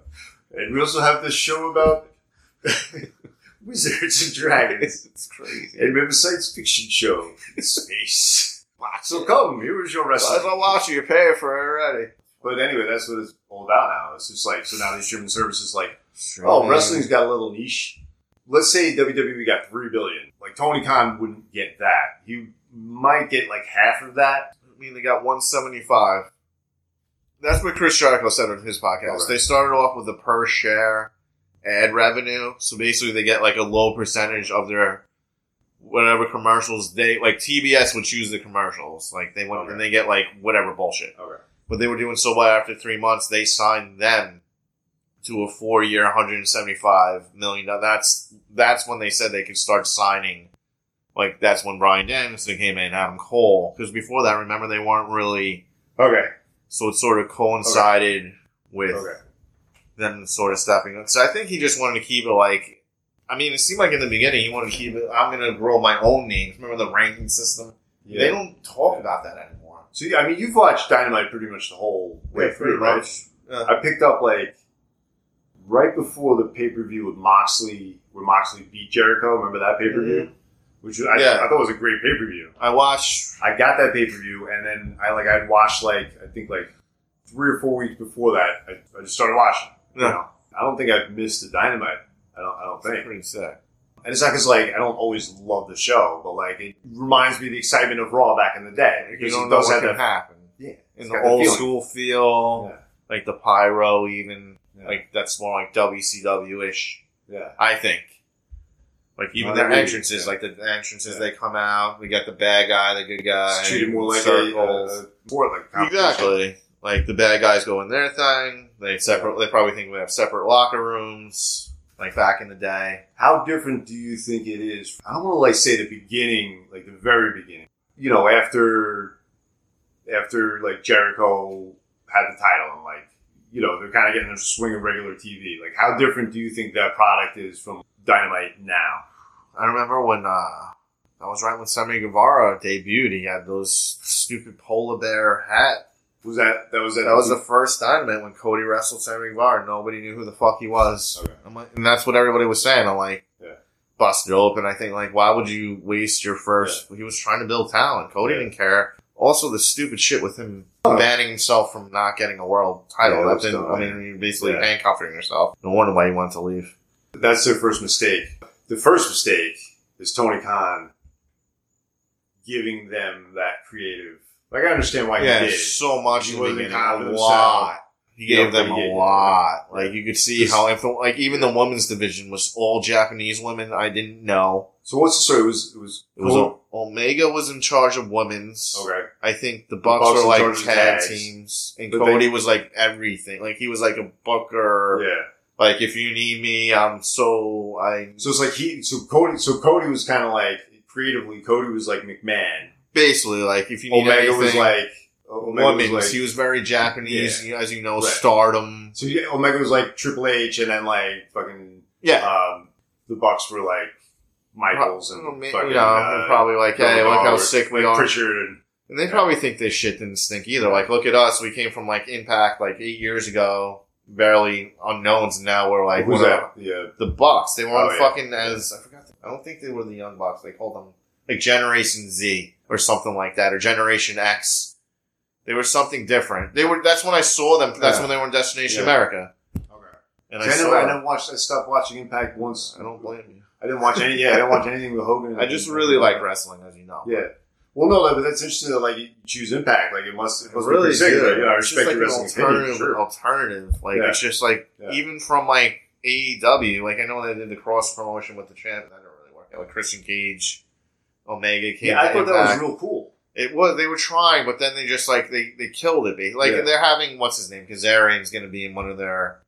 Speaker 1: and we also have this show about wizards and dragons.
Speaker 2: It's, it's crazy.
Speaker 1: And we have a science fiction show in space. So come, here is your
Speaker 2: As I
Speaker 1: wrestling.
Speaker 2: watch you, you pay for it already.
Speaker 1: But anyway, that's what it's all about now. It's just like, so now these streaming services like, oh, wrestling's got a little niche. Let's say WWE got 3 billion. Like, Tony Khan wouldn't get that. He might get like half of that.
Speaker 2: I mean, they got 175. That's what Chris Jericho said on his podcast.
Speaker 1: Alright.
Speaker 2: They started off with a per share ad revenue. So basically, they get like a low percentage of their whatever commercials they like. TBS would choose the commercials. Like they went
Speaker 1: Okay.
Speaker 2: and they get like whatever bullshit.
Speaker 1: Okay.
Speaker 2: But they were doing so well after three months, they signed them to a four year, 175 million. Now that's that's when they said they could start signing. Like that's when Brian Danielson came in, Adam Cole. Because before that, remember they weren't really.
Speaker 1: Okay.
Speaker 2: So it sort of coincided with
Speaker 1: Okay.
Speaker 2: them sort of stepping up. So I think he just wanted to keep it like. I mean, it seemed like in the beginning he wanted to keep it. I'm going to grow my own names. Remember the ranking system? They don't talk about that anymore.
Speaker 1: So yeah, I mean, you've watched Dynamite pretty much the whole way
Speaker 2: Yeah,
Speaker 1: through,
Speaker 2: pretty
Speaker 1: right?
Speaker 2: much. Uh,
Speaker 1: I picked up like right before the pay per view with Moxley, where Moxley beat Jericho. Remember that pay per view? Which I,
Speaker 2: Mm-hmm. Yeah.
Speaker 1: I thought was a great pay per view.
Speaker 2: I watched
Speaker 1: I got that pay per view, and then I like I'd watched like I think like three or four weeks before that. I, I just started watching.
Speaker 2: Yeah.
Speaker 1: You know? I don't think I've missed the Dynamite. I don't. I don't think.
Speaker 2: pretty sick.
Speaker 1: And it's not because like I don't always love the show, but like it reminds me of the excitement of Raw back in the day
Speaker 2: You
Speaker 1: because
Speaker 2: don't
Speaker 1: it
Speaker 2: know
Speaker 1: does
Speaker 2: what
Speaker 1: have that.
Speaker 2: can happen.
Speaker 1: Yeah,
Speaker 2: In
Speaker 1: It's
Speaker 2: the
Speaker 1: got that
Speaker 2: old
Speaker 1: feeling.
Speaker 2: school feel,
Speaker 1: Yeah.
Speaker 2: like the pyro, even
Speaker 1: Yeah.
Speaker 2: like that's more like WCW ish.
Speaker 1: yeah.
Speaker 2: I think. Like even
Speaker 1: No,
Speaker 2: their
Speaker 1: that really-
Speaker 2: entrances,
Speaker 1: yeah.
Speaker 2: like the entrances
Speaker 1: Yeah.
Speaker 2: they come out. We got the bad guy, the good guy.
Speaker 1: It's treated more like a,
Speaker 2: circles.
Speaker 1: uh, more like a competition.
Speaker 2: exactly. Like the bad guys go in their thing. They separate. They probably think we have separate locker rooms. Like back in the day,
Speaker 1: How different do you think it is? I don't want to like say the beginning, like the very beginning. You know, after after like Jericho had the title and like you know they're kind of getting their swing of regular TV. Like, how different do you think that product is from Dynamite now?
Speaker 2: I remember when uh, I was right when Sammy Guevara debuted. He had those stupid polar bear hat.
Speaker 1: Was that that was that?
Speaker 2: That was the first dynamite when Cody wrestled Sammy Guevara. Nobody knew who the fuck he was.
Speaker 1: Okay.
Speaker 2: I'm like, and that's what everybody was saying. I'm like,
Speaker 1: Yeah.
Speaker 2: busted open. I think like, why would you waste your first? He was trying to build talent. Cody
Speaker 1: Yeah.
Speaker 2: didn't care. Also, the stupid shit with him
Speaker 1: Oh.
Speaker 2: banning himself from not getting a world title.
Speaker 1: Yeah,
Speaker 2: that
Speaker 1: that's
Speaker 2: didn't,
Speaker 1: dumb.
Speaker 2: I mean, you're basically
Speaker 1: Yeah.
Speaker 2: handcuffing yourself. No wonder why you wanted to leave.
Speaker 1: That's their first mistake. The first mistake is Tony Khan giving them that creative. Like I understand why he did.
Speaker 2: so much.
Speaker 1: He
Speaker 2: in the
Speaker 1: wasn't
Speaker 2: beginning.
Speaker 1: confident
Speaker 2: A
Speaker 1: in
Speaker 2: lot. He
Speaker 1: Yeah,
Speaker 2: gave them
Speaker 1: but he
Speaker 2: a
Speaker 1: did.
Speaker 2: lot. Like you could see
Speaker 1: Just-
Speaker 2: how if the, like even the women's division was all Japanese women. I didn't know.
Speaker 1: So what's the story? It was it was
Speaker 2: It was Omega was in charge of women's.
Speaker 1: okay.
Speaker 2: I think the Bucks,
Speaker 1: Bucks
Speaker 2: were
Speaker 1: in
Speaker 2: like
Speaker 1: charge of
Speaker 2: tag
Speaker 1: tags.
Speaker 2: teams, and
Speaker 1: But
Speaker 2: Cody was like everything. Like he was like a booker.
Speaker 1: Yeah.
Speaker 2: Like if you need me, I'm so I
Speaker 1: So it's like he. So Cody. So Cody was kind of like creatively. Cody was like McMahon.
Speaker 2: basically like if you need
Speaker 1: Omega
Speaker 2: anything,
Speaker 1: was like Omega
Speaker 2: women's.
Speaker 1: was
Speaker 2: he
Speaker 1: like.
Speaker 2: was very Japanese, as you know,
Speaker 1: Right.
Speaker 2: stardom.
Speaker 1: So yeah, Omega was like Triple H, and then like fucking
Speaker 2: Yeah.
Speaker 1: um, the Bucks were like Michaels and
Speaker 2: Well, ma-
Speaker 1: fucking
Speaker 2: you know,
Speaker 1: uh,
Speaker 2: probably like,
Speaker 1: Bill
Speaker 2: hey, look how
Speaker 1: Goldberg,
Speaker 2: sick we
Speaker 1: like
Speaker 2: are.
Speaker 1: Pritchard and
Speaker 2: And they
Speaker 1: Yeah.
Speaker 2: probably think this shit didn't stink either. Like, look at us. We came from like Impact like eight years ago, barely unknowns. and Now we're like,
Speaker 1: who's
Speaker 2: what
Speaker 1: that? Yeah,
Speaker 2: the Bucks. They were
Speaker 1: Oh,
Speaker 2: on
Speaker 1: yeah.
Speaker 2: fucking as I forgot. The, I don't think they were the Young Bucks. They called them like Generation Z or something like that, or Generation X. They were something different. They were. That's when I saw them. That's
Speaker 1: Yeah.
Speaker 2: when they were in Destination
Speaker 1: Yeah.
Speaker 2: America.
Speaker 1: okay.
Speaker 2: And
Speaker 1: I,
Speaker 2: I saw.
Speaker 1: never, I
Speaker 2: them.
Speaker 1: never watched. I stopped watching Impact once.
Speaker 2: I don't blame
Speaker 1: I didn't watch any. Yeah, I didn't watch anything with Hogan.
Speaker 2: you. I just really like wrestling, as you know.
Speaker 1: Yeah. Well, no, but that's interesting. That, like you choose Impact. Like it must. It
Speaker 2: It's
Speaker 1: must
Speaker 2: really
Speaker 1: be pretty sick.
Speaker 2: good.
Speaker 1: Like, yeah, I
Speaker 2: It's
Speaker 1: respect your
Speaker 2: just like an
Speaker 1: wrestling
Speaker 2: alternative,
Speaker 1: opinion. Sure.
Speaker 2: alternative. Like
Speaker 1: Yeah.
Speaker 2: it's just like
Speaker 1: Yeah.
Speaker 2: even from like AEW. Like I know they did the cross promotion with the champ. That didn't really work. out. Like Christian Cage, Omega came.
Speaker 1: Yeah, I
Speaker 2: to
Speaker 1: thought that was
Speaker 2: Impact.
Speaker 1: real cool.
Speaker 2: It was they were trying, but then they just like they they killed it. They- Like
Speaker 1: Yeah.
Speaker 2: they're having what's his name Kazarian's going to be in one of their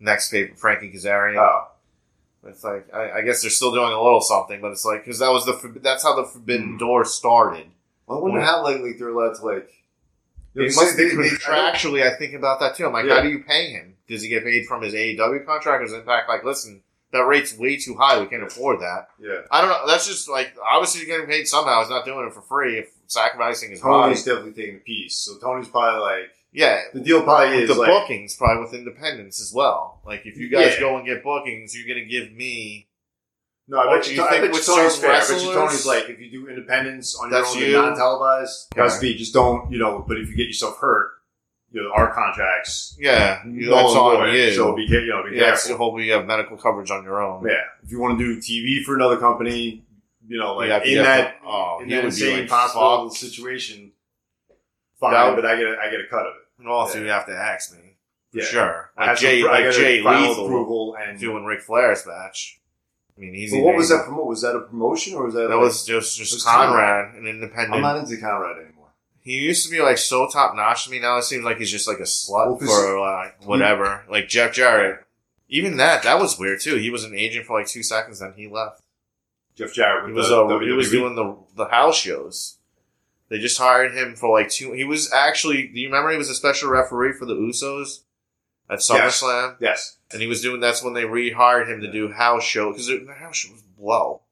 Speaker 2: next paper. Frankie Kazarian.
Speaker 1: Oh,
Speaker 2: It's like I, I guess they're still doing a little something, but it's like because that was the forb- that's how the Forbidden
Speaker 1: Mhm.
Speaker 2: Door started.
Speaker 1: I wonder
Speaker 2: Yeah.
Speaker 1: how like, like they're allowed to like.
Speaker 2: It
Speaker 1: They-
Speaker 2: must be
Speaker 1: they- they-
Speaker 2: contractually. I think about that too. I'm like,
Speaker 1: Yeah.
Speaker 2: how do you pay him? Does he get paid from his AEW contract? Or is Impact like, listen, that rate's way too high. We can't afford that.
Speaker 1: Yeah,
Speaker 2: I don't know. That's just like obviously you're getting paid somehow. He's not doing it for free. If sacrificing his body,
Speaker 1: Tony's definitely taking a piece. So Tony's probably like
Speaker 2: yeah.
Speaker 1: the deal. Probably is
Speaker 2: With the
Speaker 1: like
Speaker 2: bookings, probably with independence as well. Like if you guys
Speaker 1: Yeah.
Speaker 2: go and get bookings, you're gonna give me.
Speaker 1: No, I
Speaker 2: Well,
Speaker 1: bet
Speaker 2: do
Speaker 1: you,
Speaker 2: Oh, you
Speaker 1: I
Speaker 2: think
Speaker 1: bet you
Speaker 2: with
Speaker 1: Tony's
Speaker 2: certain
Speaker 1: fair. I bet you
Speaker 2: wrestlers-
Speaker 1: Tony's like, if you do independence on
Speaker 2: That's
Speaker 1: your own,
Speaker 2: you.
Speaker 1: non televised,
Speaker 2: Yeah.
Speaker 1: Godspeed. Just don't, you know. But if you get yourself hurt, you know our contracts.
Speaker 2: Yeah,
Speaker 1: no
Speaker 2: that's
Speaker 1: one's
Speaker 2: on
Speaker 1: doing
Speaker 2: you.
Speaker 1: it. So be, ca- you know, be
Speaker 2: yeah, it's
Speaker 1: careful.
Speaker 2: hopefully you have medical coverage on your own.
Speaker 1: Yeah, if you want to do TV for another company, you know,
Speaker 2: You
Speaker 1: like
Speaker 2: have to
Speaker 1: in
Speaker 2: get-
Speaker 1: that
Speaker 2: oh,
Speaker 1: in
Speaker 2: he
Speaker 1: that
Speaker 2: would be
Speaker 1: insane
Speaker 2: like,
Speaker 1: possible
Speaker 2: fuck.
Speaker 1: situation, fine.
Speaker 2: That would-
Speaker 1: but I get a, I get a cut of it.
Speaker 2: And also,
Speaker 1: Yeah.
Speaker 2: you have to ask me. For
Speaker 1: Yeah.
Speaker 2: Sure.
Speaker 1: I
Speaker 2: Like
Speaker 1: have to
Speaker 2: Jay,
Speaker 1: pr- I
Speaker 2: like
Speaker 1: gotta
Speaker 2: Jay
Speaker 1: file
Speaker 2: Lethal
Speaker 1: approval and.
Speaker 2: doing Ric Flair's match. I mean, he's
Speaker 1: But what was that promote? Was that a promotion or was that?
Speaker 2: That
Speaker 1: like-
Speaker 2: was just just
Speaker 1: It was
Speaker 2: Conrad,
Speaker 1: Conrad.
Speaker 2: an
Speaker 1: I'm
Speaker 2: independent.
Speaker 1: not into Conrad anymore.
Speaker 2: he used to be like so top notch to me. Now it seems like he's just like a
Speaker 1: Well,
Speaker 2: slut
Speaker 1: 'cause-
Speaker 2: for like whatever. Like Jeff Jarrett. Even that, that was weird too. He was an agent for like two seconds, then he left.
Speaker 1: Jeff Jarrett.
Speaker 2: He
Speaker 1: With
Speaker 2: was
Speaker 1: the E?
Speaker 2: uh, he
Speaker 1: WWE.
Speaker 2: was doing the the house shows. They just hired him for like two. He was actually. Do you remember he was a special referee for the Usos at SummerSlam?
Speaker 1: yes.
Speaker 2: And he was doing that's when they rehired him to do house show because the house show was blow.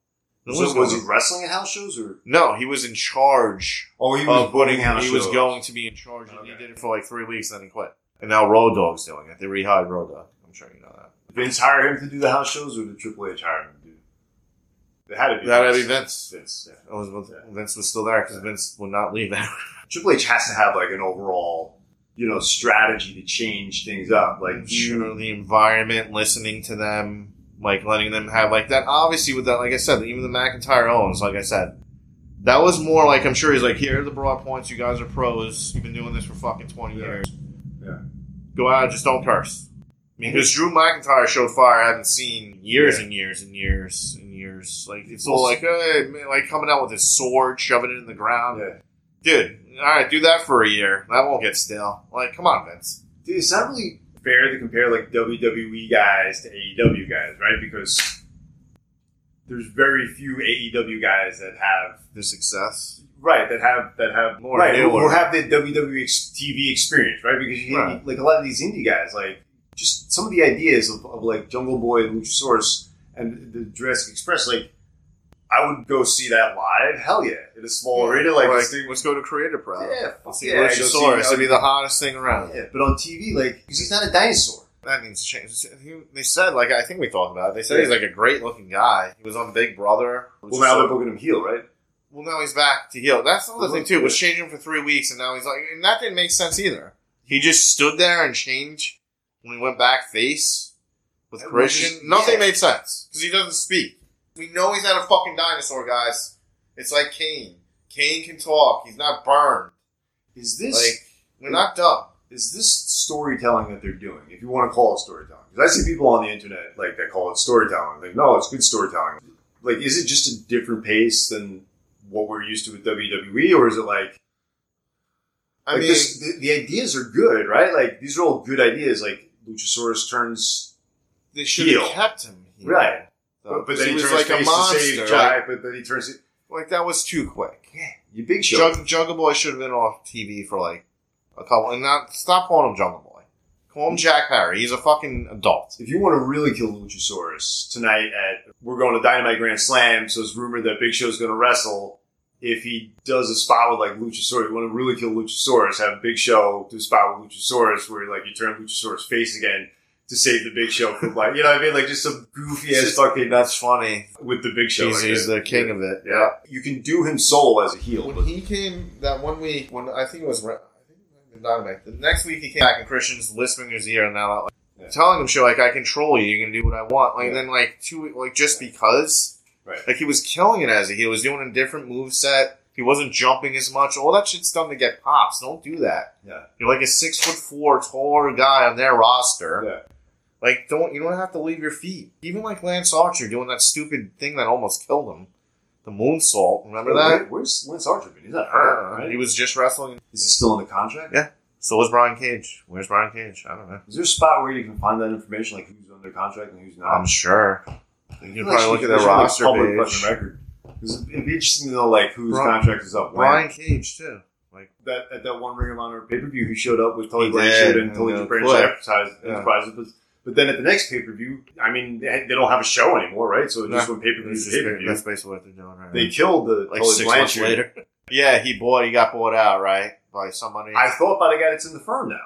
Speaker 2: No
Speaker 1: So
Speaker 2: one's
Speaker 1: was
Speaker 2: going-
Speaker 1: he wrestling at house shows or?
Speaker 2: no, he was in charge
Speaker 1: Oh, he
Speaker 2: of putting.
Speaker 1: house
Speaker 2: Uh, He was going to be in charge, and he
Speaker 1: Okay.
Speaker 2: did it for like three weeks, then he quit. And now Road Dog's doing it. They rehired Road Dog. I'm sure you know that.
Speaker 1: Vince hire him to do the house shows, or did Triple H hire him to do? It had to be.
Speaker 2: That had to be Vince.
Speaker 1: Vince. Yeah.
Speaker 2: It was- Vince was still there because Vince would not leave that.
Speaker 1: Triple H has to have like an overall, you know, strategy to change things up. Like you,
Speaker 2: sure, the environment, listening to them, like letting them have like that. Obviously, with that, like I said, even the McIntyre Owens, like I said, that was more like I'm sure he's like, here are the broad points. You guys are pros. You've been doing this for fucking twenty
Speaker 1: Yeah.
Speaker 2: years.
Speaker 1: Yeah.
Speaker 2: Go out, just don't curse. I mean, because Drew McIntyre showed fire I haven't seen years and years and years and years. Like it's all like, hey, man, like coming out with his sword, shoving it in the ground.
Speaker 1: yeah.
Speaker 2: Dude, all right, do that for a year. That won't get stale. Like, come on, Vince.
Speaker 1: dude, it's not really fair to compare like WWE guys to AEW guys, right? Because there's very few AEW guys that have
Speaker 2: The success.
Speaker 1: Right, that have that have
Speaker 2: More
Speaker 1: right,
Speaker 2: newer.
Speaker 1: or, have the WWE ex- TV experience, right? Because you
Speaker 2: Right.
Speaker 1: like a lot of these indie guys, like just some of the ideas of, of like Jungle Boy and Luchasaurus and the Jurassic Express, like I would go see that live. Hell yeah, in a small arena like
Speaker 2: Like,
Speaker 1: this thing.
Speaker 2: let's go to Creator Pro.
Speaker 1: Yeah, fuck
Speaker 2: Let's see
Speaker 1: yeah,
Speaker 2: yeah,
Speaker 1: go see-
Speaker 2: Luchasaurus. It'd be the hottest thing around.
Speaker 1: Yeah, but on TV, like, because he's not a dinosaur.
Speaker 2: That needs to change. He, they said, like, I think we talked about it. They said
Speaker 1: Yeah.
Speaker 2: he's like a great looking guy. He was on Big Brother.
Speaker 1: Well, now they're booking him heel, right?
Speaker 2: well, now he's back to heal. That's the other
Speaker 1: Look
Speaker 2: thing too.
Speaker 1: good.
Speaker 2: Was changing for three weeks, and now he's like, and that didn't make sense either. He just stood there and changed when he went back face with
Speaker 1: It was
Speaker 2: Christian.
Speaker 1: just-
Speaker 2: Nothing
Speaker 1: yeah.
Speaker 2: made sense because he doesn't speak. We know he's not a fucking dinosaur, guys. It's like Kane. Kane can talk. He's not burned.
Speaker 1: Is this
Speaker 2: Like we're not dumb.
Speaker 1: is this storytelling that they're doing? If you want to call it storytelling, because I see people on the internet like that call it storytelling. Like, no, it's good storytelling. Like, is it just a different pace than what we're used to with WWE, or is it like
Speaker 2: I
Speaker 1: Like,
Speaker 2: mean,
Speaker 1: this- the, the ideas are good, right? Like these are all good ideas. Like Luchasaurus turns,
Speaker 2: they should have
Speaker 1: heel.
Speaker 2: kept him heel.
Speaker 1: Right.
Speaker 2: Though,
Speaker 1: but, but
Speaker 2: 'cause
Speaker 1: then he, turns like face to save Jai, but then he turns it.
Speaker 2: Like, like that was too quick.
Speaker 1: You big show.
Speaker 2: Jug, Jungle Boy should have been off TV for like a couple. And not stop calling him Jungle Boy. Call him Jack Harry. He's a fucking adult.
Speaker 1: If you want to really kill Luchasaurus tonight at we're going to Dynamite Grand Slam, so it's rumored that Big Show's going to wrestle. If he does a spot with like Luchasaurus, you want to really kill Luchasaurus, have Big Show do a spot with Luchasaurus where like you turn Luchasaurus face again to save the Big Show from like you know what I mean like just some goofy ass
Speaker 2: Just-
Speaker 1: fucking
Speaker 2: That's funny.
Speaker 1: with the Big Show.
Speaker 2: He's,
Speaker 1: like
Speaker 2: he's
Speaker 1: that.
Speaker 2: the king of it.
Speaker 1: Yeah, you can do him solo as a heel.
Speaker 2: When he came that one week, when I think it was Ra- I think it was Dynamite. The next week he came back and Christian's lisping his ear and now like,
Speaker 1: Yeah.
Speaker 2: telling him shit like I control you. You can do what I want. Like
Speaker 1: Yeah.
Speaker 2: then like two week- like just because.
Speaker 1: Right.
Speaker 2: Like he was killing it as a heel. He was doing a different move set. He wasn't jumping as much. All that shit's done to get pops. Don't do that.
Speaker 1: Yeah.
Speaker 2: You're like a six foot four taller guy on their roster.
Speaker 1: Yeah.
Speaker 2: Like don't you don't have to leave your feet. Even like Lance Archer doing that stupid thing that almost killed him. The moonsault. Remember that?
Speaker 1: Where- Where's Lance Archer been? He's not hurt,
Speaker 2: Uh,
Speaker 1: right?
Speaker 2: He was just wrestling.
Speaker 1: Is he still in the contract?
Speaker 2: Yeah. So was Brian Cage. Where's Brian Cage? I don't know.
Speaker 1: Is there a spot where you can find that information, like who's under contract and who's not?
Speaker 2: I'm sure. You
Speaker 1: I
Speaker 2: can
Speaker 1: feel like
Speaker 2: probably look
Speaker 1: we
Speaker 2: at their
Speaker 1: should make
Speaker 2: roster
Speaker 1: public fucking
Speaker 2: page.
Speaker 1: record. 'Cause It'd be interesting to know like whose
Speaker 2: Brian-
Speaker 1: contract is up. When.
Speaker 2: Brian Cage too. Like
Speaker 1: that at that one Ring of Honor pay per view, he showed up with Tully
Speaker 2: He
Speaker 1: Blanchard
Speaker 2: did,
Speaker 1: and
Speaker 2: and
Speaker 1: Tully
Speaker 2: no
Speaker 1: Blanchard
Speaker 2: clip.
Speaker 1: advertised-
Speaker 2: Yeah.
Speaker 1: advertises. But, but then at the next pay per view, I mean, they they don't have a show anymore, right? So it just went pay per view
Speaker 2: that's
Speaker 1: to pay per view.
Speaker 2: that's basically what they're doing right
Speaker 1: They
Speaker 2: now.
Speaker 1: killed the
Speaker 2: Like
Speaker 1: Tully
Speaker 2: six months
Speaker 1: Blanchard.
Speaker 2: later. yeah, he bought. He got bought out right by somebody.
Speaker 1: I thought by the guy that's in the firm now.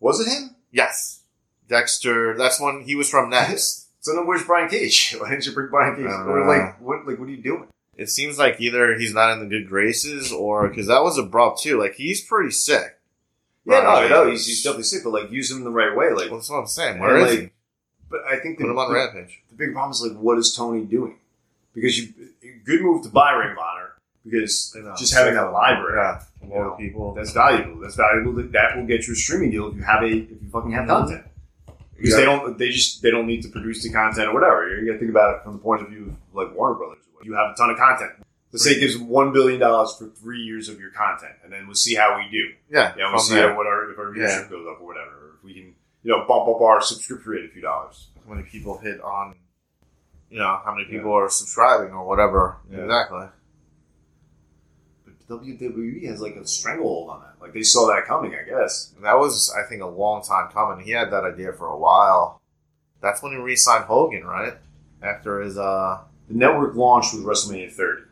Speaker 1: Was it him?
Speaker 2: yes, Dexter. That's when he was from next.
Speaker 1: So then where's Brian Cage? Why didn't you bring Brian Cage?
Speaker 2: Uh,
Speaker 1: or like what like what are you doing?
Speaker 2: It seems like either he's not in the good graces, or because that was abrupt too. Like he's pretty sick.
Speaker 1: Yeah, no,
Speaker 2: Right.
Speaker 1: no, he's, he's definitely sick, but like use him the right way. Like
Speaker 2: Well, that's what I'm saying.
Speaker 1: And,
Speaker 2: Where is
Speaker 1: like,
Speaker 2: he?
Speaker 1: but I think the,
Speaker 2: Put him on
Speaker 1: the,
Speaker 2: Rampage.
Speaker 1: the big problem is like what is Tony doing? Because you good move to buy Ring of Honor because just having that library
Speaker 2: Yeah,
Speaker 1: you know,
Speaker 2: people.
Speaker 1: that's valuable. That's valuable that, that will get you a streaming deal if you have a if you fucking have content. Because they don't they just they don't need to produce the content or whatever. You gotta think about it from the point of view of like Warner Brothers. You have a ton of content. Let's say it gives them one billion dollars for three years of your content, and then we'll see how we do.
Speaker 2: Yeah,
Speaker 1: Yeah,
Speaker 2: from
Speaker 1: we'll see
Speaker 2: there.
Speaker 1: how, what our if our viewership
Speaker 2: Yeah.
Speaker 1: goes up or whatever. Or if we can, you know, bump up our subscription rate a few dollars.
Speaker 2: how many people hit on, you know, how many people are subscribing or whatever.
Speaker 1: Yeah.
Speaker 2: Exactly.
Speaker 1: But WWE E has like a stranglehold on that. Like they saw that coming, I guess.
Speaker 2: And that was, I think, a long time coming. He had that idea for a while. That's when he re-signed Hogan, right? After his uh,
Speaker 1: The network launched with WrestleMania 30.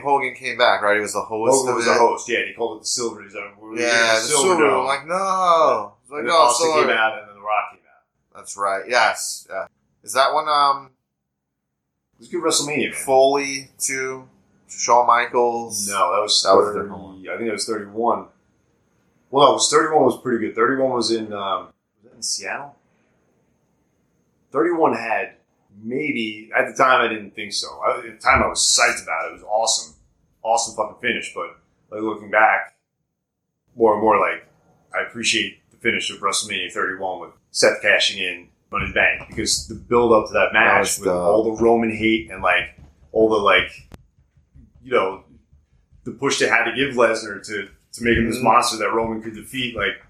Speaker 2: Hogan came back, right? He was the host.
Speaker 1: Hogan
Speaker 2: of
Speaker 1: was
Speaker 2: it.
Speaker 1: the host. Yeah, and he called it the Silver. He's like, we're
Speaker 2: Yeah, the Silver.
Speaker 1: Dome.
Speaker 2: I'm like no, It's like
Speaker 1: and then
Speaker 2: no,
Speaker 1: Austin
Speaker 2: Silver.
Speaker 1: came out, and then The Rock came out.
Speaker 2: That's right. Yes. Yeah. Is that when um
Speaker 1: It was a good WrestleMania, man.
Speaker 2: Foley to Shawn Michaels?
Speaker 1: No, that was
Speaker 2: That was a
Speaker 1: 30,
Speaker 2: different one.
Speaker 1: I think it was thirty-one. Well, no, it was thirty-one was pretty good. Thirty-one was in um, was that in Seattle. Thirty-one had maybe at the time I didn't think so. I, at the time I was psyched about it. It was awesome, awesome fucking finish. But like looking back, more and more like I appreciate the finish of WrestleMania thirty-one with Seth cashing in Money in the Bank because the build up to that
Speaker 2: That
Speaker 1: match
Speaker 2: was
Speaker 1: with
Speaker 2: the-
Speaker 1: all the Roman hate and like all the like you know the push they had to give Lesnar to to make him this
Speaker 2: Mhm.
Speaker 1: monster that Roman could defeat, like,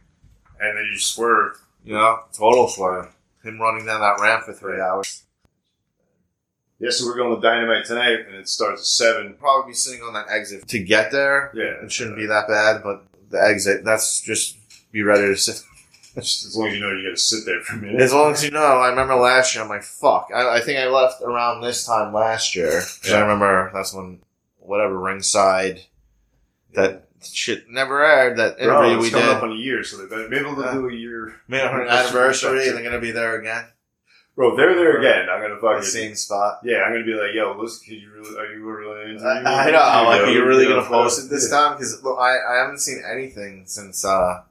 Speaker 1: and then he just swerved.
Speaker 2: You know, total swerve. Him running down that ramp for three hours.
Speaker 1: Yeah, so we're going to Dynamite tonight, and it starts at seven.
Speaker 2: probably be sitting on that exit to get there.
Speaker 1: Yeah,
Speaker 2: It shouldn't be that bad, but the exit, that's just be ready to sit.
Speaker 1: Just as long as you know you got to sit there for a minute.
Speaker 2: As long as you know, I remember last year. I'm like, fuck. I, I think I left around this time last year. 'Cause I
Speaker 1: Yeah.
Speaker 2: remember that's when whatever ringside that shit never aired. That
Speaker 1: Bro,
Speaker 2: interview
Speaker 1: it's
Speaker 2: we
Speaker 1: coming
Speaker 2: did.
Speaker 1: up on a year, so they better, maybe they'll do a year.
Speaker 2: Made our
Speaker 1: That's
Speaker 2: anniversary, and
Speaker 1: retrospective.
Speaker 2: they're gonna be there again.
Speaker 1: Bro, if they're there again. I'm gonna
Speaker 2: The
Speaker 1: fucking.
Speaker 2: same spot.
Speaker 1: Yeah, I'm gonna be like, yo, listen, could you really, are you really into
Speaker 2: I,
Speaker 1: you?
Speaker 2: I know. I'm like,
Speaker 1: You
Speaker 2: are you really
Speaker 1: you
Speaker 2: gonna
Speaker 1: know,
Speaker 2: post it this
Speaker 1: yeah.
Speaker 2: time? Because I, I haven't seen anything since uh,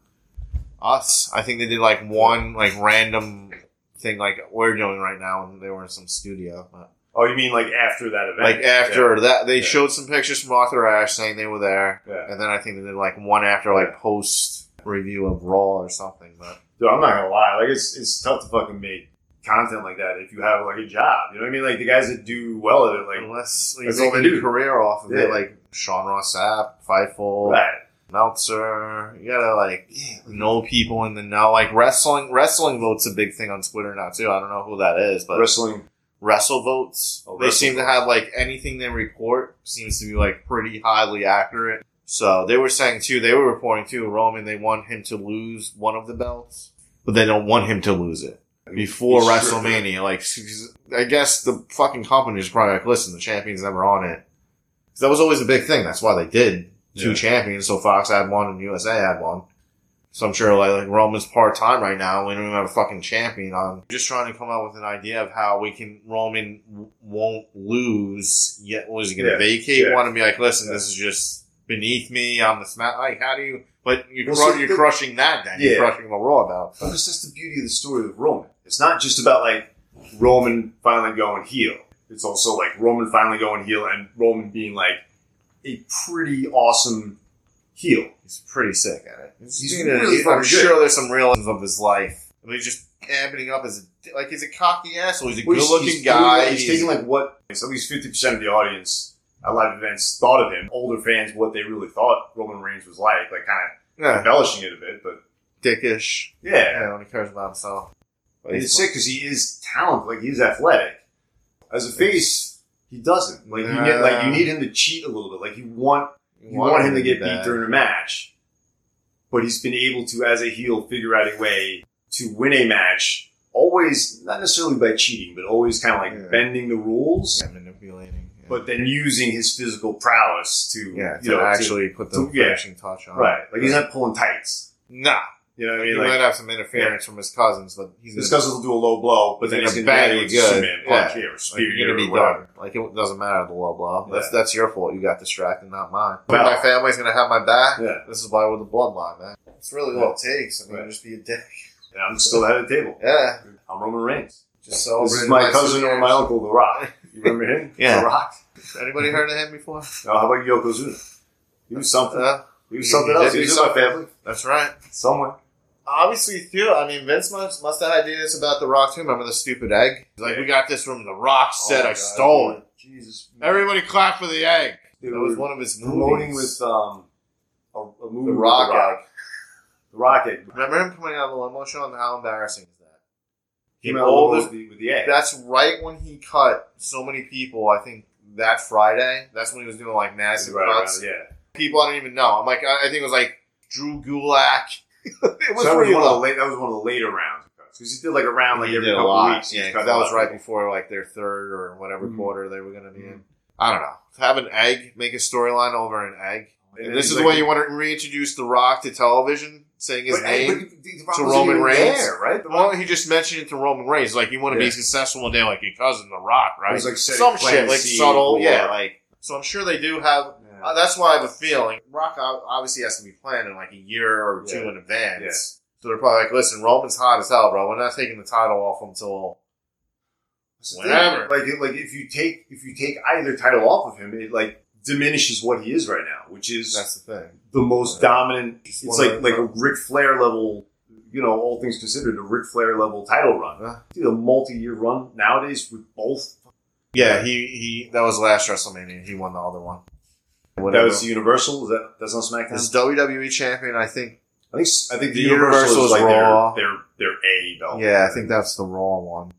Speaker 2: us. I think they did like one like random thing like we're doing right now, and they were in some studio. But,
Speaker 1: Oh, you mean like after that event?
Speaker 2: like after that, they
Speaker 1: Yeah.
Speaker 2: showed some pictures from Arthur Ashe saying they were there,
Speaker 1: Yeah.
Speaker 2: and then I think they did like one after like post review of Raw or something. But
Speaker 1: Dude, I'm not gonna lie. Like, it's it's tough to fucking make content like that if you have like a job. You know what I mean? Like the guys that do well at it, like
Speaker 2: unless you
Speaker 1: that's
Speaker 2: make
Speaker 1: all
Speaker 2: a
Speaker 1: they
Speaker 2: new
Speaker 1: do.
Speaker 2: career off of it,
Speaker 1: Yeah.
Speaker 2: like Sean Ross Sapp, Fightful,
Speaker 1: right.
Speaker 2: Meltzer. You gotta like know people in the know. Like wrestling, wrestling votes a big thing on Twitter now too. I don't know who that is, but
Speaker 1: wrestling.
Speaker 2: wrestle votes.
Speaker 1: Oh,
Speaker 2: they
Speaker 1: wrestle
Speaker 2: seem to have like anything they report seems to be like pretty highly accurate. So they were saying too. They were reporting too. Roman. They want him to lose one of the belts, but they don't want him to lose it. Before
Speaker 1: He's sure-
Speaker 2: WrestleMania, like I guess the fucking company is probably like, listen, the champion's never on it. 'Cause That was always a big thing. That's why they did two
Speaker 1: Yeah.
Speaker 2: champions. So Fox had one and USA had one. So I'm sure like, like Roman's part time right now. We don't even have a fucking champion on. Just trying to come up with an idea of how we can Roman w- won't lose. Yet was he going to
Speaker 1: Yeah.
Speaker 2: vacate
Speaker 1: Yeah.
Speaker 2: one and be like, listen, this is just beneath me. I'm the smack. Like how do you? But you
Speaker 1: Well,
Speaker 2: cru-
Speaker 1: see,
Speaker 2: you're
Speaker 1: the-
Speaker 2: crushing that. Then
Speaker 1: Yeah.
Speaker 2: you're crushing the Raw belt.
Speaker 1: But it's just the beauty of the story with Roman. It's not just about like Roman finally going heel. It's also like Roman finally going heel and Roman being like a pretty awesome heel.
Speaker 2: He's pretty sick at it. He's,
Speaker 1: He's
Speaker 2: doing it-
Speaker 1: really
Speaker 2: I'm
Speaker 1: fucking
Speaker 2: sure there's some realisms of his life. I mean, he's just amping up as a, like he's a cocky asshole. He's a
Speaker 1: Well, he's-
Speaker 2: good-looking
Speaker 1: he's doing,
Speaker 2: guy.
Speaker 1: like- he's, taking like what at least fifty percent of the audience at live events thought of him. Older fans, what they really thought Roman Reigns was like, like kind of
Speaker 2: yeah,
Speaker 1: embellishing it a bit, but
Speaker 2: dickish.
Speaker 1: yeah,
Speaker 2: Yeah, when he cares about himself. But
Speaker 1: And it's sick because he is talented. Like he's athletic. As a face, he doesn't. Like you need, like you
Speaker 2: Nah.
Speaker 1: need him to cheat a little bit. Like you want you want, him to get
Speaker 2: bad.
Speaker 1: beat during a match, but he's been able to, as a heel, figure out a way to win a match. Always, not necessarily by cheating, but always kind of like
Speaker 2: Yeah.
Speaker 1: bending the rules,
Speaker 2: Yeah, manipulating. Yeah.
Speaker 1: but then using his physical prowess to,
Speaker 2: yeah, to
Speaker 1: you know, to-
Speaker 2: actually put the
Speaker 1: to- yeah.
Speaker 2: finishing touch on.
Speaker 1: right. Like he's not pulling tights.
Speaker 2: Nah,
Speaker 1: You know what I
Speaker 2: he
Speaker 1: mean?
Speaker 2: might
Speaker 1: Like
Speaker 2: have some interference from his cousins, but he's
Speaker 1: his
Speaker 2: gonna,
Speaker 1: cousins will do a low blow, but then
Speaker 2: He's
Speaker 1: he's
Speaker 2: gonna
Speaker 1: gonna
Speaker 2: bang
Speaker 1: bang
Speaker 2: you
Speaker 1: with
Speaker 2: good.
Speaker 1: Superman punch
Speaker 2: Yeah.
Speaker 1: here, or
Speaker 2: like,
Speaker 1: spear
Speaker 2: you're gonna
Speaker 1: here,
Speaker 2: be
Speaker 1: or whatever.
Speaker 2: done. Like it doesn't matter the low blow. That's
Speaker 1: Yeah.
Speaker 2: that's your fault. You got distracted, not mine.
Speaker 1: Well-
Speaker 2: my family's gonna have my back.
Speaker 1: Yeah.
Speaker 2: This is why we're the bloodline, man. It's really all it takes. I mean,
Speaker 1: Right.
Speaker 2: just be a dick.
Speaker 1: and I'm still at the table.
Speaker 2: Yeah.
Speaker 1: I'm Roman Reigns.
Speaker 2: Just so.
Speaker 1: This is my cousin or my uncle, The Rock. You remember him?
Speaker 2: Yeah.
Speaker 1: The Rock.
Speaker 2: Anybody heard of him before?
Speaker 1: No, how about Yokozuna? He was something.
Speaker 2: Uh,
Speaker 1: He
Speaker 2: he-
Speaker 1: was something
Speaker 2: he did
Speaker 1: else. He
Speaker 2: do
Speaker 1: was in my
Speaker 2: something.
Speaker 1: family.
Speaker 2: that's right.
Speaker 1: Somewhere.
Speaker 2: Obviously, too. I mean, Vince must, must have ideas about The Rock, too. Remember the stupid egg? He's like,
Speaker 1: Yeah. Oh
Speaker 2: we got this from The Rock, said I stole it.
Speaker 1: Jesus.
Speaker 2: Everybody clap for the egg.
Speaker 1: They
Speaker 2: That
Speaker 1: were
Speaker 2: was one of his
Speaker 1: promoting
Speaker 2: movies.
Speaker 1: with um, a, a movie.
Speaker 2: The
Speaker 1: with
Speaker 2: Rock,
Speaker 1: The Rock.
Speaker 2: egg.
Speaker 1: The Rock egg.
Speaker 2: Remember him coming out of the limo show and how embarrassing is that?
Speaker 1: Came
Speaker 2: The
Speaker 1: out with
Speaker 2: oldest-
Speaker 1: the, with the egg.
Speaker 2: That's right when he cut so many people, I think, that Friday. That's when he was doing, like, massive
Speaker 1: Right around-
Speaker 2: cuts.
Speaker 1: yeah.
Speaker 2: people I don't even know. I'm like, I, I think it was like Drew Gulak. it was
Speaker 1: So that, was
Speaker 2: pretty
Speaker 1: one of the
Speaker 2: low.
Speaker 1: late, that was one of the later rounds. Because he did like a round like
Speaker 2: He
Speaker 1: every
Speaker 2: did a
Speaker 1: couple
Speaker 2: lot,
Speaker 1: weeks.
Speaker 2: yeah,
Speaker 1: He's
Speaker 2: 'cause
Speaker 1: got
Speaker 2: that
Speaker 1: a
Speaker 2: was
Speaker 1: lot
Speaker 2: right
Speaker 1: of-
Speaker 2: before like their third or whatever
Speaker 1: Mhm.
Speaker 2: quarter they were going to be
Speaker 1: Mhm.
Speaker 2: in. I don't know. Have an egg, make a storyline over an egg.
Speaker 1: And
Speaker 2: And
Speaker 1: then
Speaker 2: this
Speaker 1: he's
Speaker 2: is
Speaker 1: like-
Speaker 2: when you want to reintroduce The Rock to television, saying his
Speaker 1: But-
Speaker 2: name.
Speaker 1: but The Rock
Speaker 2: to
Speaker 1: wasn't
Speaker 2: Roman
Speaker 1: even
Speaker 2: Reigns.
Speaker 1: there, right? The Rock
Speaker 2: well, he just mentioned it to Roman Reigns, like you want to be
Speaker 1: Yeah.
Speaker 2: successful one day, like your cousin, The Rock, right?
Speaker 1: It was, like, setting-
Speaker 2: Some
Speaker 1: planting
Speaker 2: shit, like
Speaker 1: seed
Speaker 2: subtle,
Speaker 1: or-
Speaker 2: yeah. Like so, I'm sure they do have
Speaker 1: Yeah.
Speaker 2: Uh, that's why I have a feeling Rock ob- obviously has to be planning like a year or two
Speaker 1: Yeah.
Speaker 2: in advance. So they're probably like, listen, Roman's hot as hell, bro. We're not taking the title off until
Speaker 1: That's the
Speaker 2: Whatever.
Speaker 1: thing. Like it- like if you take if you take either title off of him, it like diminishes what he is right now, which is
Speaker 2: that's the thing.
Speaker 1: the most dominant. It's
Speaker 2: one
Speaker 1: like
Speaker 2: of-
Speaker 1: like a Ric Flair level. You know, all things considered, a Ric Flair level title run.
Speaker 2: Yeah.
Speaker 1: See, a multi-year run nowadays with both.
Speaker 2: Yeah, he he that was last WrestleMania. He won the other one.
Speaker 1: That
Speaker 2: Whatever.
Speaker 1: was the Universal. Is that that's on SmackDown?
Speaker 2: This WWE E champion, I think.
Speaker 1: I think s- I think the,
Speaker 2: The
Speaker 1: Universal
Speaker 2: Universal
Speaker 1: is
Speaker 2: is
Speaker 1: like
Speaker 2: Raw.
Speaker 1: their their their A belt.
Speaker 2: Yeah, I think that's the Raw one.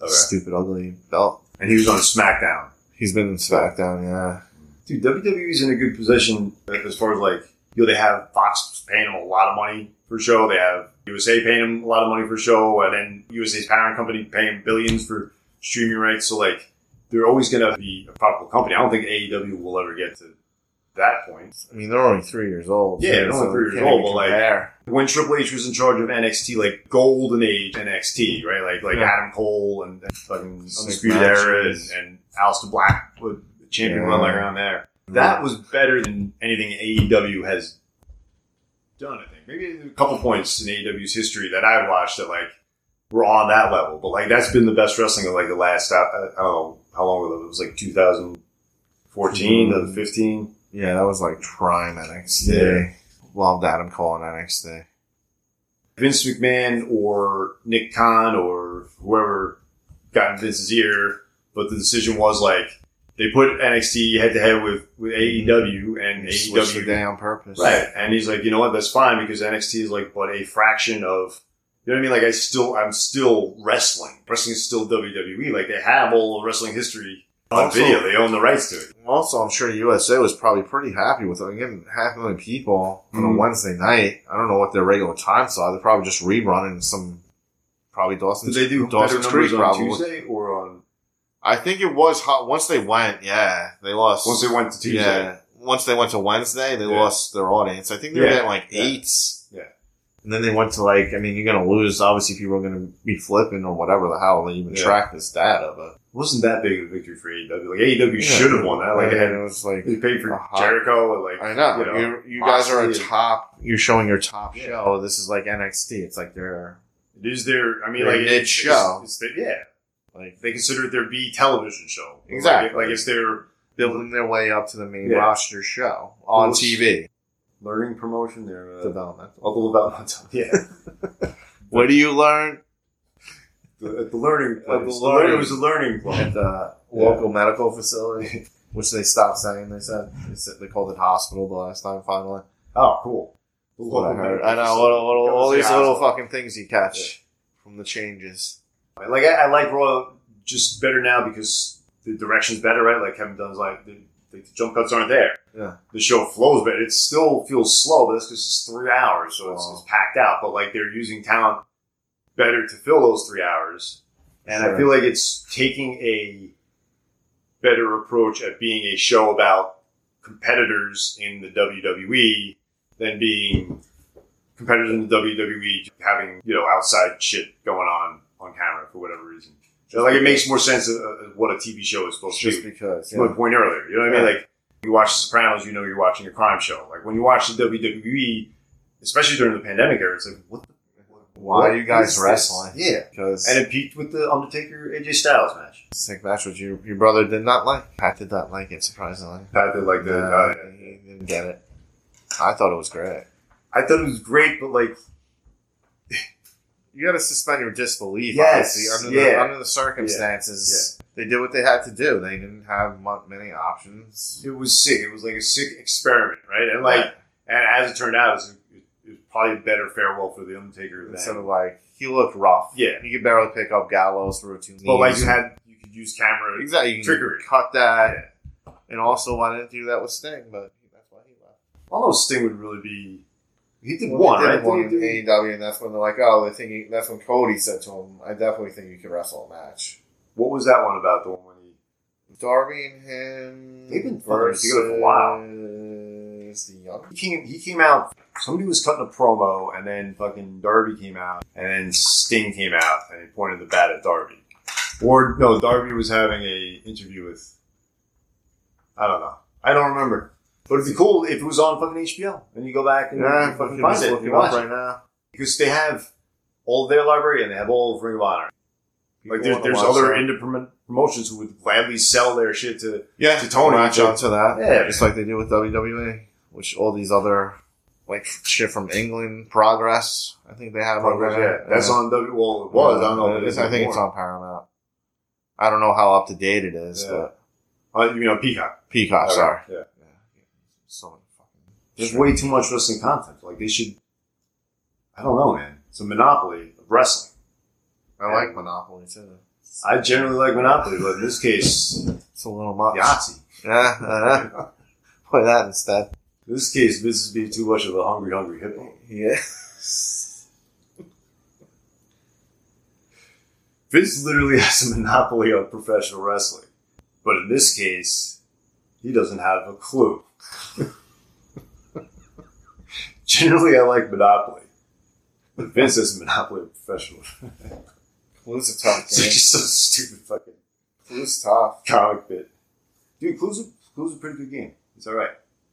Speaker 1: Oh. Okay.
Speaker 2: Stupid, ugly belt.
Speaker 1: And he was on SmackDown.
Speaker 2: He's been in SmackDown. Yeah,
Speaker 1: E Dude, WWE's in a good position as far as like, you know, they have Fox paying them a lot of money for a show. They have USA paying him a lot of money for a show, and then USA's parent company paying billions for streaming rights. So like, they're always going to be a profitable company. I don't think AEW will ever get to that point.
Speaker 2: I mean, they're only three years old.
Speaker 1: Yeah, they're only
Speaker 2: we
Speaker 1: three years
Speaker 2: can't
Speaker 1: old,
Speaker 2: even
Speaker 1: but, like,
Speaker 2: compare.
Speaker 1: When Triple H was in charge of NXT, like golden age NXT, right? Like like
Speaker 2: Yeah.
Speaker 1: Adam Cole and, and fucking
Speaker 2: Sick
Speaker 1: Undisputed
Speaker 2: matches.
Speaker 1: Era and, and Alistair Black would champion
Speaker 2: Yeah.
Speaker 1: run like around there. That was better than anything AEW has done, I think. Maybe a couple points in AEW's history that I've watched that, like, were on that level. But, like, that's been the best wrestling of, like, the last, I I don't know how long ago. It was, like, 2014 to 15.
Speaker 2: yeah, that was like prime NXT.
Speaker 1: Yeah.
Speaker 2: Loved Adam Cole in NXT.
Speaker 1: Vince McMahon or Nick Khan or whoever got in Vince's ear, but the decision was, like, they put NXT head-to-head with, with AEW, and
Speaker 2: He switched the
Speaker 1: AEW
Speaker 2: day on purpose.
Speaker 1: Right. And he's like, you know what? That's fine because NXT is like, but a fraction of, you know what I mean? Like, I still, I'm still wrestling. Wrestling is still WWE. Like, they have all of wrestling history on
Speaker 2: Also-
Speaker 1: video. They own the rights to it.
Speaker 2: Also, I'm sure USA was probably pretty happy with it. Again, half a million people on a
Speaker 1: Mhm.
Speaker 2: Wednesday night. I don't know what their regular times are. They're probably just rerunning some, probably Dawson's,
Speaker 1: Did they do better
Speaker 2: Dawson's
Speaker 1: numbers on
Speaker 2: Creek, probably.
Speaker 1: Tuesday or on,
Speaker 2: I think it was hot. Once they went, yeah, they lost.
Speaker 1: once they went to Tuesday?
Speaker 2: Yeah. Once they went to Wednesday, they
Speaker 1: Yeah.
Speaker 2: lost their audience. I think they were
Speaker 1: Yeah.
Speaker 2: getting like
Speaker 1: Yeah.
Speaker 2: eights.
Speaker 1: Yeah.
Speaker 2: And then they went to like, I mean, you're going to lose. Obviously, people are going to be flipping or whatever the hell. They even
Speaker 1: Yeah.
Speaker 2: track this data, but.
Speaker 1: It wasn't that big of a victory for AEW. Like, AEW
Speaker 2: Yeah.
Speaker 1: should have won that. Like, they
Speaker 2: and
Speaker 1: had,
Speaker 2: it was like.
Speaker 1: they paid for
Speaker 2: Uh-huh.
Speaker 1: Jericho and like,
Speaker 2: I know.
Speaker 1: you
Speaker 2: You,
Speaker 1: know,
Speaker 2: you guys are a
Speaker 1: Moxley and-
Speaker 2: top. You're showing your top
Speaker 1: Yeah.
Speaker 2: show. This is like NXT. It's like their
Speaker 1: it is their, I mean,
Speaker 2: Their
Speaker 1: like, it's-
Speaker 2: mid-show.
Speaker 1: it's- it's their- yeah.
Speaker 2: like
Speaker 1: They consider it their B television show. Like,
Speaker 2: Exactly.
Speaker 1: Like, it's their
Speaker 2: building their way up to the main
Speaker 1: Yeah.
Speaker 2: roster show on
Speaker 1: Well, it's-
Speaker 2: TV
Speaker 1: learning promotion, their uh,
Speaker 2: development.
Speaker 1: Although about yeah,
Speaker 2: What do you learn
Speaker 1: the, at the learning place.
Speaker 2: At the
Speaker 1: The learning-
Speaker 2: learning-
Speaker 1: it was a learning place.
Speaker 2: at the local medical facility? Which they stopped saying. They said they, said, they called it hospital the last time. Finally,
Speaker 1: Oh, cool. The
Speaker 2: what I
Speaker 1: local
Speaker 2: heard.
Speaker 1: medical
Speaker 2: I know little, little,
Speaker 1: facility.
Speaker 2: all these
Speaker 1: Yeah,
Speaker 2: little
Speaker 1: hospital.
Speaker 2: fucking things you catch from the changes.
Speaker 1: Like I, I like Raw just better now because the direction's better, right? Like Kevin Dunn's like the, the jump cuts aren't there.
Speaker 2: Yeah.
Speaker 1: The show flows, but it still feels slow. But that's because it's three hours, so it's,
Speaker 2: Oh.
Speaker 1: it's packed out. But like they're using talent better to fill those three hours. And
Speaker 2: Sure.
Speaker 1: I feel like it's taking a better approach at being a show about competitors in the E WWE than being competitors in the WWE having, you know, outside shit going on on camera for whatever reason. So, like, it makes more sense of, of what a TV show is supposed to
Speaker 2: just
Speaker 1: be.
Speaker 2: because.
Speaker 1: It's my
Speaker 2: Yeah.
Speaker 1: point earlier. You know what I mean?
Speaker 2: Yeah.
Speaker 1: Like you watch The Sopranos, you know you're watching a crime show. Like when you watch the WWE, especially during the pandemic era, it's like what? The,
Speaker 2: Why are you guys
Speaker 1: is this?
Speaker 2: wrestling?
Speaker 1: Yeah,
Speaker 2: Because
Speaker 1: and it peaked with the Undertaker AJ Styles match.
Speaker 2: Sick match, which your, your brother did not like. Pat did not like it, surprisingly.
Speaker 1: Pat did like the. uh,
Speaker 2: he didn't get it. I thought it was great.
Speaker 1: I thought it was great, but like
Speaker 2: You got to suspend your disbelief.
Speaker 1: Yes,
Speaker 2: obviously, under, the,
Speaker 1: yeah.
Speaker 2: under the circumstances, they did what they had to do. They didn't have mu- many options.
Speaker 1: it was sick. It was like a sick experiment, right? And like, and as it turned out, it was, it was probably a better farewell for the Undertaker than
Speaker 2: instead of like he looked rough.
Speaker 1: Yeah.
Speaker 2: he could barely pick up gallows routine.
Speaker 1: but like you had you could use camera.
Speaker 2: exactly you can
Speaker 1: Trickery.
Speaker 2: Cut that, and also why didn't do that with Sting? But that's why he left.
Speaker 1: Although Sting would really be. He did
Speaker 2: Well,
Speaker 1: one,
Speaker 2: they did
Speaker 1: right?
Speaker 2: One
Speaker 1: Didn't he
Speaker 2: in
Speaker 1: do-
Speaker 2: AEW, and that's when they're like, oh, they think he, that's when Cody said to him, I definitely think you can wrestle a match.
Speaker 1: What was that one about? The one when he
Speaker 2: Darby and him.
Speaker 1: They've been fucking
Speaker 2: versus
Speaker 1: together for a while.
Speaker 2: The
Speaker 1: he
Speaker 2: young.
Speaker 1: came he came out. Somebody was cutting a promo, and then fucking Darby came out, and then Sting came out, and he pointed the bat at Darby. Or no, Darby was having a interview with. I don't know. I don't remember. But it'd be cool if it was on fucking HBO, and you go back and you
Speaker 2: Yeah,
Speaker 1: fucking
Speaker 2: fucking
Speaker 1: find
Speaker 2: just
Speaker 1: it
Speaker 2: look
Speaker 1: and
Speaker 2: him up
Speaker 1: watch it.
Speaker 2: right now.
Speaker 1: because they have all of their library and they have all of Ring of Honor. Like
Speaker 2: People
Speaker 1: there's,
Speaker 2: wanna
Speaker 1: there's
Speaker 2: watch
Speaker 1: other
Speaker 2: that.
Speaker 1: independent promotions who would gladly sell their shit to
Speaker 2: yeah,
Speaker 1: to Tony,
Speaker 2: Latch
Speaker 1: to-
Speaker 2: onto that.
Speaker 1: Yeah.
Speaker 2: Just like they do with WWE, which all these other, like, shit from England, Progress, I think they have over there.
Speaker 1: Yeah, that's on W. Well, it was. I don't know. if it
Speaker 2: It's-
Speaker 1: is
Speaker 2: I think it's
Speaker 1: anymore.
Speaker 2: on Paramount. I don't know how up to date it is,
Speaker 1: Yeah.
Speaker 2: but
Speaker 1: Uh, you know, Peacock.
Speaker 2: Peacock,
Speaker 1: Okay,
Speaker 2: sorry.
Speaker 1: Yeah.
Speaker 2: Yeah. So fucking.
Speaker 1: There's
Speaker 2: Sure.
Speaker 1: way too much wrestling content. Like they should. I don't know, man. It's a monopoly of wrestling.
Speaker 2: I like Monopoly too.
Speaker 1: I generally like Monopoly, but in this case,
Speaker 2: It's a little much.
Speaker 1: Yahtzee.
Speaker 2: Yeah. Uh, play that instead.
Speaker 1: In this case, this would be too much of a hungry, hungry hippo.
Speaker 2: Yeah.
Speaker 1: Vince literally has a monopoly on professional wrestling. But in this case, he doesn't have a clue. Generally, I like Monopoly. But Vince has a monopoly on professional wrestling.
Speaker 5: Clue's a tough
Speaker 1: It's
Speaker 5: game.
Speaker 1: just some stupid fucking
Speaker 5: Clue's tough.
Speaker 1: comic bit. Dude, Clue's a, Clue's a pretty good game. It's all right.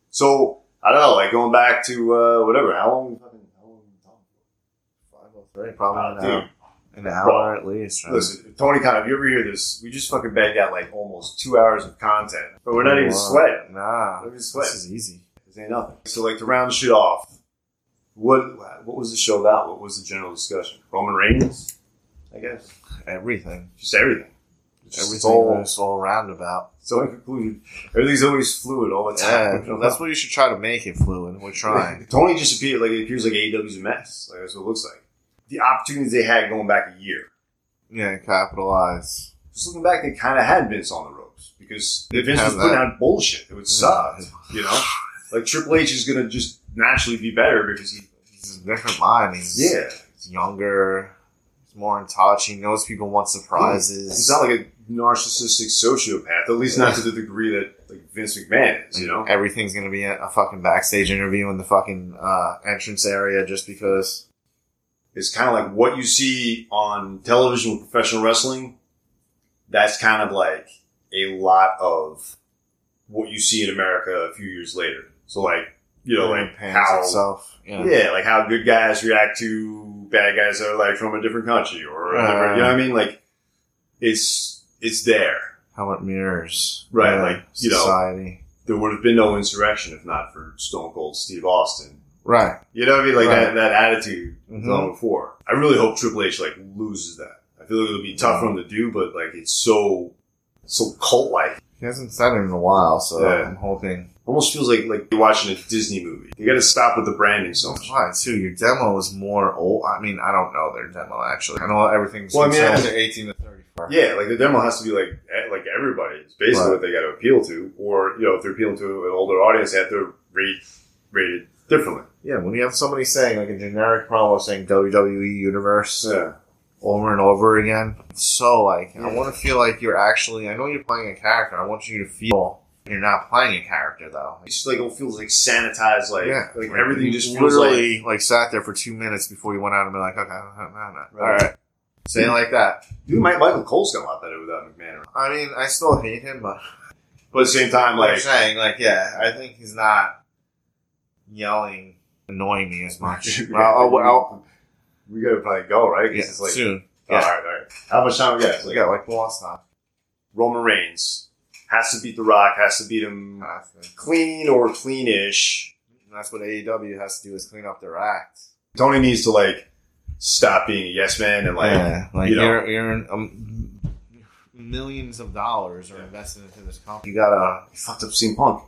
Speaker 1: So, I don't know, like going back to uh, whatever, how long fucking, how long we talking for?
Speaker 2: Very probably
Speaker 1: Uh,
Speaker 2: an,
Speaker 1: dude.
Speaker 2: hour, an hour at least. right?
Speaker 1: Listen, Tony Khan, if you ever hear this, we just fucking banged out like almost two hours of content, but we're not even
Speaker 2: Wow.
Speaker 1: sweating.
Speaker 2: Nah,
Speaker 1: We're not even
Speaker 2: this
Speaker 1: sweating.
Speaker 2: is easy.
Speaker 1: This ain't nothing. So, like to round shit off, what what was the show about? What was the general discussion? Roman Reigns, I guess.
Speaker 2: Everything,
Speaker 1: Just everything. Just
Speaker 2: everything
Speaker 1: it's all
Speaker 2: was all roundabout.
Speaker 1: so inconclusive. Everything's always fluid all the
Speaker 2: Yeah,
Speaker 1: time. You know,
Speaker 2: that's what you should try to make it fluid. We're trying.
Speaker 1: Tony just appeared like it appears like AEW's a mess. Like that's what it looks like. The opportunities they had going back a year.
Speaker 2: yeah, capitalize.
Speaker 1: just looking back, they kind of had Vince on the ropes because
Speaker 2: Didn't
Speaker 1: Vince
Speaker 2: have
Speaker 1: was putting
Speaker 2: that.
Speaker 1: out bullshit. It would suck, you know. Like Triple H is gonna just naturally be better because he,
Speaker 2: He's a different mind. He's,
Speaker 1: yeah,
Speaker 2: he's younger. He's more in touch. He knows people want surprises.
Speaker 1: he's not like a narcissistic sociopath, at least not to the degree that like Vince McMahon is, you know.
Speaker 2: Everything's gonna be a, a fucking backstage interview in the fucking uh, entrance area just because.
Speaker 1: It's kind of like what you see on television with professional wrestling. That's kind of like a lot of what you see in America a few years later. So like, you know, like
Speaker 2: pans
Speaker 1: how
Speaker 2: itself. Yeah.
Speaker 1: Yeah, like how good guys react to bad guys that are like from a different country or a
Speaker 2: Right.
Speaker 1: different, you know what I mean? Like it's it's there.
Speaker 2: How it mirrors.
Speaker 1: Right,
Speaker 2: yeah,
Speaker 1: like, you know.
Speaker 2: society.
Speaker 1: There would have been no insurrection if not for Stone Cold Steve Austin.
Speaker 2: Right.
Speaker 1: You know what I mean? Like
Speaker 2: Right.
Speaker 1: that, that attitude
Speaker 2: Mhm.
Speaker 1: gone before. I really hope Triple H like loses that. I feel like it'll be tough for him to do, but like it's so so cult like.
Speaker 2: He hasn't said it in a while, so
Speaker 1: Yeah.
Speaker 2: I'm hoping.
Speaker 1: Almost feels like like you're watching a Disney movie. You gotta stop with the branding so much.
Speaker 2: Why too? Your demo is more old. I mean, I don't know their demo actually. I know everything's
Speaker 1: Well, I mean,
Speaker 2: controlled
Speaker 1: I-
Speaker 2: to 18 to 34.
Speaker 1: Yeah, like the demo has to be like eh, like everybody. It's basically
Speaker 2: Right.
Speaker 1: what they got to appeal to, or you know, if they're appealing to an older audience, they have to rate rate it differently.
Speaker 2: Yeah, when you have somebody saying like a generic promo saying WWE Universe
Speaker 1: Yeah,
Speaker 2: over and over again, it's so like
Speaker 1: Yeah.
Speaker 2: I want to feel like you're actually. I know you're playing a character. I want you to feel you're not playing a character though.
Speaker 1: it's just like it feels like sanitized. Like
Speaker 2: yeah,
Speaker 1: like everything
Speaker 2: you
Speaker 1: just feels like
Speaker 2: literally like, sat there for two minutes before you went out and be like, okay, all right, all
Speaker 1: Right.
Speaker 2: right. say it like that.
Speaker 1: dude. My, Michael Cole's got a lot better without McMahon, around.
Speaker 2: I mean, I still hate him, but
Speaker 1: but at the same time,
Speaker 2: like,
Speaker 1: like
Speaker 2: saying, like, yeah, I think he's not yelling, annoying me as much.
Speaker 1: we
Speaker 2: well, I'll, I'll,
Speaker 1: oh, we gotta probably go right. 'Cause
Speaker 2: yeah,
Speaker 1: it's like,
Speaker 2: soon.
Speaker 1: all
Speaker 2: yeah.
Speaker 1: right, all right. How much time we got? It's
Speaker 2: We
Speaker 1: like,
Speaker 2: got like lost now.
Speaker 1: Roman Reigns has to beat The Rock. Has to beat him clean or cleanish.
Speaker 2: That's what AEW has to do is clean up their act.
Speaker 1: Tony needs to like stop being a yes man and like
Speaker 2: yeah, like
Speaker 1: you
Speaker 2: you
Speaker 1: know.
Speaker 2: are you're um, millions of dollars are invested into this company. You gotta,
Speaker 1: he fucked up CM Punk.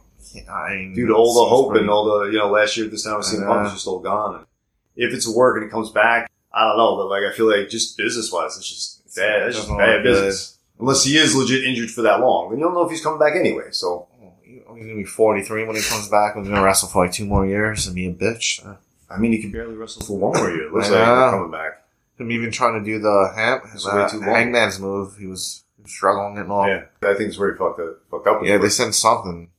Speaker 2: I mean,
Speaker 1: Dude, all the
Speaker 2: Mm, seems
Speaker 1: hope
Speaker 2: pretty-
Speaker 1: and all the you know, last year at this time with
Speaker 2: I
Speaker 1: CM
Speaker 2: know.
Speaker 1: Punk is just all gone. If it's a work and it comes back, I don't know, but like I feel like just business wise, it's just it's bad. It's just
Speaker 2: Doesn't
Speaker 1: bad
Speaker 2: look
Speaker 1: business. Unless he is legit injured for that long, then you don't know if he's coming back anyway. So
Speaker 2: Oh, He's gonna be 43 when he comes back. He's gonna wrestle for like two more years and be a bitch. Uh,
Speaker 1: I mean, he can barely wrestle for one more year. It looks
Speaker 2: I
Speaker 1: like he's
Speaker 2: know.
Speaker 1: coming back.
Speaker 2: Him even trying to do the ham,
Speaker 1: It's way
Speaker 2: uh,
Speaker 1: too long.
Speaker 2: hangman's move. He was struggling and all.
Speaker 1: Yeah, I think it's where he fucked up. Fucked up. with
Speaker 2: Oh. Yeah,
Speaker 1: it.
Speaker 2: they sent something.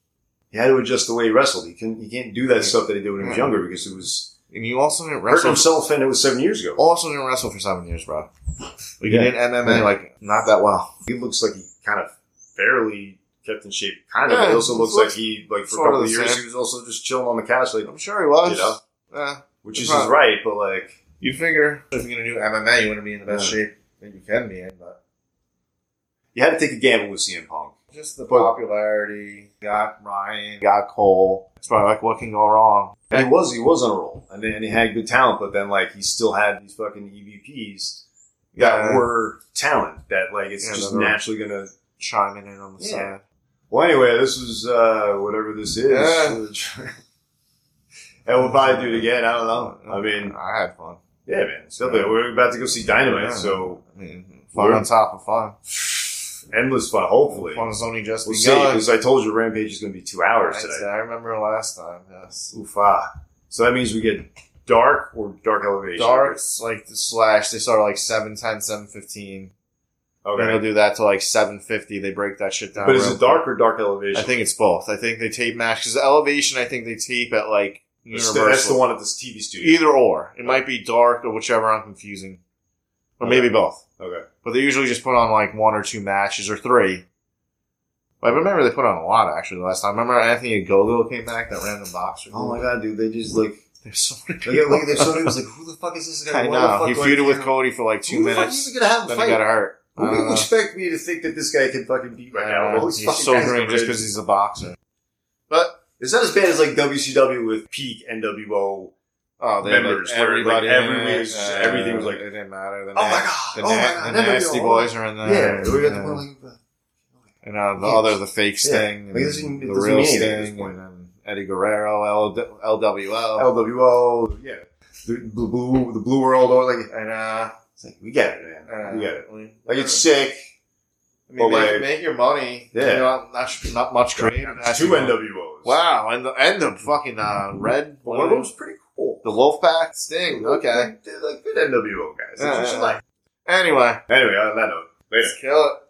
Speaker 1: he had to adjust the way he wrestled. He can he can't do that stuff that he did when he was
Speaker 2: Yeah.
Speaker 1: younger because it was
Speaker 2: And you also didn't
Speaker 1: hurt
Speaker 2: wrestle.
Speaker 1: himself and it was seven years ago.
Speaker 2: Also didn't wrestle for seven years, bro. Like
Speaker 1: Yeah.
Speaker 2: you did MMA, like not that well.
Speaker 1: he looks like he kind of fairly kept in shape. Kind of.
Speaker 2: Yeah,
Speaker 1: it also
Speaker 2: he
Speaker 1: looks
Speaker 2: looks
Speaker 1: like he, like for a
Speaker 2: sort
Speaker 1: couple
Speaker 2: of
Speaker 1: of
Speaker 2: the
Speaker 1: years,
Speaker 2: same.
Speaker 1: he was also just chilling on the couch, like
Speaker 2: I'm sure he was.
Speaker 1: You know?
Speaker 2: Yeah.
Speaker 1: which is
Speaker 2: Right.
Speaker 1: his right, but like
Speaker 2: You figure if you're gonna do MMA, you want to be in the best shape that you can be in. But
Speaker 1: you had to take a gamble with CM Punk.
Speaker 2: just the
Speaker 1: But-
Speaker 2: popularity got Ryan, got Cole. It's probably like what can go wrong?
Speaker 1: And he was he was on a roll, and, then- and he had good talent, but then like he still had these fucking EVPs that
Speaker 2: Yeah.
Speaker 1: were talent that like it's
Speaker 2: Yeah,
Speaker 1: just
Speaker 2: that are-
Speaker 1: naturally gonna.
Speaker 2: Chiming in on the
Speaker 1: Yeah.
Speaker 2: side.
Speaker 1: Well, anyway, this was uh, whatever this is. and we'll probably do it again. I don't know. I mean,
Speaker 2: I had fun.
Speaker 1: yeah, man. It's definitely, we're about to go see Dynamite,
Speaker 2: Yeah.
Speaker 1: so
Speaker 2: I mean, fun
Speaker 1: We're-
Speaker 2: on top of fun.
Speaker 1: endless fun. Hopefully,
Speaker 2: fun is only just
Speaker 1: We'll see,
Speaker 2: begun.
Speaker 1: because I told you Rampage is going to be two hours
Speaker 2: I,
Speaker 1: today.
Speaker 2: I remember last time. Yes.
Speaker 1: Oof, ah. So that means we get Dark or Dark Elevation?
Speaker 2: Dark, like the slash, they start at like 710, 715. Then
Speaker 1: Okay.
Speaker 2: they'll do that to like 750. They break that shit down.
Speaker 1: But is
Speaker 2: real
Speaker 1: it Dark or Dark Elevation?
Speaker 2: quick. I think it's both. I think they tape match because elevation. I think they tape at like
Speaker 1: that's
Speaker 2: Universal.
Speaker 1: the, that's the one at this TV studio.
Speaker 2: Either or. It might be dark or whichever I'm confusing, or maybe both.
Speaker 1: Okay.
Speaker 2: But they usually just put on like one or two matches or three. But I remember they put on a lot actually the last time. Remember Anthony Gogo came back that random boxer.
Speaker 1: Oh my god, dude! They just like
Speaker 2: There's so many
Speaker 1: look at
Speaker 2: people.
Speaker 1: look at their Sony was like, who the fuck is this guy?
Speaker 2: I
Speaker 1: Why the
Speaker 2: know.
Speaker 1: fuck
Speaker 2: He
Speaker 1: do I
Speaker 2: feuded
Speaker 1: even
Speaker 2: with
Speaker 1: have-
Speaker 2: Cody for like two
Speaker 1: who
Speaker 2: minutes.
Speaker 1: the fuck even gonna have a
Speaker 2: Then
Speaker 1: fight?
Speaker 2: he got hurt. I
Speaker 1: Who
Speaker 2: don't
Speaker 1: people
Speaker 2: know.
Speaker 1: expect me to think that this guy can fucking beat right
Speaker 2: I don't
Speaker 1: now?
Speaker 2: know.
Speaker 1: All these
Speaker 2: Uh,
Speaker 1: fucking
Speaker 2: He's so
Speaker 1: guys
Speaker 2: green
Speaker 1: are
Speaker 2: just
Speaker 1: good.
Speaker 2: because he's a boxer.
Speaker 1: Is that as bad as like WCW with peak NWO?
Speaker 2: Oh, they had,
Speaker 1: Members,
Speaker 2: like,
Speaker 1: where,
Speaker 2: everybody,
Speaker 1: like,
Speaker 2: in
Speaker 1: every
Speaker 2: it,
Speaker 1: was just- everything was like-
Speaker 2: it didn't matter. The
Speaker 1: Oh my
Speaker 2: na-
Speaker 1: God,
Speaker 2: the,
Speaker 1: oh my
Speaker 2: na-
Speaker 1: God,
Speaker 2: the
Speaker 1: that'd be
Speaker 2: nasty
Speaker 1: all
Speaker 2: boys are in there.
Speaker 1: yeah, we got the
Speaker 2: yeah.
Speaker 1: one like.
Speaker 2: And uh, the
Speaker 1: Yeah.
Speaker 2: other, the fake Sting,
Speaker 1: Like,
Speaker 2: and
Speaker 1: it doesn't- it
Speaker 2: the
Speaker 1: doesn't
Speaker 2: real
Speaker 1: mean anything at this
Speaker 2: Sting,
Speaker 1: point. Oh,
Speaker 2: and then Eddie Guerrero, L- LWO.
Speaker 1: LWO, yeah, the, the blue, the blue world, or like,
Speaker 2: and uh,
Speaker 1: it's like, we get it, man, we get it. Like it's
Speaker 2: I
Speaker 1: sick.
Speaker 2: mean,
Speaker 1: but,
Speaker 2: make,
Speaker 1: like-
Speaker 2: make your money.
Speaker 1: Yeah.
Speaker 2: You know, not, sh- not much creative.
Speaker 1: Two NWOs.
Speaker 2: Wow, and the and the fucking uh, red.
Speaker 1: but one of them's pretty cool.
Speaker 2: the Wolfpack Sting. Okay.
Speaker 1: They're, they're like good NWO guys. That's
Speaker 2: Yeah,
Speaker 1: what you
Speaker 2: yeah,
Speaker 1: like.
Speaker 2: Anyway,
Speaker 1: Anyway, on that note, later.
Speaker 2: let's kill it.